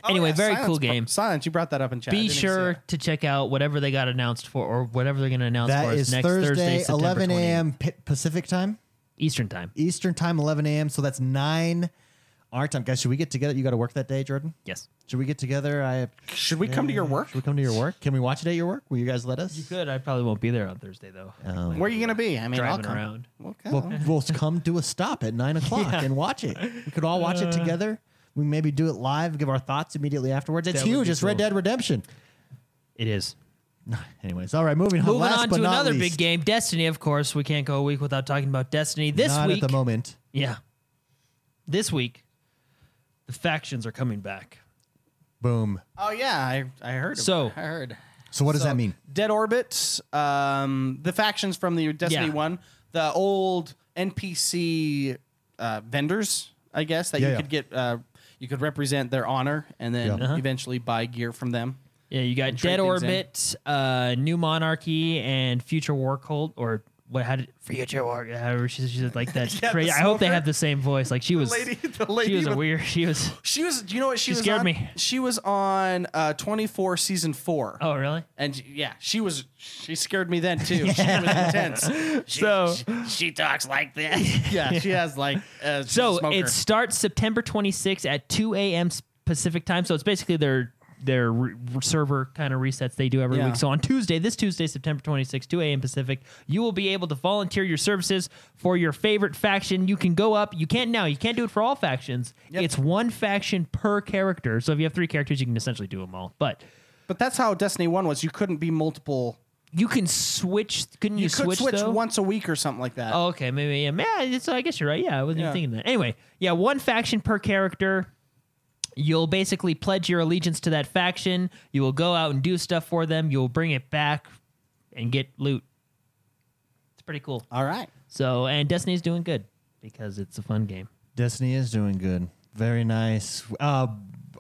Speaker 3: Anyway, very
Speaker 4: Silence
Speaker 3: cool
Speaker 4: br-
Speaker 3: game.
Speaker 4: Silence, you brought that up in chat. I
Speaker 3: Be
Speaker 4: didn't see
Speaker 3: sure
Speaker 4: it.
Speaker 3: to check out whatever they got announced for, or whatever they're going to announce for
Speaker 1: that
Speaker 3: us
Speaker 1: is
Speaker 3: next
Speaker 1: Thursday,
Speaker 3: September
Speaker 1: 11
Speaker 3: 28th,
Speaker 1: a.m. P- Pacific time,
Speaker 3: Eastern Time.
Speaker 1: Eastern time, 11 a.m. So that's 9 our time. Guys, should we get together? You got to work that day, Jordan?
Speaker 3: Yes.
Speaker 1: Should we get together? I
Speaker 4: Should we come to your work?
Speaker 1: Should we come to your work? Can we watch it at your work? Will you guys let us?
Speaker 3: Good. I probably won't be there on Thursday though.
Speaker 1: Oh.
Speaker 4: Where are you gonna be? I mean, I'll
Speaker 3: driving
Speaker 4: come.
Speaker 3: around.
Speaker 4: Okay.
Speaker 1: Well, we'll come do a stop at 9 o'clock and watch it. We could all watch
Speaker 3: Uh.
Speaker 1: it together. We maybe do it live, give our thoughts immediately afterwards. It's
Speaker 3: That would
Speaker 1: huge.
Speaker 3: be
Speaker 1: It's Red
Speaker 3: cool.
Speaker 1: Dead Redemption.
Speaker 3: It is.
Speaker 1: Anyways, all right, moving on.
Speaker 3: Moving
Speaker 1: Last
Speaker 3: on
Speaker 1: but
Speaker 3: to
Speaker 1: not
Speaker 3: another
Speaker 1: least,
Speaker 3: big game, Destiny. Of course, we can't go a week without talking about Destiny. This
Speaker 1: Not
Speaker 3: week,
Speaker 1: at the moment.
Speaker 3: yeah, this week, the factions are coming back.
Speaker 1: Boom.
Speaker 4: oh yeah, I, I heard. of-
Speaker 3: So-
Speaker 4: I heard.
Speaker 1: So what does
Speaker 4: So,
Speaker 1: that mean?
Speaker 4: Dead Orbit, um, the factions from the Destiny
Speaker 3: Yeah.
Speaker 4: One, the old NPC uh, vendors, I guess that
Speaker 1: Yeah,
Speaker 4: you
Speaker 1: yeah.
Speaker 4: could get. Uh, you could represent their honor and then
Speaker 1: Yeah. Uh-huh.
Speaker 4: eventually buy gear from them.
Speaker 3: Yeah, you got
Speaker 4: trade
Speaker 3: Dead
Speaker 4: things in.
Speaker 3: Orbit, uh, New Monarchy, and Future War Cult, or what? How did Future War? However, she she did like that.
Speaker 4: Yeah,
Speaker 3: crazy.
Speaker 4: the
Speaker 3: I hope they
Speaker 4: smoker.
Speaker 3: have the same voice. Like she was,
Speaker 4: lady- the lady
Speaker 3: she was a
Speaker 4: with-
Speaker 3: weird. She was.
Speaker 4: She was. Do you know what she, was?
Speaker 3: scared
Speaker 4: on?
Speaker 3: me.
Speaker 4: She was on uh, twenty four season four.
Speaker 3: Oh, really?
Speaker 4: And yeah, she was. She scared me then too. She was intense.
Speaker 3: So-
Speaker 4: she, she talks like this. Yeah, she has like. Uh, she's a
Speaker 3: So
Speaker 4: smoker.
Speaker 3: it starts September 26th at 2 a.m. s- Pacific time. So it's basically their their re- server kind of resets they do every
Speaker 4: Yeah.
Speaker 3: week. So on Tuesday, this Tuesday, September 26th, 2 a.m. Pacific, you will be able to volunteer your services for your favorite faction. You can go up. You can't now. You can't do it for all factions. It's one faction per character. So if you have three characters, you can essentially do them all. But
Speaker 4: but that's how Destiny One was. You couldn't be multiple.
Speaker 3: you can switch. Couldn't you,
Speaker 4: You, could
Speaker 3: switch,
Speaker 4: switch,
Speaker 3: though?
Speaker 4: once a week or something like that.
Speaker 3: Oh, okay, maybe yeah. yeah so I guess you're right. Yeah, I wasn't
Speaker 4: Yeah.
Speaker 3: even thinking that. Anyway, yeah, one faction per character. You'll basically pledge your allegiance to that faction. You will go out and do stuff for them. You'll bring it back and get loot. It's pretty cool.
Speaker 4: All right.
Speaker 3: So, and Destiny's doing good because it's a fun game.
Speaker 1: Destiny is doing good. Very nice. Uh,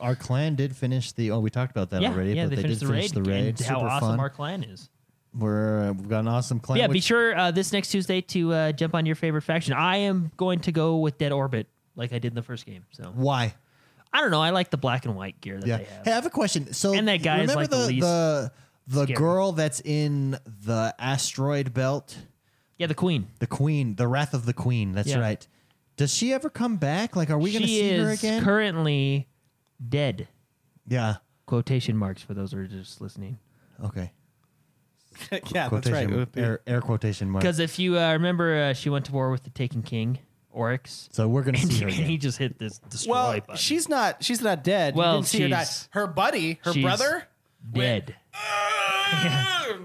Speaker 1: our clan did finish the. Oh, we talked about that
Speaker 3: yeah,
Speaker 1: already.
Speaker 3: yeah,
Speaker 1: but
Speaker 3: they,
Speaker 1: they,
Speaker 3: finished
Speaker 1: did
Speaker 3: the
Speaker 1: finish
Speaker 3: raid.
Speaker 1: the raid.
Speaker 3: And
Speaker 1: Super
Speaker 3: how awesome
Speaker 1: fun.
Speaker 3: our clan is.
Speaker 1: We're uh, we've got an awesome clan.
Speaker 3: yeah, be
Speaker 1: which-
Speaker 3: sure uh, this next Tuesday to uh, jump on your favorite faction. I am going to go with Dead Orbit like I did in the first game. So
Speaker 1: Why?
Speaker 3: I don't know. I like the black and white gear that
Speaker 1: Yeah.
Speaker 3: they have.
Speaker 1: Hey, I have a question. So
Speaker 3: And that guy is,
Speaker 1: remember
Speaker 3: like,
Speaker 1: the
Speaker 3: the least
Speaker 1: the, the
Speaker 3: scary.
Speaker 1: girl that's in the asteroid belt,
Speaker 3: Yeah, the Queen.
Speaker 1: the queen, the wrath of the queen. That's
Speaker 3: Yeah.
Speaker 1: right. Does she ever come back? Like, are we going to
Speaker 3: she
Speaker 1: see
Speaker 3: is
Speaker 1: her again?
Speaker 3: currently dead.
Speaker 1: yeah.
Speaker 3: Quotation marks for those who are just listening.
Speaker 1: Okay.
Speaker 4: yeah, that's right.
Speaker 1: Quotation- Air, air quotation mark.
Speaker 3: Because if you uh, remember, uh, she went to war with the Taken King, Oryx,
Speaker 1: So we're going to
Speaker 3: and,
Speaker 1: see her
Speaker 3: and he
Speaker 1: again.
Speaker 3: just hit this destroy
Speaker 4: Well,
Speaker 3: button.
Speaker 4: she's not. She's not dead.
Speaker 3: Well,
Speaker 4: you didn't see her die.
Speaker 3: she's-
Speaker 4: Her buddy, her
Speaker 3: she's
Speaker 4: brother.
Speaker 3: dead.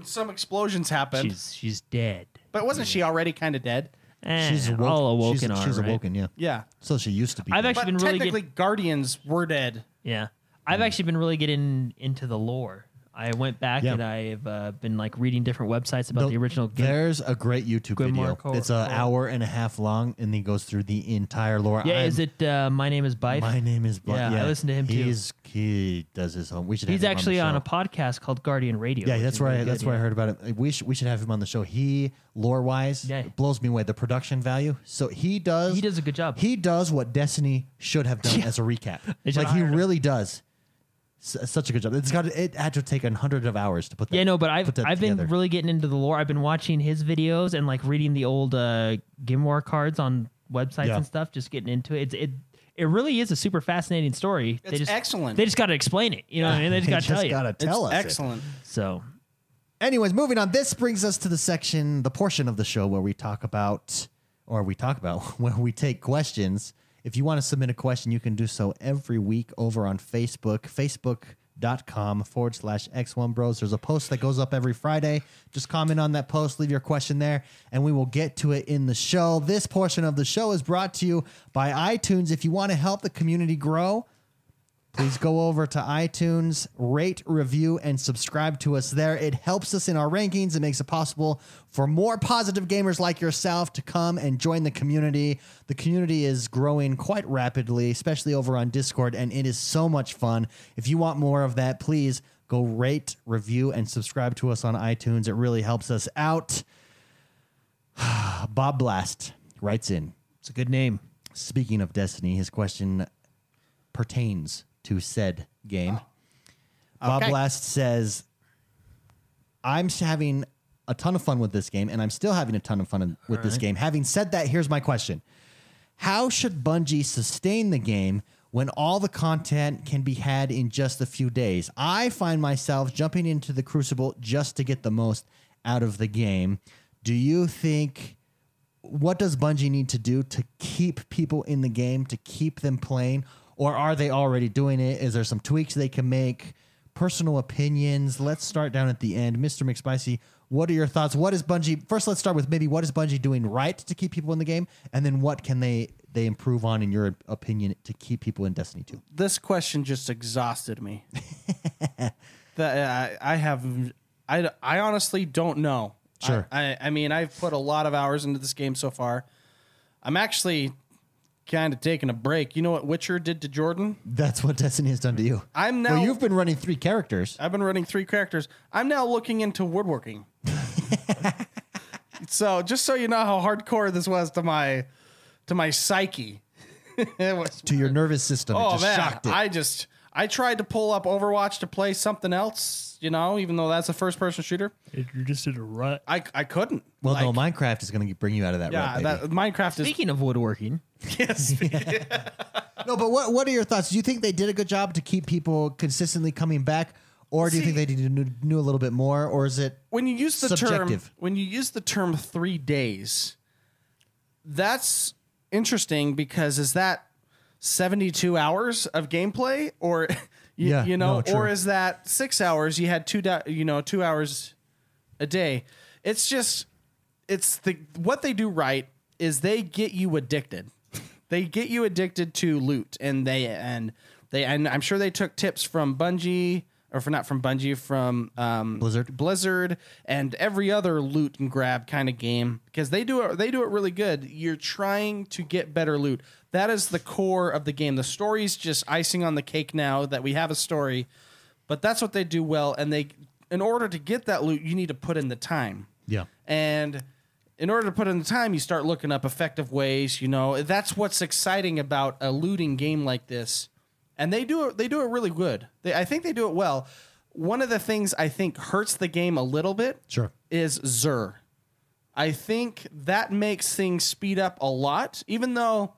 Speaker 4: Some explosions happened.
Speaker 3: She's she's dead.
Speaker 4: But wasn't she already kind of dead?
Speaker 3: Eh,
Speaker 1: She's awoken.
Speaker 3: all awoken.
Speaker 1: She's,
Speaker 3: all
Speaker 1: she's
Speaker 3: right.
Speaker 1: awoken. Yeah.
Speaker 4: Yeah.
Speaker 1: So she used to be.
Speaker 3: I've
Speaker 1: dead.
Speaker 3: actually been
Speaker 4: But
Speaker 3: really
Speaker 4: technically,
Speaker 3: good.
Speaker 4: Guardians were dead.
Speaker 3: Yeah,
Speaker 1: Hmm.
Speaker 3: I've actually been really getting into the lore. I went back
Speaker 1: Yeah.
Speaker 3: and I've uh, been like reading different websites about the,
Speaker 1: The-
Speaker 3: original game.
Speaker 1: There's a great YouTube
Speaker 3: Gilmore
Speaker 1: video.
Speaker 3: Cole-
Speaker 1: it's an
Speaker 3: Cole.
Speaker 1: hour and a half long, and he goes through the entire lore.
Speaker 3: Yeah,
Speaker 1: I'm-
Speaker 3: is it uh, my name is Bife?
Speaker 1: My name is. Bl-
Speaker 3: Yeah, I listen to him, too.
Speaker 1: He's, He does his own. We should.
Speaker 3: He's
Speaker 1: have him
Speaker 3: actually
Speaker 1: on,
Speaker 3: on,
Speaker 1: the
Speaker 3: a podcast called Guardian Radio.
Speaker 1: show. Yeah,
Speaker 3: which
Speaker 1: that's
Speaker 3: is
Speaker 1: where
Speaker 3: really
Speaker 1: I, that's
Speaker 3: good,
Speaker 1: where I
Speaker 3: yeah.
Speaker 1: heard about it. We should we should have him on the show. He lore wise
Speaker 3: Yeah.
Speaker 1: blows me away. The production value. So he does.
Speaker 3: He does a good job.
Speaker 1: He does what Destiny should have done as a recap.
Speaker 3: They should
Speaker 1: Like he
Speaker 3: hire him.
Speaker 1: really does. S- such a good job. It's got it had to take a hundred of hours to put. That,
Speaker 3: Yeah, no, but I've
Speaker 1: put that
Speaker 3: I've
Speaker 1: together.
Speaker 3: been really getting into the lore. I've been watching his videos and like reading the old uh, Gilmore cards on websites
Speaker 1: Yeah.
Speaker 3: and stuff. Just getting into it. It's, it it really is a super fascinating story.
Speaker 4: It's
Speaker 3: just,
Speaker 4: excellent.
Speaker 3: They just got to explain it. You know what I mean? They just got to tell you.
Speaker 1: gotta
Speaker 4: It's
Speaker 1: tell us. it.
Speaker 4: excellent.
Speaker 3: So
Speaker 1: Anyways, moving on. This brings us to the section, the portion of the show where we talk about, or we talk about, where we take questions. If you want to submit a question, you can do so every week over on Facebook, facebook.com forward slash X1 Bros. There's a post that goes up every Friday. Just comment on that post, leave your question there, and we will get to it in the show. This portion of the show is brought to you by iTunes. If you want to help the community grow, please go over to iTunes, rate, review, and subscribe to us there. It helps us in our rankings. It makes it possible for more positive gamers like yourself to come and join the community. The community is growing quite rapidly, especially over on Discord, and it is so much fun. If you want more of that, please go rate, review, and subscribe to us on iTunes. It really helps us out. Bob Blast writes in.
Speaker 3: it's a good name.
Speaker 1: Speaking of Destiny, his question pertains to said game. Bob
Speaker 4: Okay.
Speaker 1: Blast says, I'm s- having a ton of fun with this game, and I'm still having a ton of fun in- with this game. Having said that, here's my question How should Bungie sustain the game when all the content can be had in just a few days? I find myself jumping into the Crucible just to get the most out of the game. Do you think what does Bungie need to do to keep people in the game, to keep them playing? Or are they already doing it? Is there some tweaks they can make? Personal opinions. Let's start down at the end. Mr. McSpicy, what are your thoughts? What is Bungie? First, let's start with maybe what is Bungie doing right to keep people in the game? And then what can they they improve on, in your opinion, to keep people in Destiny 2?
Speaker 4: This question just exhausted me. that I, I have, I, I honestly don't know.
Speaker 1: Sure.
Speaker 4: I, I, I mean, I've put a lot of hours into this game so far. I'm actually kind of taking a break. You know what Witcher did to Jordan?
Speaker 1: That's what Destiny has done to you.
Speaker 4: I'm
Speaker 1: Well,
Speaker 4: now-
Speaker 1: you've been running three characters.
Speaker 4: I've been running three characters. I'm now looking into woodworking. so just so you know how hardcore this was to my to my psyche. it was
Speaker 1: To your nervous system, it
Speaker 4: oh
Speaker 1: just
Speaker 4: man.
Speaker 1: shocked it.
Speaker 4: I just I tried to pull up Overwatch to play something else, you know, even though that's a first person shooter.
Speaker 3: You're just in a rut.
Speaker 4: I I couldn't.
Speaker 1: well,
Speaker 4: Like,
Speaker 1: no, Minecraft is going to bring you out of that. rut,
Speaker 4: yeah,
Speaker 1: baby.
Speaker 4: that, Minecraft is
Speaker 3: Speaking of woodworking,
Speaker 1: No, but what what are your thoughts? Do you think they did a good job to keep people consistently coming back, or do you
Speaker 4: See-
Speaker 1: think they need to knew, knew a little bit more, or is it?
Speaker 4: when you use the
Speaker 1: Subjective.
Speaker 4: term when you use the term three days, that's interesting because is that seventy two hours of gameplay or you,
Speaker 1: Yeah,
Speaker 4: you know
Speaker 1: no, true.
Speaker 4: or is that six hours? You had two da- you know two hours a day. It's just it's the what they do right is they get you addicted. they get you addicted to loot, and they and they and I'm sure they took tips from Bungie or for not from Bungie from um,
Speaker 1: Blizzard.
Speaker 4: Blizzard, and every other loot and grab kind of game because they do it. They do it really good. You're trying to get better loot. That is the core of the game. The story's just icing on the cake now that we have a story, but that's what they do well. And they, in order to get that loot, you need to put in the time.
Speaker 1: Yeah.
Speaker 4: And in order to put in the time, you start looking up effective ways. You know, that's what's exciting about a looting game like this. And they do it. They do it really good. They, I think they do it well. One of the things I think hurts the game a little bit
Speaker 1: Sure.
Speaker 4: is Zur. I think that makes things speed up a lot, even though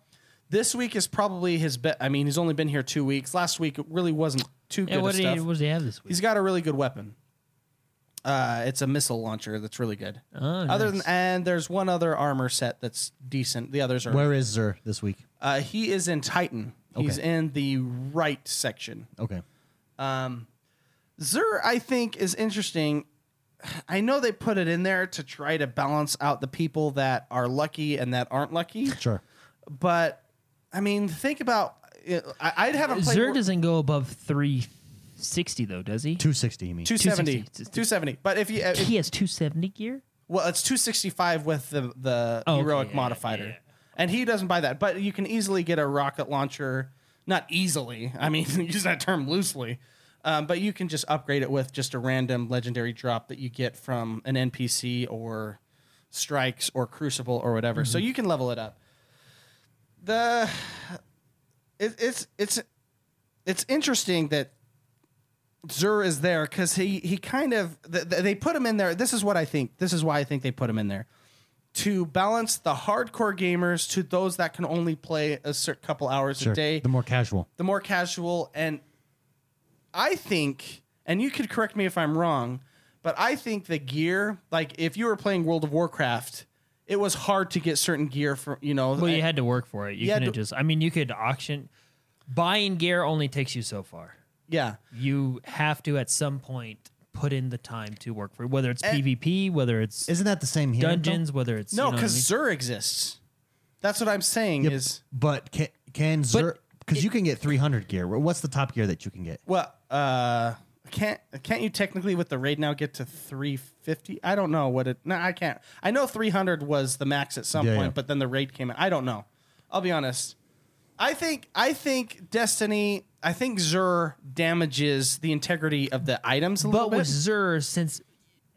Speaker 4: this week is probably his bet. I mean, he's only been here two weeks. Last week it really wasn't too good.
Speaker 3: yeah,
Speaker 4: of
Speaker 3: what, did
Speaker 4: stuff.
Speaker 3: he, what does he have this week?
Speaker 4: He's got a really good weapon. Uh, it's a missile launcher that's really good.
Speaker 1: Ah,
Speaker 4: Other than and there's one other armor set that's decent. The others are.
Speaker 1: Where is Zer this week?
Speaker 4: Uh, he is in Titan. He's
Speaker 1: Okay.
Speaker 4: in the right section.
Speaker 1: Okay.
Speaker 4: Um, Zur, I think, is interesting I know they put it in there to try to balance out the people that are lucky and that aren't lucky.
Speaker 1: Sure.
Speaker 4: But I mean, think about. I, I haven't played
Speaker 3: Zer
Speaker 4: War-
Speaker 3: doesn't go above 360 though, does he?
Speaker 1: 260, you mean?
Speaker 4: 270.
Speaker 3: 260.
Speaker 4: 270. But if you if
Speaker 3: He has 270 gear.
Speaker 4: Well, it's 265 with the the
Speaker 3: Oh, okay,
Speaker 4: heroic
Speaker 3: yeah,
Speaker 4: modifier.
Speaker 3: yeah, yeah.
Speaker 4: And he doesn't buy that, but you can easily get a rocket launcher. Not easily. I mean, use that term loosely. Um, but you can just upgrade it with just a random legendary drop that you get from an NPC or strikes or crucible or whatever.
Speaker 3: Mm-hmm.
Speaker 4: So you can level it up. The it, it's it's it's interesting that Zur is there because he he kind of th- th- they put him in there. This is what I think. This is why I think they put him in there to balance the hardcore gamers to those that can only play a certain couple hours
Speaker 1: Sure.
Speaker 4: a day,
Speaker 1: The more casual.
Speaker 4: the more casual. And I think, and you could correct me if I'm wrong, but I think the gear, like if you were playing World of Warcraft, it was hard to get certain gear from you know.
Speaker 3: Well, you
Speaker 4: and-
Speaker 3: had to work for it. You
Speaker 4: Yeah,
Speaker 3: couldn't
Speaker 4: do-
Speaker 3: just. I mean, you could auction. Buying gear only takes you so far.
Speaker 4: yeah.
Speaker 3: You have to at some point put in the time to work for it, whether it's PvP, whether it's
Speaker 1: Isn't that the same here? though?
Speaker 3: dungeons, whether it's
Speaker 4: Eh.
Speaker 3: you
Speaker 4: No,
Speaker 3: know what I
Speaker 4: because
Speaker 3: mean?
Speaker 4: Zur exists. That's what I'm saying
Speaker 1: Yep.
Speaker 4: is
Speaker 1: But can, can Zer. Because you can get 300 gear. What's the top gear that you can get?
Speaker 4: well, uh, can't can't you technically with the raid now get to 350? I don't know what it. No, I can't. I know 300 was the max at some
Speaker 1: Yeah,
Speaker 4: point,
Speaker 1: yeah.
Speaker 4: but then the raid came in. I don't know. I'll be honest. I think I think Destiny. I think Zur damages the integrity of the items a little
Speaker 3: But with
Speaker 4: bit.
Speaker 3: Zur, since,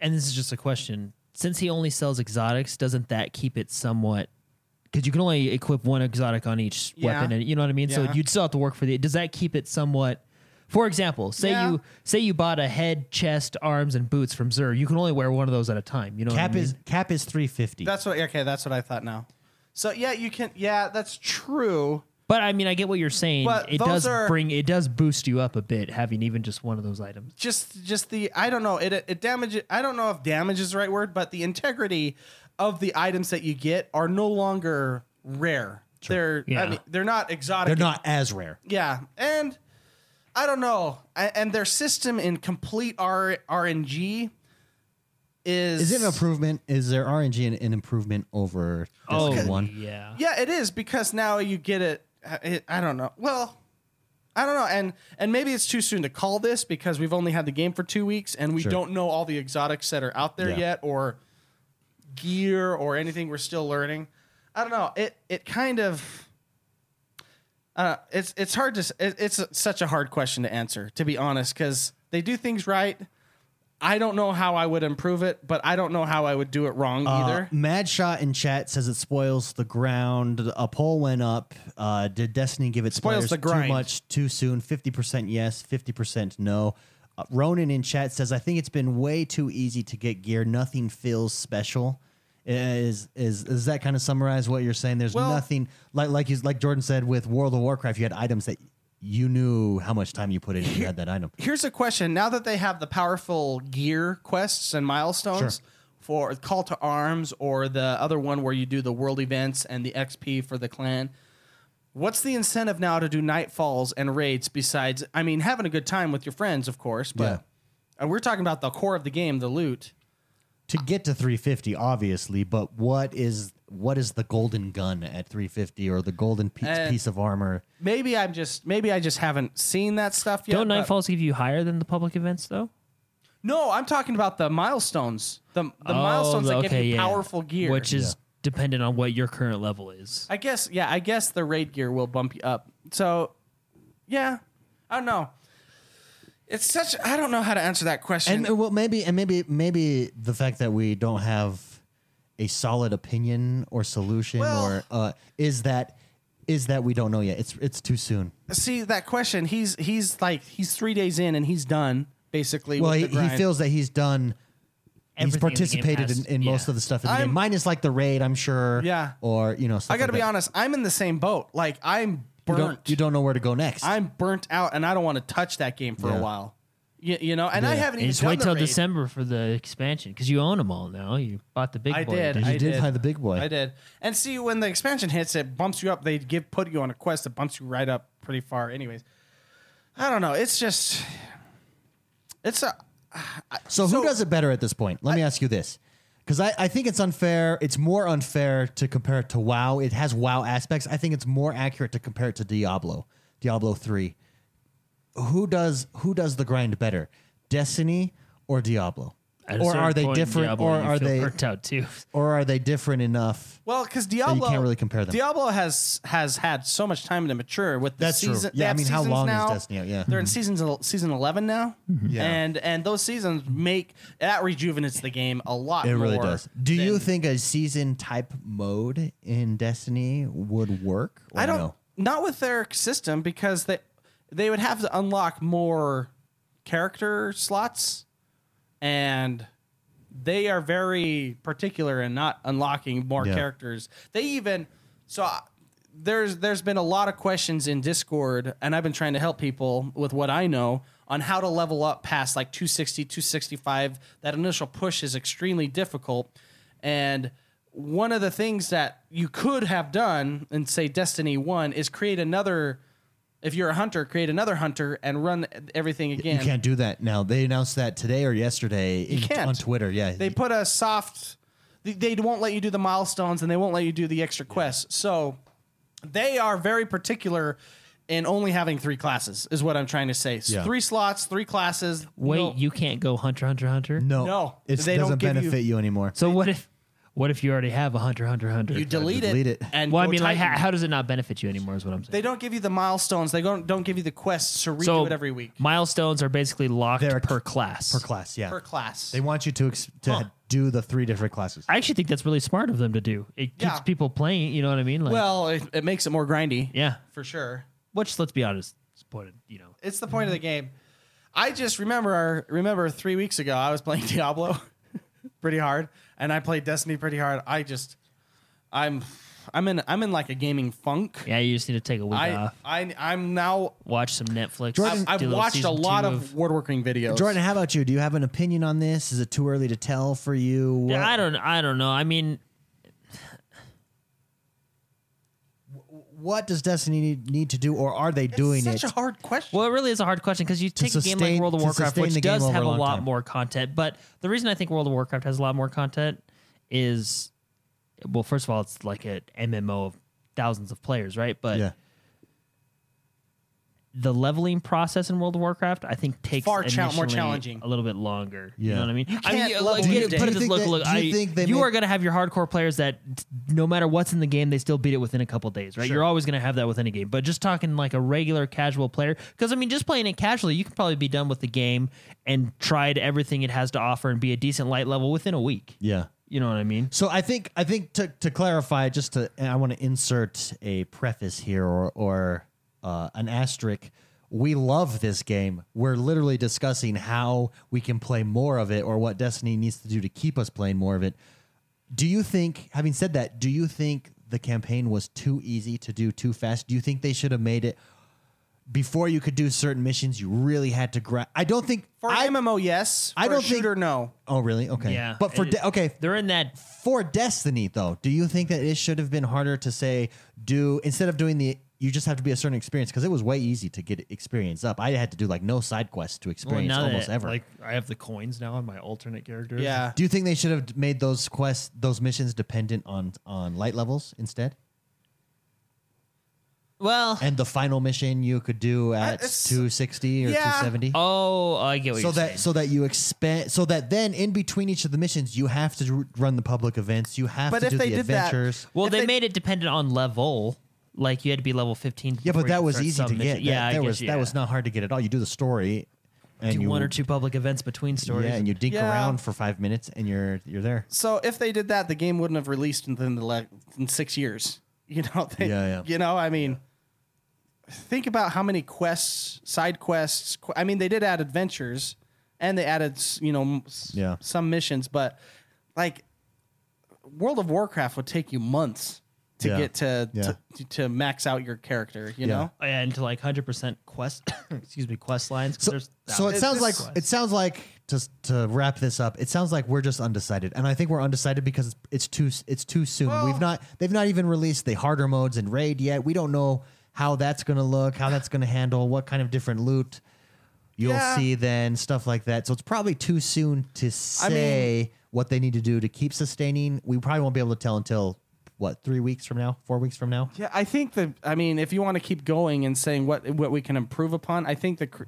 Speaker 3: and this is just a question, since he only sells exotics, doesn't that keep it somewhat? Because you can only equip one exotic on each
Speaker 4: Yeah.
Speaker 3: weapon, and you know what I mean. So
Speaker 4: Yeah.
Speaker 3: you'd still have to work for the. Does that keep it somewhat? For example, say
Speaker 4: Yeah.
Speaker 3: you say you bought a head, chest, arms, and boots from Zur. You can only wear one of those at a time. You know,
Speaker 1: Cap
Speaker 3: what I mean?
Speaker 1: is cap is 350.
Speaker 4: That's what. Okay, that's what I thought. Now, so yeah, you can. Yeah, that's true.
Speaker 3: But I mean, I get what you're saying.
Speaker 4: But
Speaker 3: It
Speaker 4: those
Speaker 3: does
Speaker 4: are-
Speaker 3: bring it does boost you up a bit having even just one of those items.
Speaker 4: just just the I don't know it it damages I don't know if damage is the right word, but the integrity of the items that you get are no longer rare. They're I
Speaker 3: Yeah.
Speaker 4: mean, they're not exotic.
Speaker 1: They're not as rare.
Speaker 4: Yeah, and I don't know. A- And their system in complete R RNG is
Speaker 1: Is it an improvement? Is there RNG an, an improvement over
Speaker 3: Oh,
Speaker 1: Destiny 1?
Speaker 3: yeah.
Speaker 4: Yeah, it is because now you get it. I- It, I don't know. Well, I don't know, and and maybe it's too soon to call this because we've only had the game for two weeks and we
Speaker 1: Sure.
Speaker 4: don't know all the exotics that are out there
Speaker 1: Yeah.
Speaker 4: yet or gear or anything. We're still learning. I don't know. It it kind of. Uh, it's it's hard to s- it, it's such a hard question to answer to be honest because they do things right. I don't know how I would improve it, but I don't know how I would do it wrong
Speaker 1: Uh,
Speaker 4: either.
Speaker 1: Madshot in chat says it spoils the ground. A poll went up. Uh, did Destiny give its
Speaker 4: Spoils
Speaker 1: players
Speaker 4: the grind.
Speaker 1: too much too soon? 50% yes, 50% no. Uh, Ronan in chat says I think it's been way too easy to get gear. Nothing feels special. Is is is that kind of summarize what you're saying? There's
Speaker 4: Well-
Speaker 1: nothing like like you like Jordan said with World of Warcraft. You had items that you knew how much time you put in. if You had that item.
Speaker 4: here's a question now that they have the powerful gear quests and milestones for call to arms or the other one where you do the world events and the xp for the clan what's the incentive now to do nightfalls and raids besides i mean having a good time with your friends of course but
Speaker 1: Yeah.
Speaker 4: and we're talking about the core of the game the loot
Speaker 1: to get to 350 obviously but what is what is the golden gun at 350 or the golden piece,
Speaker 4: Uh,
Speaker 1: piece of armor
Speaker 4: maybe i'm just maybe i just haven't seen that stuff yet
Speaker 3: Don't
Speaker 4: but-
Speaker 3: nightfalls give you higher than the public events though?
Speaker 4: no i'm talking about the milestones the, the
Speaker 3: Oh,
Speaker 4: milestones that give
Speaker 3: okay,
Speaker 4: you
Speaker 3: yeah.
Speaker 4: powerful gear
Speaker 3: which is dependent on what your current level is.
Speaker 4: I guess, yeah, I guess the raid gear will bump you up. So, yeah, I don't know. It's such, I don't know how to answer that question.
Speaker 1: and uh, well maybe and maybe maybe the fact that we don't have a solid opinion or solution
Speaker 4: Well-
Speaker 1: or uh, is that is that we don't know yet it's it's too soon
Speaker 4: See, that question, he's, he's like, he's three days in and he's done, basically.
Speaker 1: well
Speaker 4: with
Speaker 1: he,
Speaker 4: the
Speaker 1: he
Speaker 4: grind.
Speaker 1: feels that he's done
Speaker 3: Everything in the game
Speaker 1: he's participated in,
Speaker 3: has-
Speaker 1: in, most
Speaker 3: yeah.
Speaker 1: of the stuff in the
Speaker 4: I'm-
Speaker 1: game minus like the raid i'm sure
Speaker 4: Yeah.
Speaker 1: or you know stuff
Speaker 4: I gotta
Speaker 1: like
Speaker 4: be
Speaker 1: that.
Speaker 4: honest, I'm in the same boat. Like, I'm
Speaker 1: you
Speaker 4: burnt.
Speaker 1: don't, you don't know where to go next
Speaker 4: I'm burnt out and I don't want to touch that game for
Speaker 1: Yeah.
Speaker 4: a while. You, you know, and I
Speaker 1: Yeah.
Speaker 4: haven't
Speaker 3: And
Speaker 4: even
Speaker 3: just
Speaker 4: done
Speaker 3: wait
Speaker 4: the
Speaker 3: till
Speaker 4: raid.
Speaker 3: December for the expansion because you own them all now. You bought the big
Speaker 4: I
Speaker 3: boy.
Speaker 4: did.
Speaker 3: edition.
Speaker 4: I
Speaker 1: you did buy the big boy.
Speaker 4: I did. And see, when the expansion hits, it bumps you up. They give put you on a quest that bumps you right up pretty far. Anyways, I don't know. It's just, it's a.
Speaker 1: So,
Speaker 4: So-
Speaker 1: who does it better at this point? Let me ask you this. Because I, I think it's unfair. It's more unfair to compare it to WoW. It has WoW aspects. I think it's more accurate to compare it to Diablo, Diablo 3. Who does who does the grind better? Destiny or Diablo?
Speaker 3: At a
Speaker 1: Or
Speaker 3: certain
Speaker 1: are they
Speaker 3: point,
Speaker 1: different
Speaker 3: Diablo,
Speaker 1: or
Speaker 3: you
Speaker 1: are
Speaker 3: feel
Speaker 1: they
Speaker 3: burnt out too?
Speaker 1: or are they different enough?
Speaker 4: Well, because Diablo
Speaker 1: can't really compare them.
Speaker 4: Diablo has has had so much time to mature with the
Speaker 1: That's true.
Speaker 4: season. they
Speaker 1: Yeah, I
Speaker 4: have
Speaker 1: mean, how
Speaker 4: seasons
Speaker 1: long is
Speaker 4: now.
Speaker 1: Destiny out? Yeah. Mm-hmm.
Speaker 4: they're in seasons season eleven now,
Speaker 1: Yeah.
Speaker 4: and and those seasons make that rejuvenates the game a lot.
Speaker 1: It really
Speaker 4: more
Speaker 1: does. Do you
Speaker 4: than-
Speaker 1: think a season type mode in Destiny would work? Or
Speaker 4: I don't
Speaker 1: no?
Speaker 4: not with their system because they they would have to unlock more character slots and they are very particular in not unlocking more
Speaker 1: Yeah.
Speaker 4: characters. They even so I- there's there's been a lot of questions in Discord and I've been trying to help people with what I know on how to level up past like 260 265 that initial push is extremely difficult and one of the things that you could have done in say Destiny 1 is create another if you're a hunter create another hunter and run everything again
Speaker 1: You can't do that now. They announced that today or yesterday in-
Speaker 4: can't.
Speaker 1: on Twitter. Yeah.
Speaker 4: they put a soft they, they won't let you do the milestones and they won't let you do the extra quests so they are very particular in only having three classes is what i'm trying to say So
Speaker 1: Yeah.
Speaker 4: three slots three classes
Speaker 3: Wait,
Speaker 4: no-
Speaker 3: you can't go hunter, hunter, hunter.
Speaker 1: no.
Speaker 4: No,
Speaker 1: It
Speaker 4: they
Speaker 1: doesn't
Speaker 4: don't give you-
Speaker 1: benefit you, anymore.
Speaker 3: So what if, what if you already have a hunter, hunter, hunter?
Speaker 4: you delete,
Speaker 1: delete
Speaker 4: it,
Speaker 1: it.
Speaker 4: and
Speaker 3: well, I
Speaker 4: go
Speaker 3: mean, like,
Speaker 4: Titan.
Speaker 3: how, how does it not benefit you anymore? Is what I'm saying.
Speaker 4: they don't give you the milestones they don't don't give you the quests to redo
Speaker 3: so
Speaker 4: it every week
Speaker 3: Milestones are basically locked
Speaker 1: They're-
Speaker 3: per class.
Speaker 1: Per class. Yeah.
Speaker 4: per class
Speaker 1: They want you to ex- to do the three different classes.
Speaker 3: I actually think that's really smart of them to do. It keeps
Speaker 4: Yeah.
Speaker 3: people playing. You know what I mean? Like,
Speaker 4: well it, it makes it more grindy
Speaker 3: yeah.
Speaker 4: for sure
Speaker 3: Which, let's be honest, is pointed. You know,
Speaker 4: It's the point of the
Speaker 1: Mm-hmm.
Speaker 4: game. I just remember our, remember three weeks ago I was playing Diablo pretty hard, and I played Destiny pretty hard. I just I'm I'm in I'm in like a gaming funk.
Speaker 3: yeah, you just need to take a week
Speaker 4: I,
Speaker 3: off,
Speaker 4: I I'm now
Speaker 3: watch some Netflix.
Speaker 4: I've, I've
Speaker 3: do little
Speaker 4: watched a
Speaker 3: season
Speaker 4: lot
Speaker 3: two
Speaker 4: of, woodworking videos.
Speaker 1: Jordan, how about you? Do you have an opinion on this? Is it too early to tell for you? What-
Speaker 3: Yeah, I don't. I don't know. I mean,
Speaker 1: What does Destiny need, need to do, or are they doing it?
Speaker 4: such a hard question.
Speaker 3: Well, it really is a hard question because you take a game like
Speaker 1: sustain-
Speaker 3: World of
Speaker 1: to
Speaker 3: Warcraft,
Speaker 1: sustain
Speaker 3: which
Speaker 1: the game
Speaker 3: does
Speaker 1: over
Speaker 3: have
Speaker 1: a
Speaker 3: a
Speaker 1: long
Speaker 3: lot
Speaker 1: time.
Speaker 3: more content. But the reason I think World of Warcraft has a lot more content is, well, first of all, it's like an MMO of thousands of players, right? But
Speaker 1: yeah.
Speaker 3: the leveling process in World of Warcraft, I think, takes
Speaker 4: Far cha- more
Speaker 3: initially
Speaker 4: challenging.
Speaker 3: a little bit longer. You
Speaker 1: Yeah.
Speaker 3: know what I mean? I
Speaker 4: can't
Speaker 3: mean,
Speaker 4: level
Speaker 3: like,
Speaker 4: in a
Speaker 3: you-
Speaker 4: day.
Speaker 3: put
Speaker 1: Do you
Speaker 3: it this
Speaker 1: think
Speaker 3: look,
Speaker 1: that-
Speaker 3: look,
Speaker 1: do you
Speaker 3: I-
Speaker 1: think they
Speaker 3: you
Speaker 1: make-
Speaker 3: are going to have your hardcore players that t- no matter what's in the game, they still beat it within a couple days, right? You're always going to have that with any game. But just talking like a regular casual player, because I mean, just playing it casually, you can probably be done with the game and tried everything it has to offer and be a decent light level within a week.
Speaker 1: Yeah.
Speaker 3: You know what I mean?
Speaker 1: So I think I think to to clarify, just to and I want to insert a preface here or or uh, an asterisk. We love this game. We're literally discussing how we can play more of it or what Destiny needs to do to keep us playing more of it. Do you think, having said that, do you think the campaign was too easy to do too fast? Do you think they should have made it before you could do certain missions? You really had to grab. I don't think.
Speaker 4: for
Speaker 1: I,
Speaker 4: MMO, yes.
Speaker 1: I
Speaker 4: For a
Speaker 1: don't think-
Speaker 4: shooter, no.
Speaker 1: oh, really? Okay.
Speaker 3: Yeah.
Speaker 1: But for
Speaker 3: It-
Speaker 1: de- okay,
Speaker 3: They're in that.
Speaker 1: for Destiny, though, do you think that it should have been harder to say do instead of doing the you just have to be a certain experience because it was way easy to get experience up. I had to do like no side quests to
Speaker 3: Well,
Speaker 1: experience
Speaker 3: now
Speaker 1: almost
Speaker 3: that,
Speaker 1: ever.
Speaker 3: Like I have the coins now on my alternate character.
Speaker 4: Yeah.
Speaker 1: do you think they should have made those quests, those missions, dependent on on light levels instead?
Speaker 3: Well.
Speaker 1: And the final mission you could do at
Speaker 4: it's-
Speaker 1: two sixty or
Speaker 4: yeah.
Speaker 1: two seventy.
Speaker 3: Oh, I get what
Speaker 1: so
Speaker 3: you're
Speaker 1: that
Speaker 3: saying.
Speaker 1: so that you expand so that then in between each of the missions you have to r- run the public events you have
Speaker 4: But
Speaker 1: to
Speaker 4: if
Speaker 1: do
Speaker 4: they
Speaker 1: the
Speaker 4: did that-
Speaker 1: adventures
Speaker 3: Well,
Speaker 4: If
Speaker 3: they,
Speaker 4: they-
Speaker 3: made it dependent on level. Like you had to be level fifteen.
Speaker 1: Yeah,
Speaker 3: before
Speaker 1: but
Speaker 3: you
Speaker 1: that
Speaker 3: could
Speaker 1: was
Speaker 3: start
Speaker 1: easy to
Speaker 3: submission.
Speaker 1: get.
Speaker 3: Yeah,
Speaker 1: that,
Speaker 3: I
Speaker 1: that
Speaker 3: guess,
Speaker 1: was
Speaker 3: yeah.
Speaker 1: that was not hard to get at all. You do the story, and
Speaker 3: Do
Speaker 1: you
Speaker 3: one or two public events between stories.
Speaker 1: Yeah, and you dink
Speaker 4: Yeah.
Speaker 1: around for five minutes, and you're you're there.
Speaker 4: So if they did that, the game wouldn't have released within the le- in six years. You know, they,
Speaker 1: Yeah, yeah.
Speaker 4: You know, I mean, think about how many quests, side quests. Qu- I mean, they did add adventures, and they added s- you know m- s-
Speaker 1: Yeah.
Speaker 4: some missions, but like World of Warcraft would take you months to
Speaker 1: Yeah.
Speaker 4: get to,
Speaker 1: Yeah.
Speaker 4: to to max out your character.
Speaker 1: Yeah.
Speaker 4: You know,
Speaker 3: Oh, yeah, and to like hundred percent quest. excuse me, quest lines. 'cause
Speaker 1: So,
Speaker 3: there's
Speaker 1: so it
Speaker 3: thousands.
Speaker 1: sounds like
Speaker 4: this-
Speaker 1: it sounds like just to wrap this up. It sounds like we're just undecided, and I think we're undecided because it's, it's too it's too soon. We've not they've not even released the harder modes and raid yet. We don't know how that's going to look, how that's going to handle, what kind of different loot. you'll
Speaker 4: Yeah.
Speaker 1: see then stuff like that. So it's probably too soon to say what they need to do to keep sustaining. We probably won't be able to tell until what three weeks from now, four weeks from now.
Speaker 4: Yeah, I think that. I mean, if you want to keep going and saying what what we can improve upon, I think the. cr-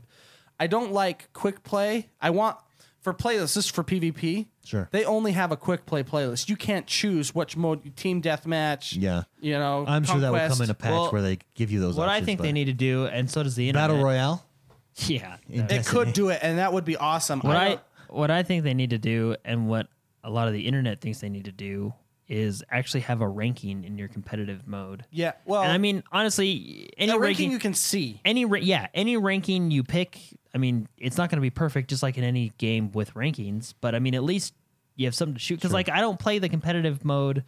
Speaker 4: I don't like quick play. I want for playlists. This is for PvP.
Speaker 1: Sure.
Speaker 4: They only have a quick play playlist. You can't choose which mode. Team deathmatch.
Speaker 1: Yeah.
Speaker 4: You know.
Speaker 1: I'm sure that will
Speaker 4: conquest.
Speaker 1: come in a patch
Speaker 3: Well,
Speaker 1: where they give you those.
Speaker 3: What I
Speaker 1: options,
Speaker 3: think
Speaker 1: but-
Speaker 3: they need to do, and so does the internet.
Speaker 1: battle royale.
Speaker 3: Yeah.
Speaker 4: It could do it, and that would be awesome.
Speaker 3: What I
Speaker 4: don't-
Speaker 3: what I think they need to do, and what a lot of the internet thinks they need to do, is actually have a ranking in your competitive mode.
Speaker 4: Yeah, well-
Speaker 3: and I mean, honestly, any
Speaker 4: a ranking,
Speaker 3: ranking,
Speaker 4: you can see.
Speaker 3: any ra- yeah, any ranking you pick, I mean, it's not going to be perfect, just like in any game with rankings. But I mean, at least you have something to shoot. Because like, I don't play the competitive mode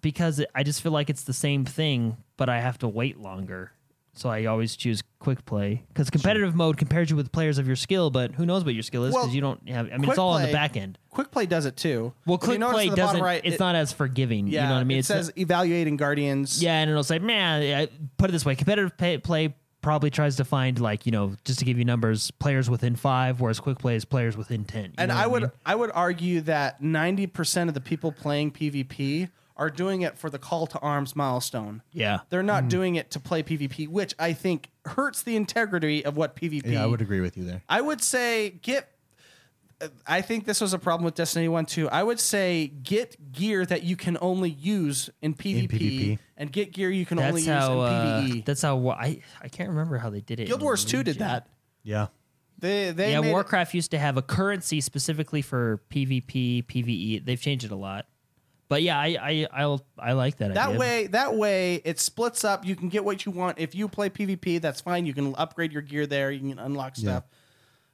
Speaker 3: because I just feel like it's the same thing, but I have to wait longer. So I always choose quick play because competitive mode compares you with players of your skill, but who knows what your skill is because
Speaker 4: Well,
Speaker 3: you don't have. I mean,
Speaker 4: Quick
Speaker 3: it's all on
Speaker 4: play-
Speaker 3: the back end.
Speaker 4: Quick play does it too.
Speaker 3: Well,
Speaker 4: If you
Speaker 3: quick
Speaker 4: notice
Speaker 3: play
Speaker 4: at the bottom
Speaker 3: doesn't.
Speaker 4: right,
Speaker 3: it's
Speaker 4: it-
Speaker 3: not as forgiving.
Speaker 4: Yeah,
Speaker 3: you know what I mean?
Speaker 4: It
Speaker 3: It's-
Speaker 4: says evaluating guardians.
Speaker 3: yeah, and it'll say, man, I- put it this way: competitive pay, play probably tries to find like you know, just to give you numbers, players within five, whereas quick play is players within ten. You
Speaker 4: and
Speaker 3: know what
Speaker 4: I would
Speaker 3: mean?
Speaker 4: I would argue that ninety percent of the people playing PvP are doing it for the call to arms milestone.
Speaker 3: Yeah. Mm-hmm.
Speaker 4: they're not doing it to play PvP, which I think hurts the integrity of what PvP.
Speaker 1: Yeah, I would agree with you there.
Speaker 4: I would say get. uh, I think this was a problem with Destiny One too. I would say get gear that you can only use in PvP,
Speaker 1: PvP.
Speaker 4: and get gear you can only
Speaker 3: that's
Speaker 4: use
Speaker 3: how. Uh,
Speaker 4: in PVE.
Speaker 3: that's how. wa- I I can't remember how they did it.
Speaker 4: E. Guild
Speaker 3: in
Speaker 4: Wars Two did
Speaker 3: Legion.
Speaker 4: that.
Speaker 1: Yeah.
Speaker 4: They they
Speaker 3: yeah,
Speaker 4: made it-
Speaker 3: Warcraft used to have a currency specifically for PvP, PvE. E. They've changed it a lot, but yeah, I I I'll, I like that.
Speaker 4: That
Speaker 3: idea.
Speaker 4: way, that way, it splits up. You can get what you want. If you play PvP, that's fine. You can upgrade your gear there. You can unlock stuff.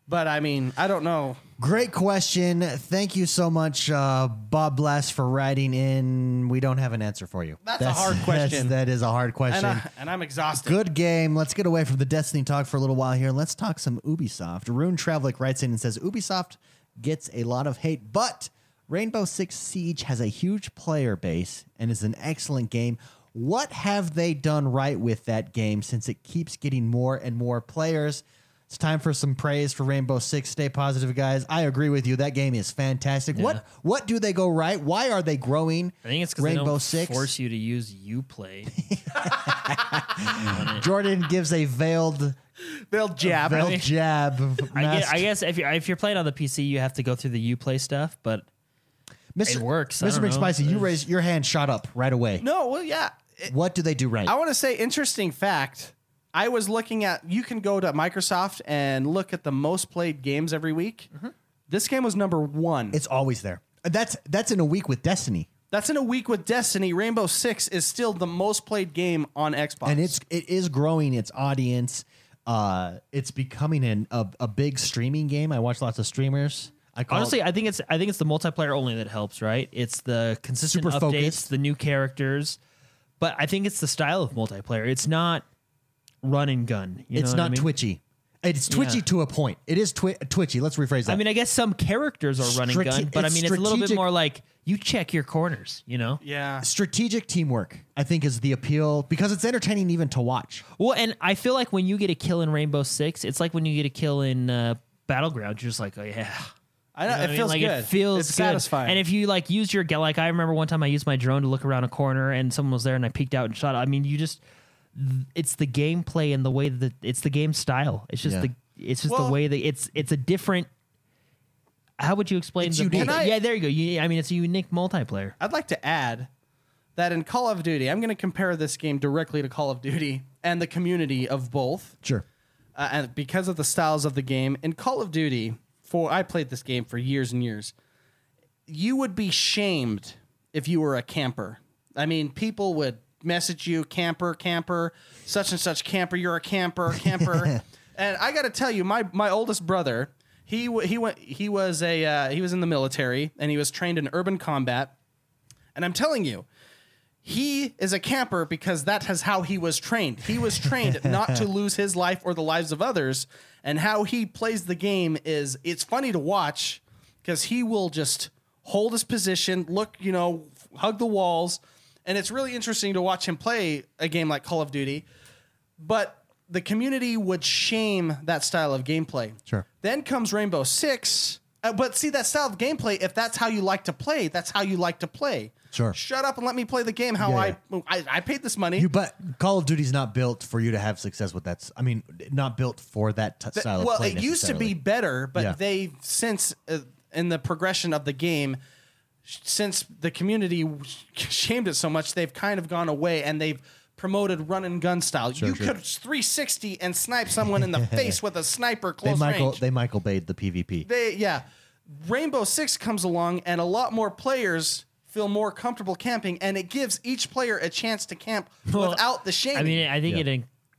Speaker 4: But I mean, I don't know.
Speaker 1: Great question. Thank you so much, uh, Bob Blast, for writing in. We don't have an answer for you.
Speaker 4: That's a hard question.
Speaker 1: That is a hard
Speaker 4: And,
Speaker 1: question.
Speaker 4: I, and I'm exhausted.
Speaker 1: Good game. Let's get away from the Destiny talk for a little while here. Let's talk some Ubisoft. Rune Travelic writes in and says Ubisoft gets a lot of hate, but Rainbow Six Siege has a huge player base and is an excellent game. What have they done right with that game since it keeps getting more and more players? It's time for some praise for Rainbow Six. Stay positive, guys. I agree with you. That game is fantastic. What what do they go right? Why are they growing?
Speaker 3: I think it's because
Speaker 1: Rainbow
Speaker 3: they don't
Speaker 1: Six.
Speaker 3: force you to use UPlay.
Speaker 1: Jordan gives a veiled
Speaker 4: They'll jab.
Speaker 1: veiled jab.
Speaker 3: I guess,
Speaker 1: masked
Speaker 3: I guess if you if you're playing on the PC, you have to go through the UPlay stuff, but
Speaker 1: Mr.
Speaker 3: It works. I
Speaker 1: Mr.
Speaker 3: don't know.
Speaker 1: McSpicy, you raised your hand shot up right away.
Speaker 4: No, well, yeah. It-
Speaker 1: What do they do right?
Speaker 4: I want to say interesting fact. I was looking at. You can go to Microsoft and look at the most played games every week.
Speaker 3: Mm-hmm.
Speaker 4: This game was number one.
Speaker 1: it's always there. That's that's in a week with Destiny,
Speaker 4: that's in a week with Destiny. Rainbow Six is still the most played game on Xbox.
Speaker 1: and it's it is growing its audience. Uh, it's becoming an, a a big streaming game. I watch lots of streamers. I call
Speaker 3: honestly, I think it's I think it's the multiplayer only that helps, right? It's the consistent
Speaker 1: Super
Speaker 3: updates,
Speaker 1: focused.
Speaker 3: the new characters, but I think it's the style of multiplayer. It's not run and gun. you know
Speaker 1: it's
Speaker 3: what
Speaker 1: not
Speaker 3: I mean?
Speaker 1: twitchy. It's twitchy
Speaker 3: Yeah.
Speaker 1: to a point. It is twi- twitchy. Let's rephrase that.
Speaker 3: I mean, I guess some characters are run and
Speaker 1: Strate-
Speaker 3: gun, but I
Speaker 1: it's
Speaker 3: mean, it's a little bit
Speaker 1: strategic-
Speaker 3: more like you check your corners. You know,
Speaker 4: yeah.
Speaker 1: strategic teamwork. I think is the appeal because it's entertaining even to watch.
Speaker 3: Well, and I feel like when you get a kill in Rainbow Six, it's like when you get a kill in uh, Battleground. You're just like, oh yeah.
Speaker 4: I know,
Speaker 3: You know what
Speaker 4: it
Speaker 3: I mean?
Speaker 4: feels
Speaker 3: like
Speaker 4: good.
Speaker 3: It feels
Speaker 4: it's
Speaker 3: good.
Speaker 4: satisfying.
Speaker 3: And if you like use your like, I remember one time I used my drone to look around a corner and someone was there and I peeked out and shot. I mean, you just, it's the gameplay and the way that it's the game style. It's just
Speaker 1: Yeah.
Speaker 3: the it's just
Speaker 4: Well-
Speaker 3: the way that it's it's a different. How would you explain?
Speaker 1: It's
Speaker 3: the
Speaker 1: unique.
Speaker 3: multi-
Speaker 4: Can I-
Speaker 3: yeah, there you go. You, I mean, it's a unique multiplayer.
Speaker 4: I'd like to add that in Call of Duty, I'm going to compare this game directly to Call of Duty and the community of both,
Speaker 1: Sure.
Speaker 4: uh, and because of the styles of the game. In Call of Duty, for I played this game for years and years, you would be shamed if you were a camper. I mean, people would message you, camper, camper, such and such camper. You're a camper, camper. and I got to tell you, my my oldest brother, he w- he went he was a uh, he was in the military and he was trained in urban combat. And I'm telling you, he is a camper because that is how he was trained. He was trained not to lose his life or the lives of others. And how he plays the game is it's funny to watch because he will just hold his position, look, you know, hug the walls. And it's really interesting to watch him play a game like Call of Duty. But the community would shame that style of gameplay.
Speaker 1: Sure.
Speaker 4: Then comes Rainbow Six. Uh, but see, that style of gameplay, if that's how you like to play, that's how you like to play.
Speaker 1: Sure.
Speaker 4: Shut up and let me play the game how
Speaker 1: Yeah,
Speaker 4: I, I I paid this money.
Speaker 1: You but Call of Duty's not built for you to have success with that. s- I mean, not built for that t-
Speaker 4: Th-
Speaker 1: style of
Speaker 4: well,
Speaker 1: play.
Speaker 4: it used to
Speaker 1: necessarily.
Speaker 4: be better, but
Speaker 1: Yeah.
Speaker 4: they've since uh, in the progression of the game, sh- since the community w- shamed it so much, they've kind of gone away and they've promoted run and gun style. you
Speaker 1: sure.
Speaker 4: could 360 and snipe someone in the face with a sniper
Speaker 1: They
Speaker 4: close
Speaker 1: Michael
Speaker 4: range.
Speaker 1: they Michael Bayed the PvP.
Speaker 4: They yeah. Rainbow Six comes along and a lot more players feel more comfortable camping and it gives each player a chance to camp
Speaker 3: Well,
Speaker 4: without the shaming.
Speaker 3: I mean, I think
Speaker 1: Yeah.
Speaker 3: it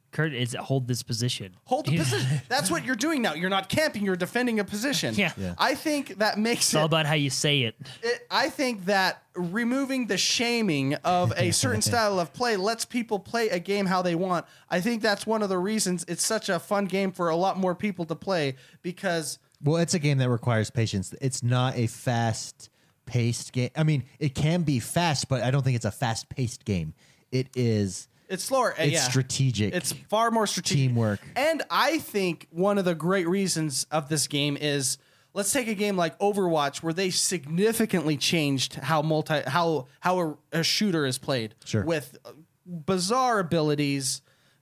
Speaker 3: encouraged is hold this position.
Speaker 4: Hold the position. That's what you're doing now. You're not camping. You're defending a position.
Speaker 3: Yeah. Yeah.
Speaker 4: I think that makes
Speaker 3: It's all
Speaker 4: it,
Speaker 3: about how you say it.
Speaker 4: it- I think that removing the shaming of a certain style of play lets people play a game how they want. I think that's one of the reasons it's such a fun game for a lot more people to play because
Speaker 1: Well, it's a game that requires patience. It's not a fast paced game. I mean, it can be fast, but I don't think it's a fast paced game. It is
Speaker 4: it's slower. and
Speaker 1: it's
Speaker 4: yeah.
Speaker 1: strategic.
Speaker 4: It's far more strategic.
Speaker 1: Teamwork.
Speaker 4: And I think one of the great reasons of this game is let's take a game like Overwatch where they significantly changed how multi how how a, a shooter is played
Speaker 1: Sure.
Speaker 4: with uh, bizarre abilities,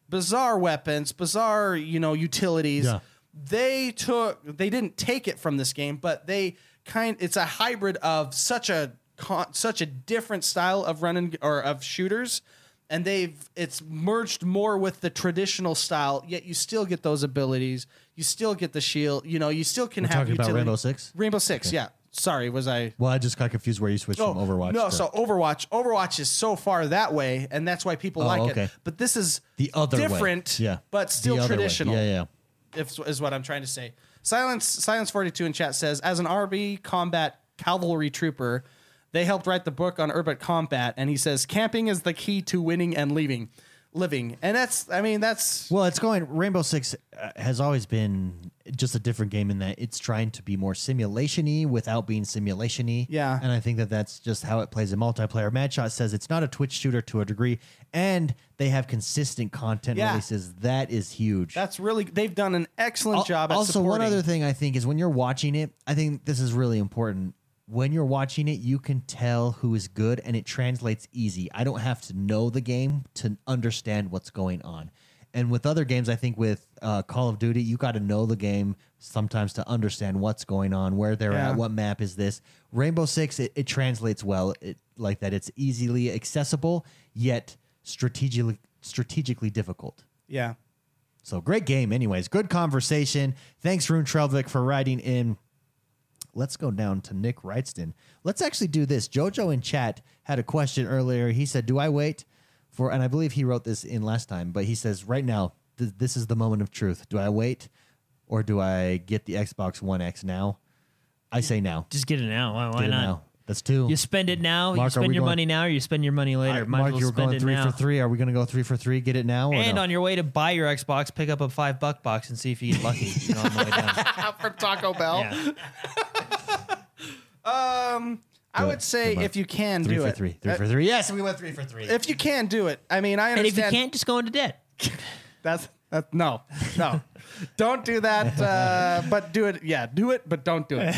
Speaker 4: bizarre weapons, bizarre, you know, utilities.
Speaker 1: Yeah.
Speaker 4: They took they didn't take it from this game, but they kind it's a hybrid of such a con, such a different style of running or of shooters and they've it's merged more with the traditional style yet you still get those abilities you still get the shield you know you still can have
Speaker 1: talking about
Speaker 4: utility.
Speaker 1: Rainbow Six?
Speaker 4: rainbow six yeah sorry was i
Speaker 1: well, I just got confused where you switched
Speaker 4: Oh,
Speaker 1: from Overwatch.
Speaker 4: no
Speaker 1: to
Speaker 4: so overwatch overwatch is so far that way and that's why people like
Speaker 1: Oh, okay.
Speaker 4: it but this is
Speaker 1: the other way.
Speaker 4: different
Speaker 1: Yeah.
Speaker 4: but still
Speaker 1: The other way.
Speaker 4: traditional
Speaker 1: Yeah, yeah.
Speaker 4: if, is what I'm trying to say. Silence Silence 42 in chat says, as an RB combat cavalry trooper, they helped write the book on urban combat, and he says camping is the key to winning and leaving, living, and that's I mean that's
Speaker 1: Well, it's going. Rainbow Six uh, has always been just a different game in that it's trying to be more simulation-y without being simulation-y.
Speaker 4: Yeah.
Speaker 1: and I think that that's just how it plays in multiplayer. Madshot says it's not a Twitch shooter to a degree, and they have consistent content
Speaker 4: Yeah.
Speaker 1: releases. That is huge.
Speaker 4: that's really they've done an excellent
Speaker 1: Al-
Speaker 4: job. At
Speaker 1: also, one
Speaker 4: supporting.
Speaker 1: other thing I think is when you're watching it, I think this is really important. When you're watching it, you can tell who is good and it translates easy. I don't have to know the game to understand what's going on. And with other games, I think with uh, Call of Duty, you got to know the game sometimes to understand what's going on, where they're
Speaker 4: Yeah.
Speaker 1: at, what map is this. Rainbow Six, it, it translates well it, like that. It's easily accessible, yet strategically, strategically difficult.
Speaker 4: yeah.
Speaker 1: So great game, anyways. Good conversation. Thanks, Rune Trelvik, for writing in. Let's go down to Nick Wrightston. Let's actually do this. Jojo in chat had a question earlier. He said, Do I wait for, and I believe he wrote this in last time, but he says, Right now, th- this is the moment of truth. Do I wait or do I get the Xbox One X now? I say now.
Speaker 3: Just get it now. Why, why
Speaker 1: Get it
Speaker 3: not?
Speaker 1: now. That's two.
Speaker 3: You spend it now.
Speaker 1: Mark, are
Speaker 3: you spend
Speaker 1: we
Speaker 3: your
Speaker 1: going-
Speaker 3: money now, or you spend your money later.
Speaker 1: All right,
Speaker 3: Might as
Speaker 1: Mark,
Speaker 3: well
Speaker 1: you were
Speaker 3: spend
Speaker 1: going
Speaker 3: it
Speaker 1: three
Speaker 3: now.
Speaker 1: for three. Are we going to go three for three? Get it now? Or
Speaker 3: And
Speaker 1: Oh, no?
Speaker 3: on your way to buy your Xbox, pick up a five buck box and see if you get lucky. You know, on the way down.
Speaker 4: From Taco
Speaker 1: Oh,
Speaker 4: Bell,
Speaker 3: Yeah.
Speaker 4: I
Speaker 1: Do
Speaker 4: would
Speaker 1: it.
Speaker 4: say
Speaker 1: Come on.
Speaker 4: if you can
Speaker 1: three
Speaker 4: do
Speaker 1: for
Speaker 4: it,
Speaker 1: three. Three
Speaker 4: Uh,
Speaker 1: for three. Yes, we went three for three.
Speaker 4: if you can do it, I mean I
Speaker 3: And if
Speaker 4: understand.
Speaker 3: you can't, just go into debt.
Speaker 4: That's that. No, no, don't do that. Uh, but do it. Yeah, do it, but don't do it.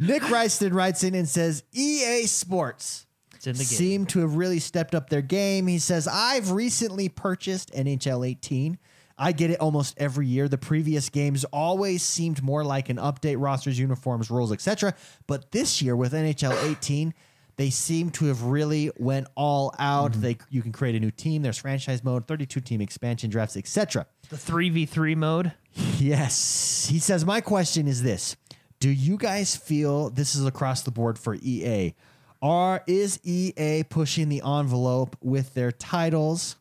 Speaker 1: Nick Ryston writes in and says EA Sports
Speaker 3: It's in the game.
Speaker 1: seem to have really stepped up their game. He says, I've recently purchased NHL 18. I get it almost every year. The previous games always seemed more like an update rosters, uniforms, rules, etc. But this year with NHL 18, they seem to have really went all out.
Speaker 3: Mm-hmm.
Speaker 1: They you can create a new team, there's franchise mode, 32 team expansion drafts, etc.
Speaker 3: the three v three mode.
Speaker 1: Yes. He says, My question is this Do you guys feel this is across the board for EA? Are is EA pushing the envelope with their titles?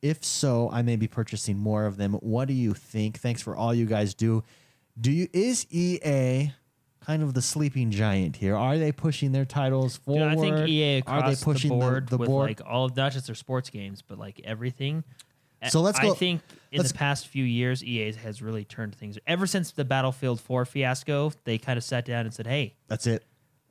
Speaker 1: If so, I may be purchasing more of them. What do you think? Thanks for all you guys do. Do you is EA kind of the sleeping giant here? Are they pushing their titles
Speaker 3: Dude,
Speaker 1: forward?
Speaker 3: I think EA
Speaker 1: Are
Speaker 3: across
Speaker 1: they pushing
Speaker 3: the board
Speaker 1: the
Speaker 3: with
Speaker 1: board?
Speaker 3: like all of not just their sports games, but like everything.
Speaker 1: So let's go-
Speaker 3: I think in
Speaker 1: let's-
Speaker 3: the past few years, EA has really turned things. Ever since the Battlefield 4 fiasco, they kind of sat down and said, "Hey,
Speaker 1: That's it.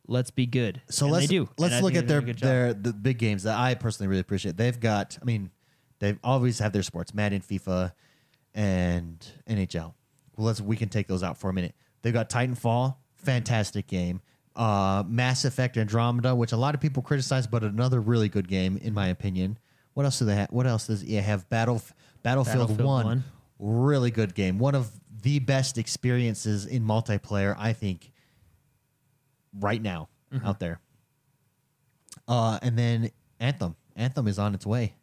Speaker 3: let's be good."
Speaker 1: So
Speaker 3: And
Speaker 1: let's
Speaker 3: they do.
Speaker 1: let's
Speaker 3: And I
Speaker 1: look
Speaker 3: think
Speaker 1: at their
Speaker 3: they're doing a good job.
Speaker 1: their the big games that I personally really appreciate. They've got, I mean, They always have their sports: Madden, FIFA, and NHL. Well, let's we can take those out for a minute. They've got Titanfall, fantastic game. Uh, Mass Effect Andromeda, which a lot of people criticize, but another really good game in my opinion. What else do they have? What else does EA have? Battle Battlefield,
Speaker 3: Battlefield 1.
Speaker 1: One, really good game. One of the best experiences in multiplayer, I think, right now out there. Uh, and then Anthem. Anthem is on its way.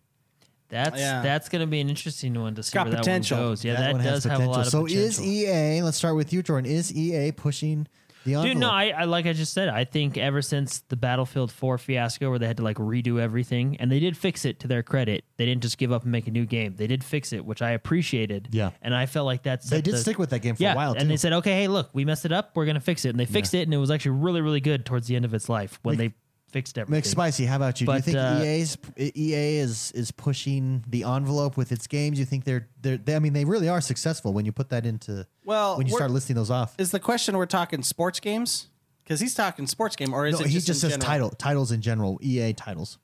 Speaker 3: That's
Speaker 4: Yeah.
Speaker 3: that's going to be an interesting one to see
Speaker 4: got
Speaker 3: where that
Speaker 4: potential.
Speaker 3: one goes. Yeah, that,
Speaker 1: one
Speaker 3: does have a lot of
Speaker 1: so
Speaker 3: potential.
Speaker 1: is EA? Let's start with you, Jordan. Is EA pushing the envelope?
Speaker 3: Dude, no, I, I like I just said, I think ever since the Battlefield 4 fiasco where they had to like redo everything, and they did fix it to their credit. They didn't just give up and make a new game. They did fix it, which I appreciated.
Speaker 1: Yeah.
Speaker 3: And I felt like that's
Speaker 1: they did stick with that game for
Speaker 3: yeah,
Speaker 1: a while
Speaker 3: and
Speaker 1: too.
Speaker 3: they said, okay, hey, look, we messed it up. We're gonna fix it, and they fixed it, and it was actually really, really good towards the end of its life when they fixed everything.
Speaker 1: McSpicy, how about you?
Speaker 3: But,
Speaker 1: Do you think E
Speaker 3: uh,
Speaker 1: EA's EA is is pushing the envelope with its games? You think they're they're they, I mean they really are successful when you put that into
Speaker 4: Well,
Speaker 1: when you
Speaker 4: we're-
Speaker 1: start listing those off.
Speaker 4: Is the question we're talking sports games? Because he's talking sports game, or is
Speaker 1: No,
Speaker 4: it
Speaker 1: he
Speaker 4: just,
Speaker 1: just,
Speaker 4: in
Speaker 1: says
Speaker 4: general?
Speaker 1: title titles in general, EA titles.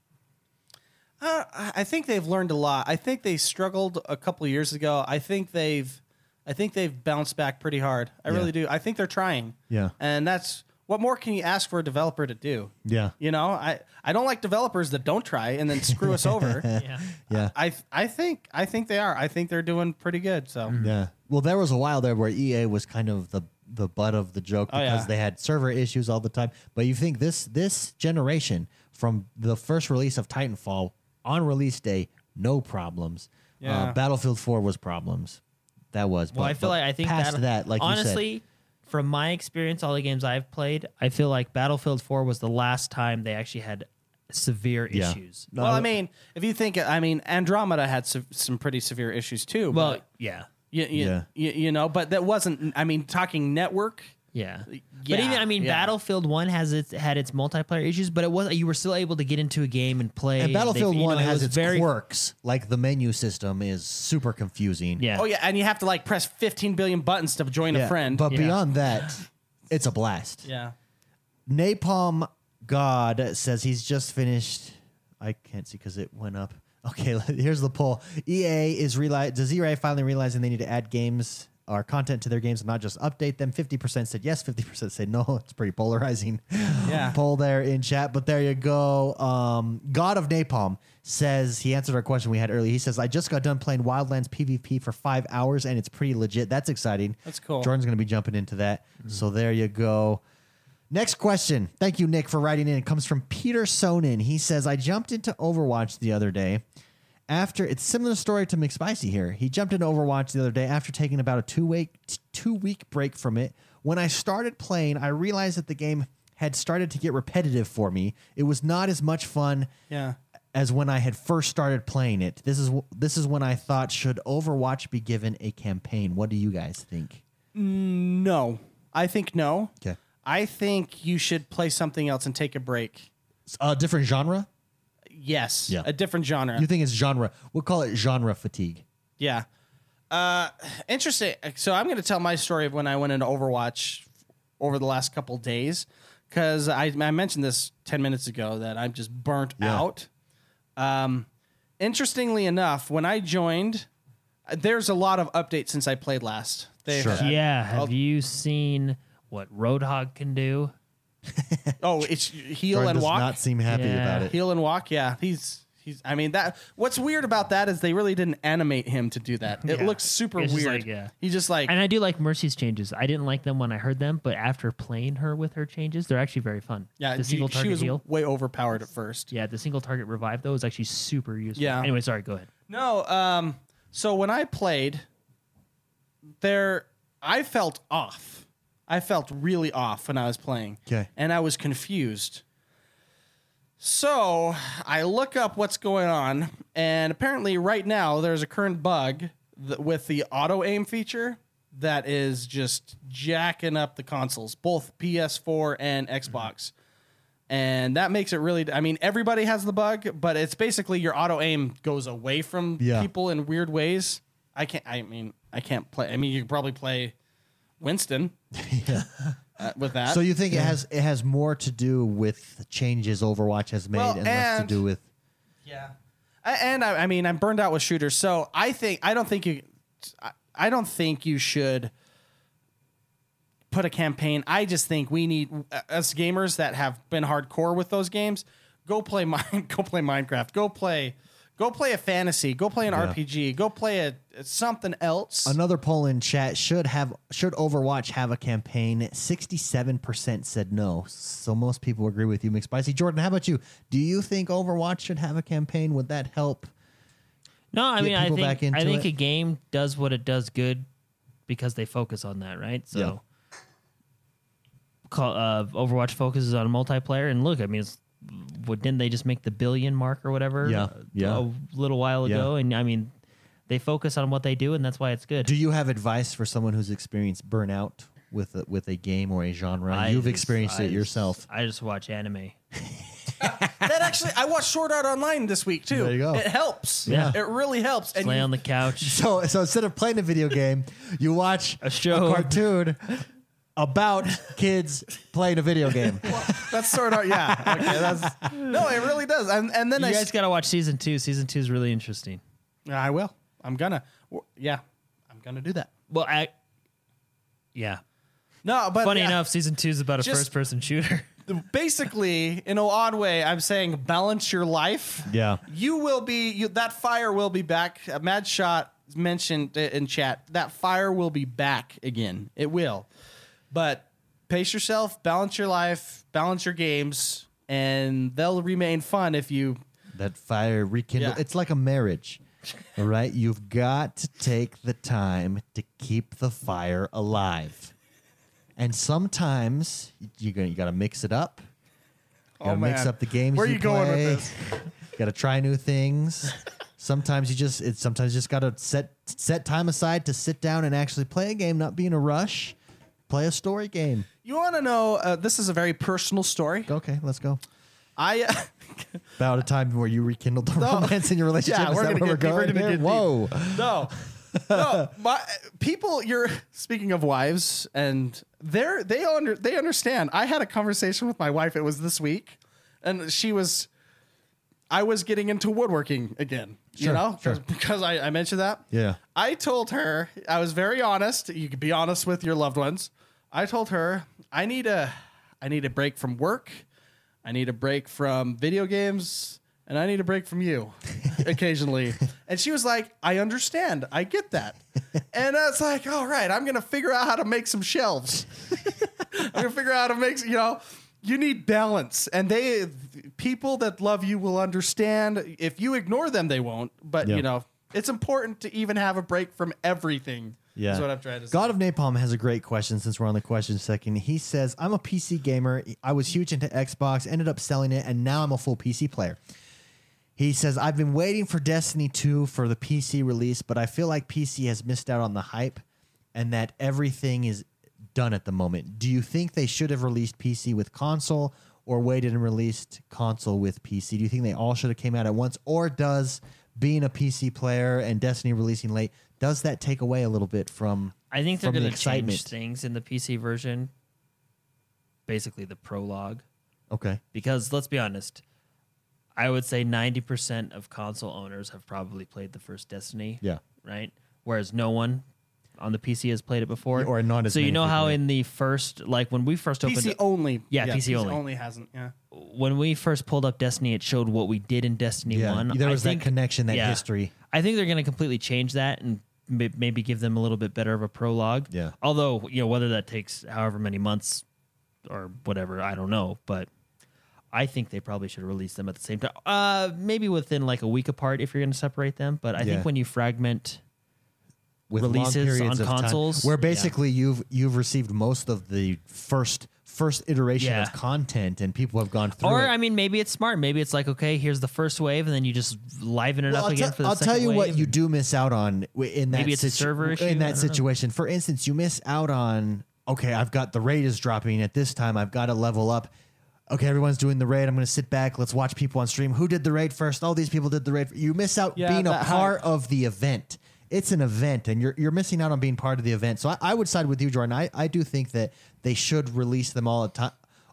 Speaker 4: Uh, I I think they've learned a lot. I think they struggled a couple years ago. I think they've, I think they've bounced back pretty hard. I
Speaker 1: Yeah.
Speaker 4: really do. I think they're trying.
Speaker 1: Yeah.
Speaker 4: And that's what more can you ask for a developer to do?
Speaker 1: Yeah.
Speaker 4: You know, I I don't like developers that don't try and then screw us over.
Speaker 3: yeah.
Speaker 1: Yeah.
Speaker 4: I I think I think they are. I think they're doing pretty good. So
Speaker 1: Yeah. Well, there was a while there where EA was kind of the the butt of the joke
Speaker 4: Oh,
Speaker 1: because
Speaker 4: yeah.
Speaker 1: they had server issues all the time. But you think this this generation from the first release of Titanfall on release day, no problems.
Speaker 4: Yeah.
Speaker 1: Uh, Battlefield 4 was problems. That was.
Speaker 3: Well,
Speaker 1: but-
Speaker 3: I feel
Speaker 1: but
Speaker 3: like I think
Speaker 1: past
Speaker 3: that,
Speaker 1: that, like
Speaker 3: honestly, from my experience, all the games I've played, I feel like Battlefield 4 was the last time they actually had severe
Speaker 1: Yeah.
Speaker 3: issues.
Speaker 1: No,
Speaker 4: well,
Speaker 1: I-
Speaker 4: I mean, if you think, I mean, Andromeda had some, some pretty severe issues too.
Speaker 3: Well,
Speaker 4: but
Speaker 3: yeah,
Speaker 4: you, you,
Speaker 1: Yeah.
Speaker 4: you, you know, but that wasn't. I mean, talking network.
Speaker 3: yeah. But
Speaker 4: Yeah,
Speaker 3: even I mean,
Speaker 4: yeah.
Speaker 3: Battlefield One has its had its multiplayer issues, but it was you were still able to get into a game and play.
Speaker 1: you said. And
Speaker 3: they-
Speaker 1: Battlefield
Speaker 3: you know,
Speaker 1: 1
Speaker 3: it
Speaker 1: has
Speaker 3: was
Speaker 1: its quirks. Like the menu system is super confusing.
Speaker 3: Yeah.
Speaker 4: Oh yeah, and you have to like press 15 billion buttons to join
Speaker 1: Yeah.
Speaker 4: a friend.
Speaker 1: But
Speaker 3: Yeah.
Speaker 1: beyond that, it's a blast.
Speaker 4: yeah,
Speaker 1: Napalm God says he's just finished. I can't see because it went up. Okay, here's the poll. EA is realize does EA finally realizing they need to add games or content to their games and not just update them? Fifty percent said yes, fifty percent said no. It's pretty polarizing
Speaker 4: Yeah.
Speaker 1: poll there in chat. But there you go. Um, God of Napalm says he answered our question we had earlier. He says I just got done playing Wildlands PvP for five hours and it's pretty legit. That's exciting.
Speaker 4: That's cool. Mm-hmm.
Speaker 1: Jordan's going to be jumping into that. So there you go. Next question. Thank you, Nick, for writing in. It comes from Peter Sonin. He says, I jumped into Overwatch the other day. After it's similar story to McSpicy here. He jumped into Overwatch the other day after taking about a two week two week break from it. When I started playing, I realized that the game had started to get repetitive for me. It was not as much fun
Speaker 4: yeah.
Speaker 1: as when I had first started playing it. This is wh- this is when I thought should Overwatch be given a campaign. What do you guys think?
Speaker 4: No, I think no.
Speaker 1: 'Kay.
Speaker 4: I think you should play something else and take a break.
Speaker 1: A uh, different genre?
Speaker 4: Yes.
Speaker 1: Yeah.
Speaker 4: A different genre.
Speaker 1: You think it's genre? We'll call it genre fatigue.
Speaker 4: Yeah. Uh, interesting. So I'm going to tell my story of when I went into Overwatch over the last couple days because I, I mentioned this 10 minutes ago that I'm just burnt out. Um, interestingly enough, when I joined, uh, there's a lot of updates since I played last. They,
Speaker 1: Sure.
Speaker 3: Yeah. Have you seen what Roadhog can do?
Speaker 4: Oh, it's heal
Speaker 1: Jordan
Speaker 4: and
Speaker 1: does
Speaker 4: walk.
Speaker 1: not seem happy
Speaker 3: Yeah.
Speaker 1: about it.
Speaker 4: Heal and walk. Yeah, he's he's. I mean that. What's weird about that is they really didn't animate him to do that. It
Speaker 3: Yeah.
Speaker 4: looks super
Speaker 3: It's just
Speaker 4: weird.
Speaker 3: like, yeah.
Speaker 4: He's just like
Speaker 3: And I do like Mercy's changes. I didn't like them when I heard them, but after playing her with her changes, they're actually very fun.
Speaker 4: yeah.
Speaker 3: The single
Speaker 4: she- she
Speaker 3: target
Speaker 4: was
Speaker 3: heal.
Speaker 4: way overpowered at first.
Speaker 3: Yeah, the single target revive though is actually super useful.
Speaker 4: Yeah.
Speaker 3: Anyway, sorry. Go ahead.
Speaker 4: No. Um. So when I played, there I felt off. I felt really off when I was playing.
Speaker 1: 'Kay.
Speaker 4: And I was confused. So I look up what's going on, and apparently, right now, there's a current bug th- with the auto aim feature that is just jacking up the consoles, both PS4 and Xbox. And that makes it really, I mean, everybody has the bug, but it's basically your auto aim goes away from
Speaker 1: Yeah.
Speaker 4: people in weird ways. I can't, I mean, I can't play, I mean, you could probably play Winston uh, with that.
Speaker 1: So you think it has it has more to do with changes Overwatch has made
Speaker 4: Well,
Speaker 1: and less to
Speaker 4: and-
Speaker 1: do with
Speaker 4: Yeah. A- And I, I mean, I'm burned out with shooters, so I think I don't think you, I- I don't think you should put a campaign. I just think we need uh, us gamers that have been hardcore with those games. Go play mine. Go play Minecraft. Go play. Go play a fantasy. Go play an RPG. Go play a, a something else.
Speaker 1: Another poll in chat should have should Overwatch have a campaign? Sixty seven percent said no, so most people agree with you, McSpicy. Jordan, how about you? Do you think Overwatch should have a campaign? Would that help?
Speaker 3: No, I
Speaker 1: Get
Speaker 3: mean, I
Speaker 1: people
Speaker 3: think
Speaker 1: back
Speaker 3: I
Speaker 1: into
Speaker 3: think
Speaker 1: it.
Speaker 3: a game does what it does good because they focus on that, right? So, call, uh, Overwatch focuses on multiplayer, and look, I mean, it's, what, didn't they just make the billion mark or whatever?
Speaker 1: Yeah,
Speaker 3: uh,
Speaker 1: yeah.
Speaker 3: a little while
Speaker 1: Yeah.
Speaker 3: ago, and I mean, they focus on what they do, and that's why it's good.
Speaker 1: Do you have advice for someone who's experienced burnout with a, with a game or a genre?
Speaker 3: I
Speaker 1: You've
Speaker 3: just-
Speaker 1: experienced
Speaker 3: I
Speaker 1: it
Speaker 3: just-
Speaker 1: yourself.
Speaker 3: I just watch anime.
Speaker 4: that actually, I watched Sword Art Online this week too.
Speaker 1: There you go.
Speaker 4: It helps.
Speaker 3: Yeah.
Speaker 4: it really helps. And
Speaker 3: Lay
Speaker 4: you-
Speaker 3: on the couch.
Speaker 1: So so instead of playing a video game, you watch
Speaker 3: A show.
Speaker 1: a cartoon about kids playing a video game.
Speaker 4: that's Sword Art. Yeah, okay, that's no, it really does. And and then
Speaker 3: You
Speaker 4: I
Speaker 3: guys got to watch season two. Season two is really interesting.
Speaker 4: I will. I'm gonna. w- Yeah, I'm gonna do that.
Speaker 3: Well, I, yeah.
Speaker 4: No, but
Speaker 3: Funny
Speaker 4: yeah,
Speaker 3: enough, season two is about a
Speaker 4: Just-
Speaker 3: first-person shooter.
Speaker 4: basically, in an odd way, I'm saying balance your life.
Speaker 1: Yeah.
Speaker 4: you will be. You, that fire will be back. Uh, Mad shot mentioned it in chat. That fire will be back again. It will. But pace yourself, balance your life, balance your games, and they'll remain fun if you.
Speaker 1: That fire rekindle.
Speaker 4: Yeah.
Speaker 1: It's like a marriage. All right. You've got to take the time to keep the fire alive. And sometimes you're gonna, you got to mix it up. You got to mix
Speaker 4: Oh, man.
Speaker 1: up the games.
Speaker 4: Where
Speaker 1: you
Speaker 4: you going with
Speaker 1: play.
Speaker 4: this?
Speaker 1: got to try new things. Sometimes you just it's sometimes you just got to set set time aside to sit down and actually play a game, not be in a rush. Play a story game.
Speaker 4: You want to know? Uh, this is a very personal story.
Speaker 1: Okay, let's go.
Speaker 4: I. Uh,
Speaker 1: About a time where you rekindled the romance in your relationship.
Speaker 4: Yeah,
Speaker 1: Is
Speaker 4: we're
Speaker 1: that
Speaker 4: gonna
Speaker 1: where
Speaker 4: get deep, we're
Speaker 1: we're going? here?
Speaker 4: gonna get
Speaker 1: Whoa.
Speaker 4: deep. no, no, my people. You're speaking of wives, and they're they under they understand. I had a conversation with my wife. It was this week, and she was, I was getting into woodworking again. you
Speaker 1: Sure,
Speaker 4: know,
Speaker 1: sure.
Speaker 4: because I, I mentioned that.
Speaker 1: Yeah.
Speaker 4: I told her I was very honest. You could be honest with your loved ones. I told her I need a I need a break from work. I need a break from video games and I need a break from you occasionally. And she was like, "I understand. I get that." And I was like, "All right, I'm going to figure out how to make some shelves." I'm going to figure out how to make, you know, you need balance. And they people that love you will understand. If you ignore them, they won't, but
Speaker 1: Yeah.
Speaker 4: you know, it's important to even have a break from everything.
Speaker 1: Yeah.
Speaker 4: Is what I've tried to say.
Speaker 1: God of Napalm has a great question since we're on the question second. He says, I'm a PC gamer. I was huge into Xbox, ended up selling it, and now I'm a full PC player. He says, I've been waiting for Destiny 2 for the PC release, but I feel like PC has missed out on the hype and that everything is done at the moment. Do you think they should have released PC with console or waited and released console with PC? Do you think they all should have came out at once or does being a PC player and Destiny releasing late does that take away a little bit from
Speaker 3: I think they're
Speaker 1: from the
Speaker 3: going to
Speaker 1: excitement.
Speaker 3: change things in the PC version. Basically, the prologue,
Speaker 1: Okay.
Speaker 3: because let's be honest, I would say ninety percent of console owners have probably played the first Destiny.
Speaker 1: Yeah.
Speaker 3: Right. Whereas no one on the PC has played it before,
Speaker 1: Or not as
Speaker 3: So you
Speaker 1: many
Speaker 3: know
Speaker 1: people,
Speaker 3: how
Speaker 1: yeah.
Speaker 3: in the first, like when we first opened,
Speaker 4: PC only.
Speaker 3: Yeah, PC only.
Speaker 4: hasn't. Yeah.
Speaker 3: when we first pulled up Destiny, it showed what we did in Destiny
Speaker 1: Yeah,
Speaker 3: One.
Speaker 1: there
Speaker 3: I
Speaker 1: was that
Speaker 3: think-
Speaker 1: connection, that history.
Speaker 3: I think they're going to completely change that and may- maybe give them a little bit better of a prologue.
Speaker 1: Yeah.
Speaker 3: Although you know whether that takes however many months or whatever, I don't know, but. I think they probably should release them at the same time. Uh, maybe within like a week apart if you're going to separate them. But I
Speaker 1: Yeah.
Speaker 3: think when you fragment,
Speaker 1: With long
Speaker 3: Releases
Speaker 1: periods
Speaker 3: on
Speaker 1: of time,
Speaker 3: consoles?
Speaker 1: where
Speaker 3: Yeah.
Speaker 1: basically you've you've received most of the first first iteration
Speaker 3: Yeah.
Speaker 1: of content, and people have gone through.
Speaker 3: or
Speaker 1: it.
Speaker 3: I mean, maybe it's smart. Maybe it's like okay, here's the first wave, and then you just liven it
Speaker 1: Well,
Speaker 3: up
Speaker 1: I'll,
Speaker 3: again
Speaker 1: te-
Speaker 3: for the
Speaker 1: I'll
Speaker 3: second
Speaker 1: tell you what
Speaker 3: wave.
Speaker 1: you do miss out on w- in that
Speaker 3: Maybe it's a
Speaker 1: situ-
Speaker 3: server issue?
Speaker 1: in
Speaker 3: I
Speaker 1: that
Speaker 3: don't know.
Speaker 1: situation. For instance, you miss out on okay, I've got the raid is dropping at this time. I've got to level up. Okay, everyone's doing the raid. I'm going to sit back. Let's watch people on stream. Who did the raid first? All these people did the raid. You miss out
Speaker 4: Yeah,
Speaker 1: being a
Speaker 4: that
Speaker 1: part of the event. It's an event, and you're you're missing out on being part of the event. So I, I would side with you, Jordan. I, I do think that they should release them all at time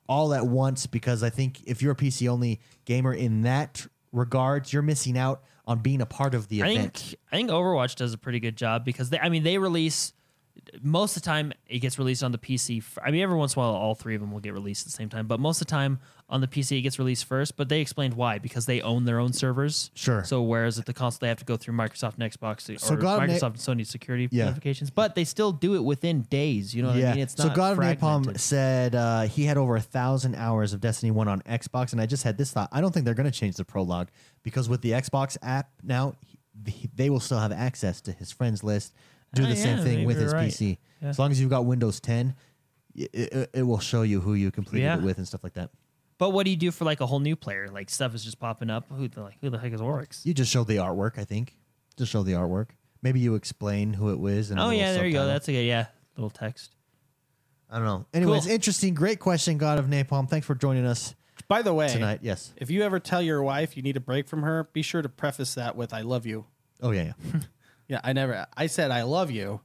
Speaker 1: all at once because I think if you're a PC only gamer in that regards, you're missing out on being a part of the
Speaker 3: I
Speaker 1: event.
Speaker 3: think I think Overwatch does a pretty good job because they I mean they release most of the time it gets released on the PC. f- I mean every once in a while all three of them will get released at the same time, but most of the time on the PC it gets released first. But they explained why because they own their own servers.
Speaker 1: Sure.
Speaker 3: So whereas at the console they have to go through Microsoft and Xbox to- or
Speaker 1: So God of Na-
Speaker 3: Microsoft and Sony security
Speaker 1: Yeah.
Speaker 3: notifications, but they still do it within days. You know what I mean? It's
Speaker 1: so
Speaker 3: not
Speaker 1: God of Napalm
Speaker 3: fragmented.
Speaker 1: said uh, he had over a thousand hours of Destiny One on Xbox, and I just had this thought: I don't think they're going to change the prologue because with the Xbox app now, he, they will still have access to his friends list, do
Speaker 3: Ah,
Speaker 1: the same
Speaker 3: yeah,
Speaker 1: thing
Speaker 3: maybe
Speaker 1: with
Speaker 3: you're
Speaker 1: his
Speaker 3: right.
Speaker 1: PC. As long as you've got Windows 10, it, it, it will show you who you completed
Speaker 3: Yeah.
Speaker 1: it with and stuff like that.
Speaker 3: But what do you do for like a whole new player? Like stuff is just popping up. Who the like who the heck is Oryx?
Speaker 1: You just show the artwork, I think. Just show the artwork. Maybe you explain who it was. And
Speaker 3: Oh yeah, there you go. That's a good yeah little text.
Speaker 1: I don't know. Anyways,
Speaker 3: Cool.
Speaker 1: interesting, great question, God of Napalm. Thanks for joining us
Speaker 4: By the way,
Speaker 1: tonight. Yes.
Speaker 4: if you ever tell your wife you need a break from her, be sure to preface that with "I love you."
Speaker 1: Oh yeah. yeah.
Speaker 4: Yeah, I never. I said I love you.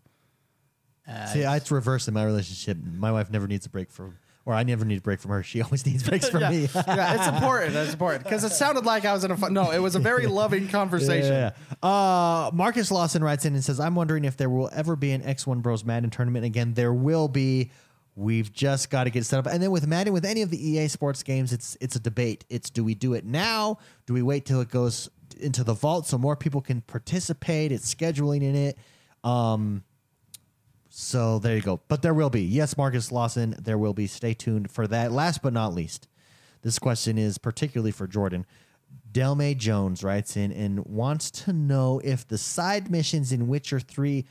Speaker 1: See, I, it's reversed in my relationship. My wife never needs a break from, or I never need a break from her. She always needs breaks from
Speaker 4: yeah,
Speaker 1: me.
Speaker 4: yeah, it's important. It's important because it sounded like I was in a fun. No, it was a very loving conversation.
Speaker 1: Yeah. Uh, Marcus Lawson writes in and says, "I'm wondering if there will ever be an X1 Bros Madden tournament again. There will be. We've just got to get set up. And then with Madden, with any of the EA Sports games, it's it's a debate. It's do we do it now? Do we wait till it goes into the vault so more people can participate? It's scheduling in it. Um, so there you go. But there will be. Yes, Marcus Lawson, there will be. Stay tuned for that. Last but not least, this question is particularly for Jordan. Delmay Jones writes in and wants to know if the side missions in Witcher 3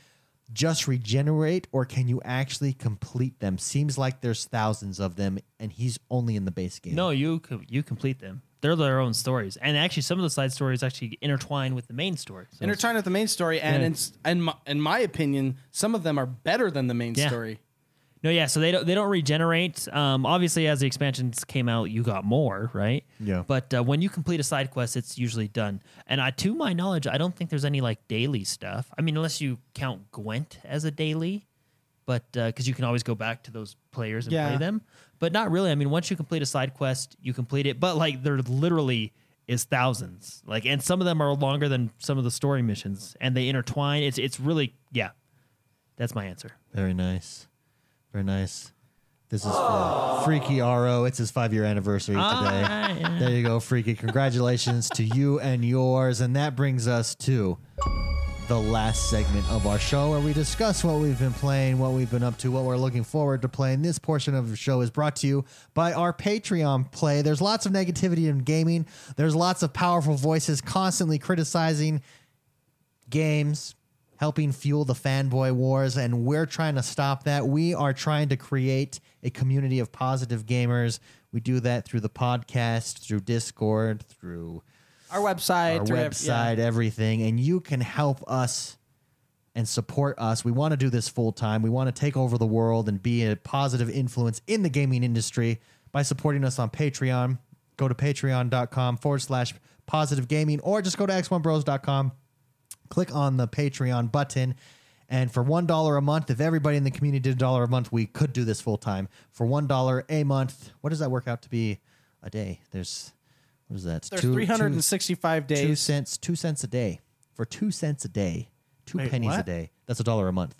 Speaker 1: just regenerate or can you actually complete them? Seems like there's thousands of them and he's only in the base game.
Speaker 3: No, you co- you complete them. They're their own stories, and actually, some of the side stories actually intertwine with the main story. So it's-
Speaker 4: Intertwined with the main story, and
Speaker 3: Yeah.
Speaker 4: in, s- in, my, in my opinion, some of them are better than the main
Speaker 3: Yeah.
Speaker 4: story.
Speaker 3: no, yeah. So they don't they don't regenerate. Um, obviously, as the expansions came out, you got more, right?
Speaker 1: Yeah.
Speaker 3: But uh, when you complete a side quest, it's usually done. And I, to my knowledge, I don't think there's any like daily stuff. I mean, unless you count Gwent as a daily, but because you can always go back to those players and
Speaker 4: Yeah.
Speaker 3: play them. But not really. I mean, once you complete a side quest, you complete it. But like, there literally is thousands. Like, and some of them are longer than some of the story missions, and they intertwine. It's it's really yeah. That's my answer.
Speaker 1: Very nice. Very nice. This is for Freaky RO. It's his five year anniversary today. There you go, Freaky. Congratulations to you and yours. And that brings us to the last segment of our show where we discuss what we've been playing, what we've been up to, what we're looking forward to playing. This portion of the show is brought to you by our Patreon play. There's lots of negativity in gaming, there's lots of powerful voices constantly criticizing games, helping fuel the fanboy wars, and we're trying to stop that. We are trying to create a community of positive gamers. We do that through the podcast, through Discord, through
Speaker 4: Our website,
Speaker 1: our
Speaker 4: through ev- yeah.
Speaker 1: website, everything, and you can help us and support us. We want to do this full time. We want to take over the world and be a positive influence in the gaming industry by supporting us on Patreon. Go to patreon.com forward slash positive gaming or just go to x1bros.com click on the Patreon button. And for $1 a month, if everybody in the community did a dollar a month, we could do this full time. For $1 a month, what does that work out to be a day? There's, what is that?
Speaker 4: There's
Speaker 1: Two- two-
Speaker 4: 365
Speaker 1: two
Speaker 4: days.
Speaker 1: cents, two cents a day. For two cents a day, two
Speaker 4: Wait,
Speaker 1: pennies a
Speaker 4: what?
Speaker 1: day. That's a dollar a month.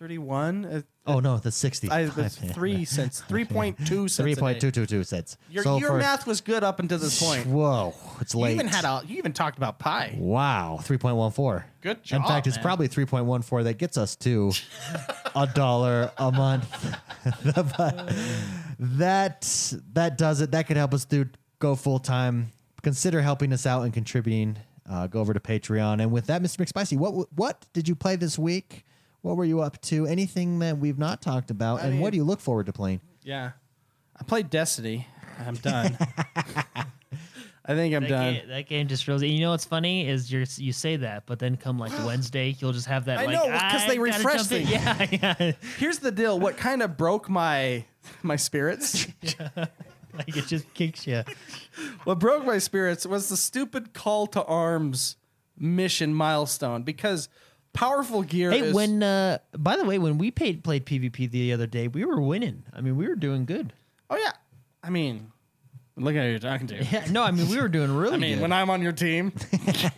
Speaker 4: 31. Uh,
Speaker 1: Oh no, that's 60.
Speaker 4: I, that's three cents. 3.2 cents.
Speaker 1: Three point two
Speaker 4: A day.
Speaker 1: two two cents.
Speaker 4: Your,
Speaker 1: So
Speaker 4: your
Speaker 1: for-
Speaker 4: math was good up until this point.
Speaker 1: Whoa, it's
Speaker 4: You
Speaker 1: late.
Speaker 4: even had a. You even talked about pie.
Speaker 1: Wow, 3.14.
Speaker 4: Good
Speaker 1: In
Speaker 4: job,
Speaker 1: fact, it's
Speaker 4: man.
Speaker 1: probably 3.14 that gets us to a dollar a month. that that does it. That could help us do go full time. Consider helping us out and contributing. Uh, go over to Patreon. And with that, Mr. McSpicy, what w- what did you play this week? What were you up to? Anything that we've not talked about? and what
Speaker 4: mean-
Speaker 1: do you look forward to playing?
Speaker 4: Yeah. I played Destiny. I'm done. I think I'm
Speaker 3: That
Speaker 4: done.
Speaker 3: game, that game just really. You know what's funny is you you say that, but then come like Wednesday, you'll just have that.
Speaker 4: I
Speaker 3: like,
Speaker 4: know, 'cause
Speaker 3: "I
Speaker 4: they
Speaker 3: gotta
Speaker 4: refresh
Speaker 3: jump in."
Speaker 4: things.
Speaker 3: Yeah, yeah.
Speaker 4: Here's the deal. What kind of broke my my spirits?
Speaker 3: like it just kicks you.
Speaker 4: what broke my spirits was the stupid call to arms mission milestone because powerful gear.
Speaker 3: Hey,
Speaker 4: is,
Speaker 3: when uh, by the way, when we paid, played PvP the other day, we were winning. I mean, we were doing good.
Speaker 4: oh yeah, I mean, Look at who you're talking to.
Speaker 3: Yeah, no, I mean we were doing really
Speaker 4: I mean,
Speaker 3: good.
Speaker 4: when I'm on your team,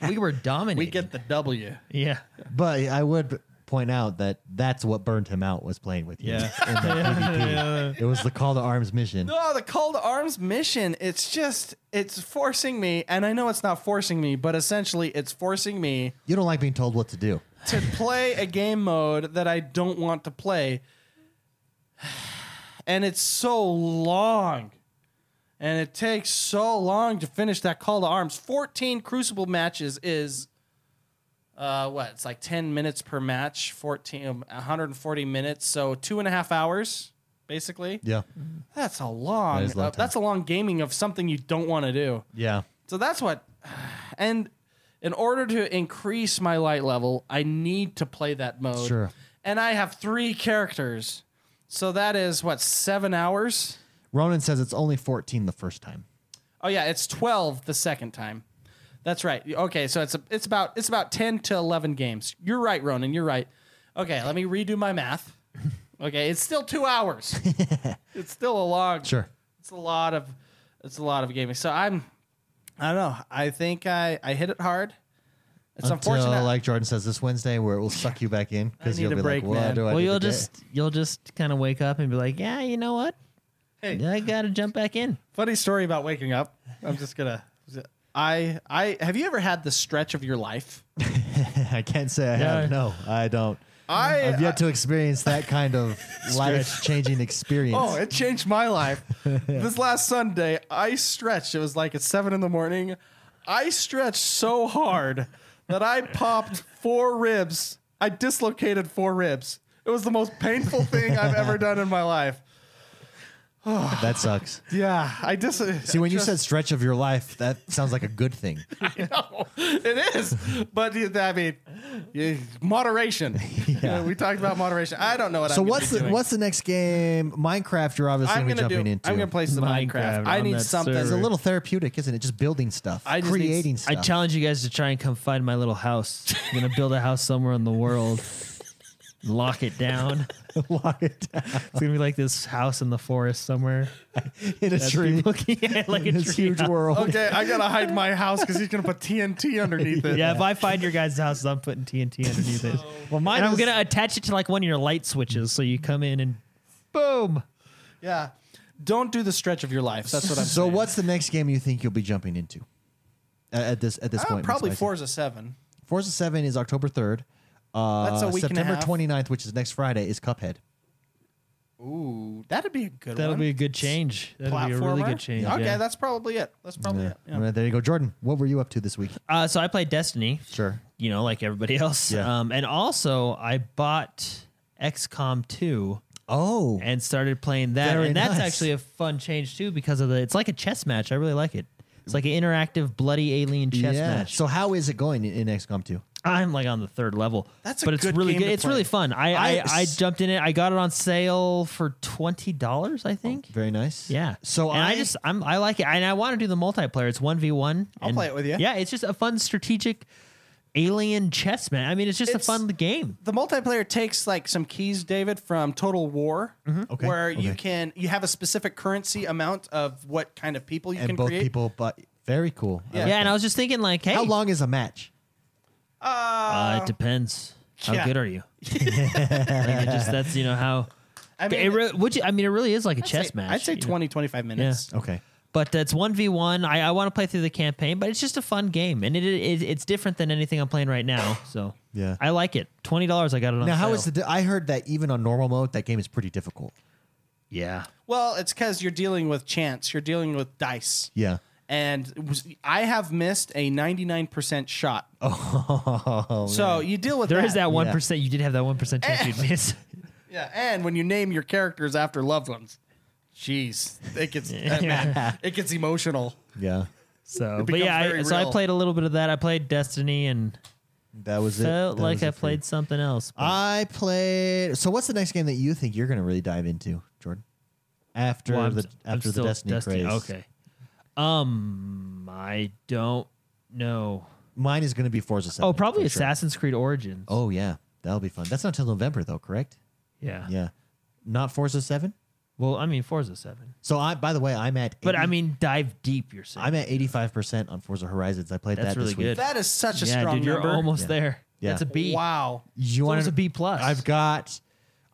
Speaker 3: we were dominating.
Speaker 4: we get the W.
Speaker 3: yeah.
Speaker 1: But I would point out that that's what burned him out was playing with you.
Speaker 3: Yeah.
Speaker 1: in that PvP. It was the call to arms mission.
Speaker 4: No, the call to arms mission. It's just it's forcing me, and I know it's not forcing me, but essentially it's forcing me
Speaker 1: You don't like being told what to do.
Speaker 4: to play a game mode that I don't want to play. And it's so long. And it takes so long to finish that call to arms. 14 Crucible matches is uh, what? It's like 10 minutes per match, 14, um, 140 minutes. So two and a half hours, basically.
Speaker 1: Yeah.
Speaker 4: That's a long,
Speaker 1: That is a long
Speaker 4: uh,
Speaker 1: time.
Speaker 4: that's a long gaming of something you don't want to do.
Speaker 1: Yeah.
Speaker 4: So that's what. And in order to increase my light level, I need to play that mode.
Speaker 1: Sure.
Speaker 4: And I have three characters. So that is what, seven hours?
Speaker 1: Ronan says it's only 14 the first time.
Speaker 4: Oh yeah, it's twelve the second time. That's right. Okay, so it's a, it's about it's about ten to eleven games. You're right, Ronan. You're right. Okay, let me redo my math. Okay, it's still two hours. it's still a long.
Speaker 1: Sure.
Speaker 4: It's a lot of it's a lot of gaming. So I'm I don't know. I think I I hit it hard. It's
Speaker 1: Until,
Speaker 4: unfortunate.
Speaker 1: like Jordan says, this Wedday, where it will suck you back in because
Speaker 4: need
Speaker 1: you'll
Speaker 4: a
Speaker 1: be
Speaker 4: break,
Speaker 1: like, "What
Speaker 4: man."
Speaker 1: do I
Speaker 3: well,
Speaker 1: do
Speaker 3: you'll
Speaker 1: today?"
Speaker 3: just you'll just kind of wake up and be like, yeah, you know what?
Speaker 4: Hey.
Speaker 3: I gotta jump back in.
Speaker 4: Funny story about waking up. I'm just gonna. I I have you ever had the stretch of your life?
Speaker 1: I can't say I
Speaker 3: Yeah.
Speaker 1: have. No, I don't.
Speaker 4: I
Speaker 1: I've yet to experience that kind of life-changing experience.
Speaker 4: Oh, it changed my life. This last Sunday, I stretched. It was like at seven in the morning. I stretched so hard that I popped four ribs. I dislocated four ribs. It was the most painful thing I've ever done in my life.
Speaker 1: that sucks.
Speaker 4: Yeah, I dis.
Speaker 1: See, when you said stretch of your life, that sounds like a good thing.
Speaker 4: no, it is. But you- I mean, you- moderation.
Speaker 1: Yeah.
Speaker 4: we talked about moderation. I don't know what.
Speaker 1: So
Speaker 4: I'm
Speaker 1: what's
Speaker 4: gonna be
Speaker 1: the
Speaker 4: doing.
Speaker 1: what's the next game? Minecraft. You're obviously
Speaker 4: I'm
Speaker 1: gonna be
Speaker 4: gonna do?
Speaker 1: jumping into.
Speaker 4: I'm gonna play some Minecraft.
Speaker 3: Minecraft
Speaker 4: I
Speaker 3: on
Speaker 4: need
Speaker 3: that
Speaker 4: something.
Speaker 1: It's a
Speaker 3: server.
Speaker 1: little therapeutic, isn't it? Just building stuff,
Speaker 4: I just need-
Speaker 1: creating stuff.
Speaker 3: I challenge you guys to try and come find my little house. I'm gonna build a house somewhere in the world. Lock it down.
Speaker 1: Lock it down
Speaker 3: It's gonna be like this house in the forest somewhere.
Speaker 1: in a
Speaker 3: That's
Speaker 1: tree.
Speaker 3: people- yeah, like a
Speaker 1: in this
Speaker 3: tree
Speaker 1: huge
Speaker 3: house.
Speaker 1: world.
Speaker 4: Okay, I gotta hide my house because he's gonna put TNT underneath it.
Speaker 3: Yeah, if I find your guys' houses, I'm putting TNT underneath it.
Speaker 1: Well, mine
Speaker 3: And I'm
Speaker 1: is-
Speaker 3: gonna attach it to like one of your light switches, so you come in and boom.
Speaker 4: Yeah. Don't do the stretch of your life. That's what I'm
Speaker 1: So,
Speaker 4: saying.
Speaker 1: what's the next game you think you'll be jumping into? Uh, at this at this
Speaker 4: Uh,
Speaker 1: point,
Speaker 4: probably
Speaker 1: Miss Isaac?
Speaker 4: Forza 7.
Speaker 1: Forza Seven is October third. Uh,
Speaker 4: That's a week and a
Speaker 1: September
Speaker 4: half.
Speaker 1: 29th, which is next Friday, is Cuphead.
Speaker 4: Ooh, that'd be a good
Speaker 3: That'll
Speaker 4: one.
Speaker 3: be a good change. That'll be a really good change.
Speaker 4: Okay,
Speaker 3: yeah.
Speaker 4: that's probably it. That's probably it. Yeah.
Speaker 1: All right, there you go, Jordan. What were you up to this week?
Speaker 3: Uh, so I played Destiny.
Speaker 1: Sure.
Speaker 3: You know, like everybody else.
Speaker 1: Yeah.
Speaker 3: Um, and also, I bought XCOM 2
Speaker 1: Oh,
Speaker 3: and started playing that.
Speaker 1: Very
Speaker 3: and that's
Speaker 1: nice.
Speaker 3: actually a fun change, too, because of the. It's like a chess match. I really like it. It's like an interactive, bloody alien chess
Speaker 1: yeah.
Speaker 3: match.
Speaker 1: So, how is it going in in XCOM two?
Speaker 3: I'm like on the third level.
Speaker 4: That's a
Speaker 3: but it's
Speaker 4: good
Speaker 3: really
Speaker 4: game
Speaker 3: good.
Speaker 4: to
Speaker 3: It's
Speaker 4: play.
Speaker 3: really fun. I I,
Speaker 1: I-
Speaker 3: I jumped in it. I got it on sale for twenty dollars. I think.
Speaker 1: Very nice.
Speaker 3: yeah.
Speaker 1: So
Speaker 3: and I, just I'm I like it, and I want to do the multiplayer. It's one v one.
Speaker 4: I'll play it with you.
Speaker 3: Yeah, it's just a fun strategic alien chess man. I mean, it's just
Speaker 4: It's-
Speaker 3: a fun game.
Speaker 4: The multiplayer taktes like some keys, David, from Total War,
Speaker 3: Mm-hmm.
Speaker 1: Okay,
Speaker 4: where you
Speaker 1: okay.
Speaker 4: can you have a specific currency amount of what kind of people you
Speaker 1: and
Speaker 4: can
Speaker 1: both
Speaker 4: create.
Speaker 1: people, but very cool. I
Speaker 4: Yeah.
Speaker 1: like
Speaker 3: yeah, and
Speaker 1: that.
Speaker 3: I was just thinking like, hey,
Speaker 1: how long is a match?
Speaker 3: Uh, it depends. How
Speaker 4: yeah.
Speaker 3: good are you? like it just that's you know how.
Speaker 4: I mean,
Speaker 3: it re- would you? I mean, it really is like a
Speaker 4: I'd
Speaker 3: chess
Speaker 4: say-
Speaker 3: match.
Speaker 4: I'd say
Speaker 3: you know?
Speaker 4: 20, 25 minutes.
Speaker 1: Okay.
Speaker 3: But it's one v one. I, I want to play through the campaign, but it's just a fun game, and it, it it's different than anything I'm playing right now. So
Speaker 1: Yeah.
Speaker 3: I like it. Twenty dollars, I got it on.
Speaker 1: Now, how is the?
Speaker 3: sale.
Speaker 1: Di- I heard that even on normal mode, that game is pretty difficult.
Speaker 3: yeah?
Speaker 4: Well, it's because you're dealing with chance. You're dealing with dice.
Speaker 1: Yeah.
Speaker 4: And it was- I have missed a 99% shot.
Speaker 1: Oh,
Speaker 4: so you deal with
Speaker 3: There is
Speaker 4: that.
Speaker 3: that one You did have that one percent chance you'd miss.
Speaker 4: Yeah, and when you name your characters after loved ones, jeez, it gets man, it gets emotional.
Speaker 1: yeah.
Speaker 3: So, but
Speaker 4: becomes
Speaker 3: yeah, I,
Speaker 4: very
Speaker 3: so I
Speaker 4: real.
Speaker 3: played a little bit of that. I played Destiny and
Speaker 1: That was it.
Speaker 3: felt
Speaker 1: That was
Speaker 3: like I
Speaker 1: it for you.
Speaker 3: played something else. but-
Speaker 1: I played. So, what's the next game that you think you're going to really dive into, Jordan? After
Speaker 3: Well, I'm
Speaker 1: the
Speaker 3: s- I'm
Speaker 1: after the
Speaker 3: still
Speaker 1: Destiny, craze.
Speaker 3: Okay. Um, I don't know.
Speaker 1: Mine is going to be Forza 7.
Speaker 3: Oh, probably
Speaker 1: for sure.
Speaker 3: Assassin's Creed Origins.
Speaker 1: Oh yeah, that'll be fun. That's not till November though, correct?
Speaker 3: yeah.
Speaker 1: Yeah. Not Forza 7?
Speaker 3: Well, I mean, Forza 7.
Speaker 1: So I, by the way, I'm at. 80,
Speaker 3: But I mean, dive deep, you're saying.
Speaker 1: I'm at 85 percent on Forza Horizons. I played
Speaker 3: That's
Speaker 1: that
Speaker 3: really
Speaker 1: this week.
Speaker 3: good.
Speaker 4: That is such a
Speaker 3: yeah,
Speaker 4: strong
Speaker 3: dude, you're
Speaker 4: number.
Speaker 3: almost
Speaker 1: Yeah.
Speaker 3: there.
Speaker 1: Yeah.
Speaker 3: That's a B.
Speaker 4: Wow.
Speaker 1: You
Speaker 3: So
Speaker 1: want
Speaker 3: it's a B plus.
Speaker 1: I've got.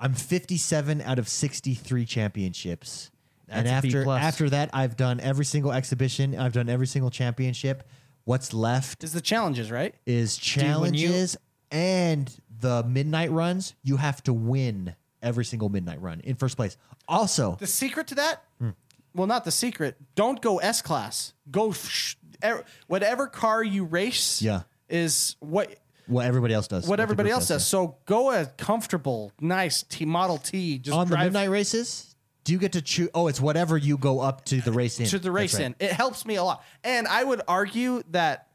Speaker 1: I'm 57 out of 63 championships. and
Speaker 3: That's a B
Speaker 1: after
Speaker 3: plus.
Speaker 1: after that, I've done every single exhibition. I've done every single championship. What's left
Speaker 4: Is the challenges right?
Speaker 1: is
Speaker 3: when you-
Speaker 1: challenges and the midnight runs. You have to win every single midnight run in first place. Also,
Speaker 4: The secret to that?
Speaker 1: Hmm.
Speaker 4: Well, not the secret. Don't go S class. Go sh- er, whatever car you race.
Speaker 1: Yeah.
Speaker 4: Is what
Speaker 1: what everybody else does.
Speaker 4: what
Speaker 1: the
Speaker 4: everybody
Speaker 1: group
Speaker 4: else does. So go a comfortable, nice T Model T. Just
Speaker 1: on the
Speaker 4: drive
Speaker 1: midnight races, do you get to choose? Oh, it's whatever you go up to the race in.
Speaker 4: to the
Speaker 1: That's
Speaker 4: race
Speaker 1: right.
Speaker 4: in. It helps me a lot. And I would argue that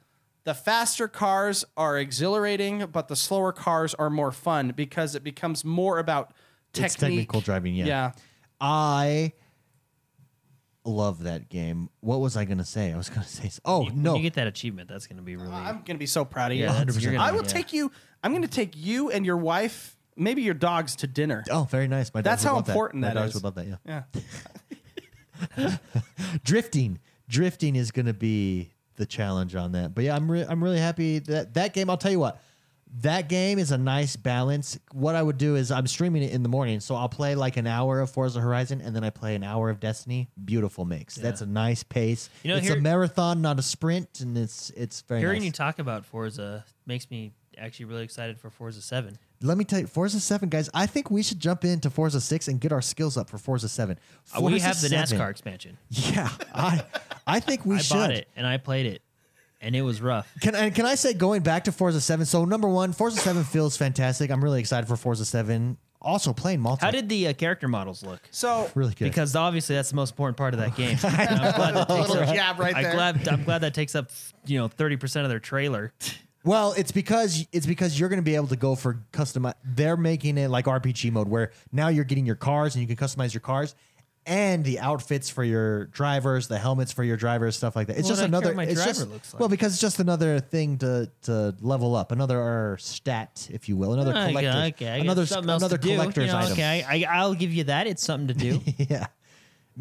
Speaker 4: the faster cars are exhilarating, but the slower cars are more fun because it becomes more about technique.
Speaker 1: It's technical driving. Yeah.
Speaker 4: Yeah.
Speaker 1: I love that game. What was I gonna say? I was gonna say. Oh
Speaker 3: When
Speaker 1: no,
Speaker 3: you get that achievement, that's going to be really.
Speaker 4: I'm gonna be so proud of you.
Speaker 3: Yeah, that's- you're
Speaker 1: 100%.
Speaker 3: gonna-
Speaker 4: I will
Speaker 3: yeah.
Speaker 4: take you. I'm gonna take you and your wife, maybe your dogs, to dinner.
Speaker 1: Oh, very nice. My
Speaker 4: That's
Speaker 1: dogs would
Speaker 4: how
Speaker 1: love
Speaker 4: important
Speaker 1: that.
Speaker 4: that
Speaker 1: My dogs
Speaker 4: is.
Speaker 1: would love that. Yeah.
Speaker 4: Yeah.
Speaker 1: Drifting. Drifting is going to be the challenge on that. But yeah, I'm re- I'm really happy that that game. I'll tell you what. That game is a nice balance. What I would do is I'm streaming it in the morning, so I'll play like an hour of Forza Horizon and then I play an hour of Destiny. Beautiful mix. That's a nice pace.
Speaker 3: You know,
Speaker 1: it's a
Speaker 3: here-
Speaker 1: marathon, not a sprint, and it's it's very
Speaker 3: Hearing
Speaker 1: nice.
Speaker 3: you talk about Forza makes me actually really excited for Forza 7.
Speaker 1: Let me tell you, Forza Seven, guys. I think we should jump into Forza Six and get our skills up for Forza Seven.
Speaker 3: Uh, we
Speaker 1: Forza
Speaker 3: have the
Speaker 1: 7.
Speaker 3: NASCAR expansion.
Speaker 1: Yeah, I I think we
Speaker 3: I
Speaker 1: should.
Speaker 3: bought it and I played it, and it was rough.
Speaker 1: Can I, can I say going back to Forza 7? So number one, Forza 7 feels fantastic. I'm really excited for Forza 7. Also playing multiplayer.
Speaker 3: How did the uh, character models look?
Speaker 4: So
Speaker 1: really good?
Speaker 3: Because obviously that's the most important part of that game. And I'm glad that takes
Speaker 4: little
Speaker 3: up,
Speaker 4: jab right
Speaker 3: I'm
Speaker 4: there.
Speaker 3: glad, I'm glad that takes up you know thirty percent of their trailer.
Speaker 1: well, it's because it's because you're going to be able to go for custom. They're making it like RPG mode where now you're getting your cars and you can customize your cars and the outfits for your drivers, the helmets for your drivers, stuff like that. It's
Speaker 3: Well,
Speaker 1: just
Speaker 3: I don't care
Speaker 1: another.
Speaker 3: what my
Speaker 1: it's
Speaker 3: driver
Speaker 1: just-
Speaker 3: looks like.
Speaker 1: well because it's just another thing to to level up, another uh, stat, if you will, another collector,
Speaker 3: I got
Speaker 1: another
Speaker 3: something else
Speaker 1: another
Speaker 3: to do, you
Speaker 1: collector's
Speaker 3: know,
Speaker 1: item.
Speaker 3: Okay, I, I'll give you that. It's something to do.
Speaker 1: yeah.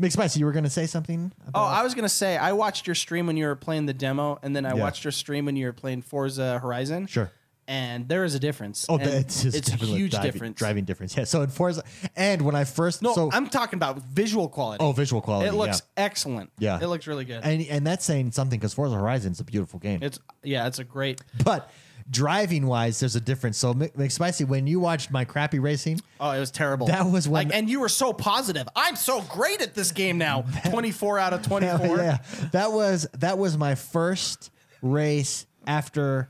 Speaker 1: McSpicy, you were going to say something?
Speaker 3: Uh,
Speaker 1: About
Speaker 4: Oh, I was gonna say I watched your stream when you were playing the demo, and then I
Speaker 1: Yeah.
Speaker 4: watched your stream when you were playing Forza Horizon.
Speaker 1: Sure.
Speaker 4: And there is a difference.
Speaker 1: Oh,
Speaker 4: And
Speaker 1: that's just
Speaker 4: it's a
Speaker 1: definitely
Speaker 4: huge
Speaker 1: driving,
Speaker 4: difference.
Speaker 1: Driving difference. Yeah. So in Forza, and when I first,
Speaker 4: No,
Speaker 1: so
Speaker 4: I'm talking about visual quality.
Speaker 1: oh, visual quality.
Speaker 4: it looks excellent.
Speaker 1: Yeah.
Speaker 4: it looks really good.
Speaker 1: yeah. and and that's saying something because Forza Horizon's a beautiful game.
Speaker 4: it's yeah, it's a great.
Speaker 1: but driving wise, there's a difference. So Mc- McSpicy, when you watched my crappy racing,
Speaker 4: Oh, it was terrible.
Speaker 1: That was when-
Speaker 4: Like, and you were so positive. I'm so great at this game now. 24 out of 24.
Speaker 1: yeah, that was that was my first race after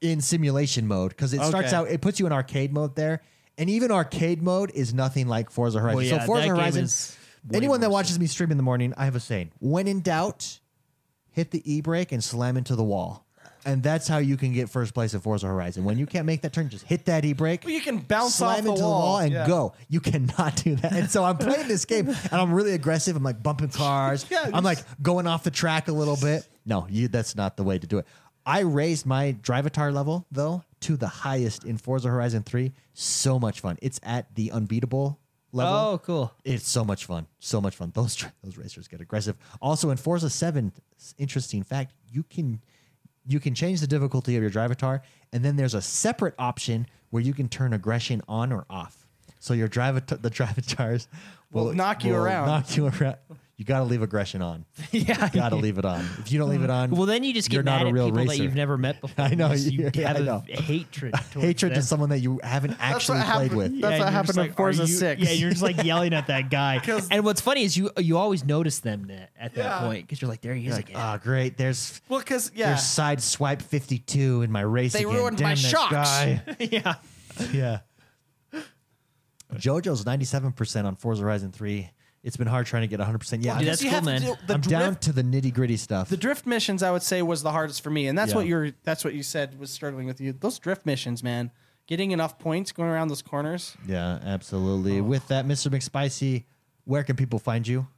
Speaker 1: in simulation mode because it starts
Speaker 4: Okay.
Speaker 1: out it puts you in arcade mode there, and even arcade mode is nothing like Forza Horizon.
Speaker 3: Well,
Speaker 1: so
Speaker 3: yeah,
Speaker 1: Forza
Speaker 3: that game
Speaker 1: Horizon,
Speaker 3: is way
Speaker 1: anyone that
Speaker 3: worse.
Speaker 1: watches me stream in the morning, I have a saying: when in doubt, hit the e brake and slam into the wall. And that's how you can get first place at Forza Horizon. When you can't make that turn, just hit that e brake.
Speaker 4: Well, you can bounce
Speaker 1: slam
Speaker 4: off the
Speaker 1: into
Speaker 4: wall.
Speaker 1: the wall and
Speaker 4: Yeah.
Speaker 1: go. You cannot do that. And so I'm playing this game and I'm really aggressive. I'm like bumping cars.
Speaker 4: Yeah,
Speaker 1: I'm like going off the track a little bit. No, you that's not the way to do it. I raised my drivatar level though to the highest in Forza Horizon 3. So much fun. It's at the unbeatable level.
Speaker 3: oh, cool.
Speaker 1: It's so much fun. So much fun. Those tra- those racers get aggressive. Also in Forza 7, s- interesting fact, you can you can change the difficulty of your drivatar and then there's a separate option where you can turn aggression on or off. So your drivatar the drivatars will,
Speaker 4: Will knock you
Speaker 1: will
Speaker 4: around.
Speaker 1: Knock you around. You got to leave aggression on.
Speaker 3: Yeah.
Speaker 1: You got to leave it on. If you don't leave it on,
Speaker 3: Well, then you just get
Speaker 1: you're
Speaker 3: mad
Speaker 1: not a
Speaker 3: at
Speaker 1: real
Speaker 3: people
Speaker 1: racer.
Speaker 3: that you've never met before.
Speaker 1: I know,
Speaker 3: because You
Speaker 1: you're-
Speaker 3: have
Speaker 1: I
Speaker 3: a
Speaker 1: know.
Speaker 3: hatred. towards
Speaker 1: Hatred
Speaker 3: them.
Speaker 1: to someone that you haven't actually played
Speaker 4: happened-
Speaker 1: with.
Speaker 4: That's
Speaker 3: and
Speaker 4: what
Speaker 3: you're
Speaker 4: happened
Speaker 3: just
Speaker 4: in
Speaker 3: like, are
Speaker 4: Forza
Speaker 3: you-
Speaker 4: 6.
Speaker 3: Yeah, you're just like yelling at that guy. And what's funny is you you always notice them that, at that
Speaker 4: Yeah.
Speaker 3: point because you're like, there he is
Speaker 1: Like,
Speaker 3: again.
Speaker 1: oh, great. There's
Speaker 4: Well, because, yeah.
Speaker 1: There's side swipe 52 in my race.
Speaker 4: They
Speaker 1: again.
Speaker 4: ruined my
Speaker 1: Damn that
Speaker 4: shocks.
Speaker 1: guy.
Speaker 3: yeah.
Speaker 1: yeah. JoJo's 97% on Forza Horizon 3. It's been hard trying to get 100%. Yeah,
Speaker 3: Dude,
Speaker 1: I'm,
Speaker 3: that's cool, man.
Speaker 4: the
Speaker 1: I'm
Speaker 4: drift,
Speaker 1: down to the nitty gritty stuff.
Speaker 4: the drift missions, I would say, was the hardest for me, and that's
Speaker 1: Yeah.
Speaker 4: what you're. That's what you said was struggling with you. Those drift missions, man, getting enough points going around those corners.
Speaker 1: yeah, absolutely.
Speaker 4: Oh.
Speaker 1: With that, Mr. McSpicy, where can people find you?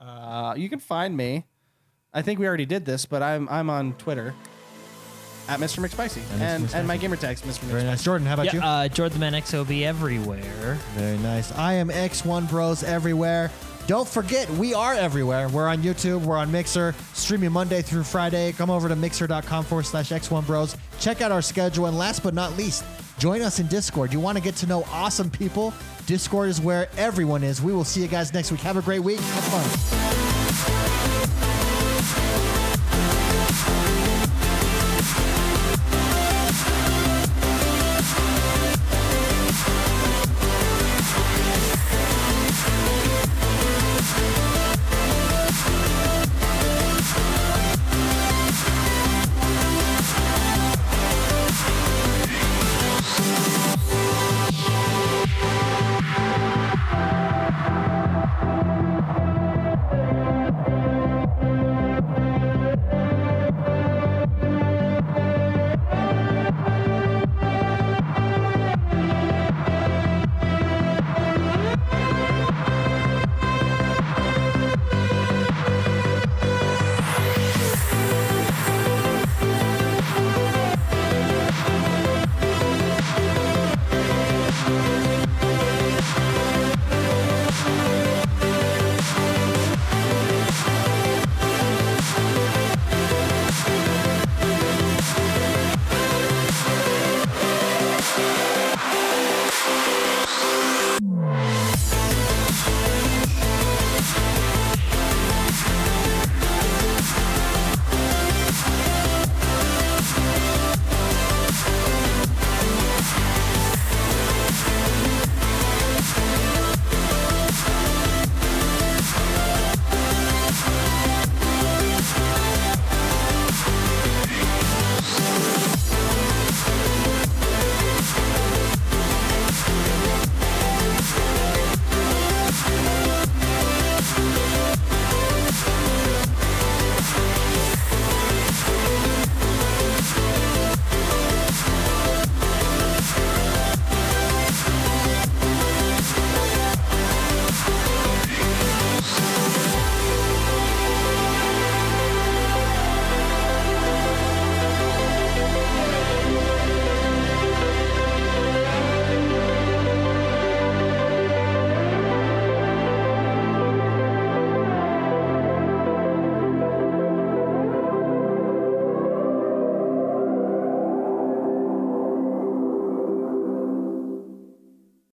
Speaker 4: Uh, you can find me. I think we already did this, but I'm I'm on Twitter at Mr. McSpicy. And, and my gamer tag's Mr.
Speaker 1: Very
Speaker 4: McSpicy.
Speaker 1: nice. Jordan, how about you?
Speaker 3: Yeah, uh, Jordan the Man XOB everywhere.
Speaker 1: Very nice. I am X1 Bros everywhere. Don't forget, we are everywhere. We're on YouTube, we're on Mixer, streaming Monday through Friday. Come over to mixer.com forward slash X1 Bros. Check out our schedule. And last but not least, join us in Discord. You want to get to know awesome people? Discord is where everyone is. We will see you guys next week. Have a great week. Have fun.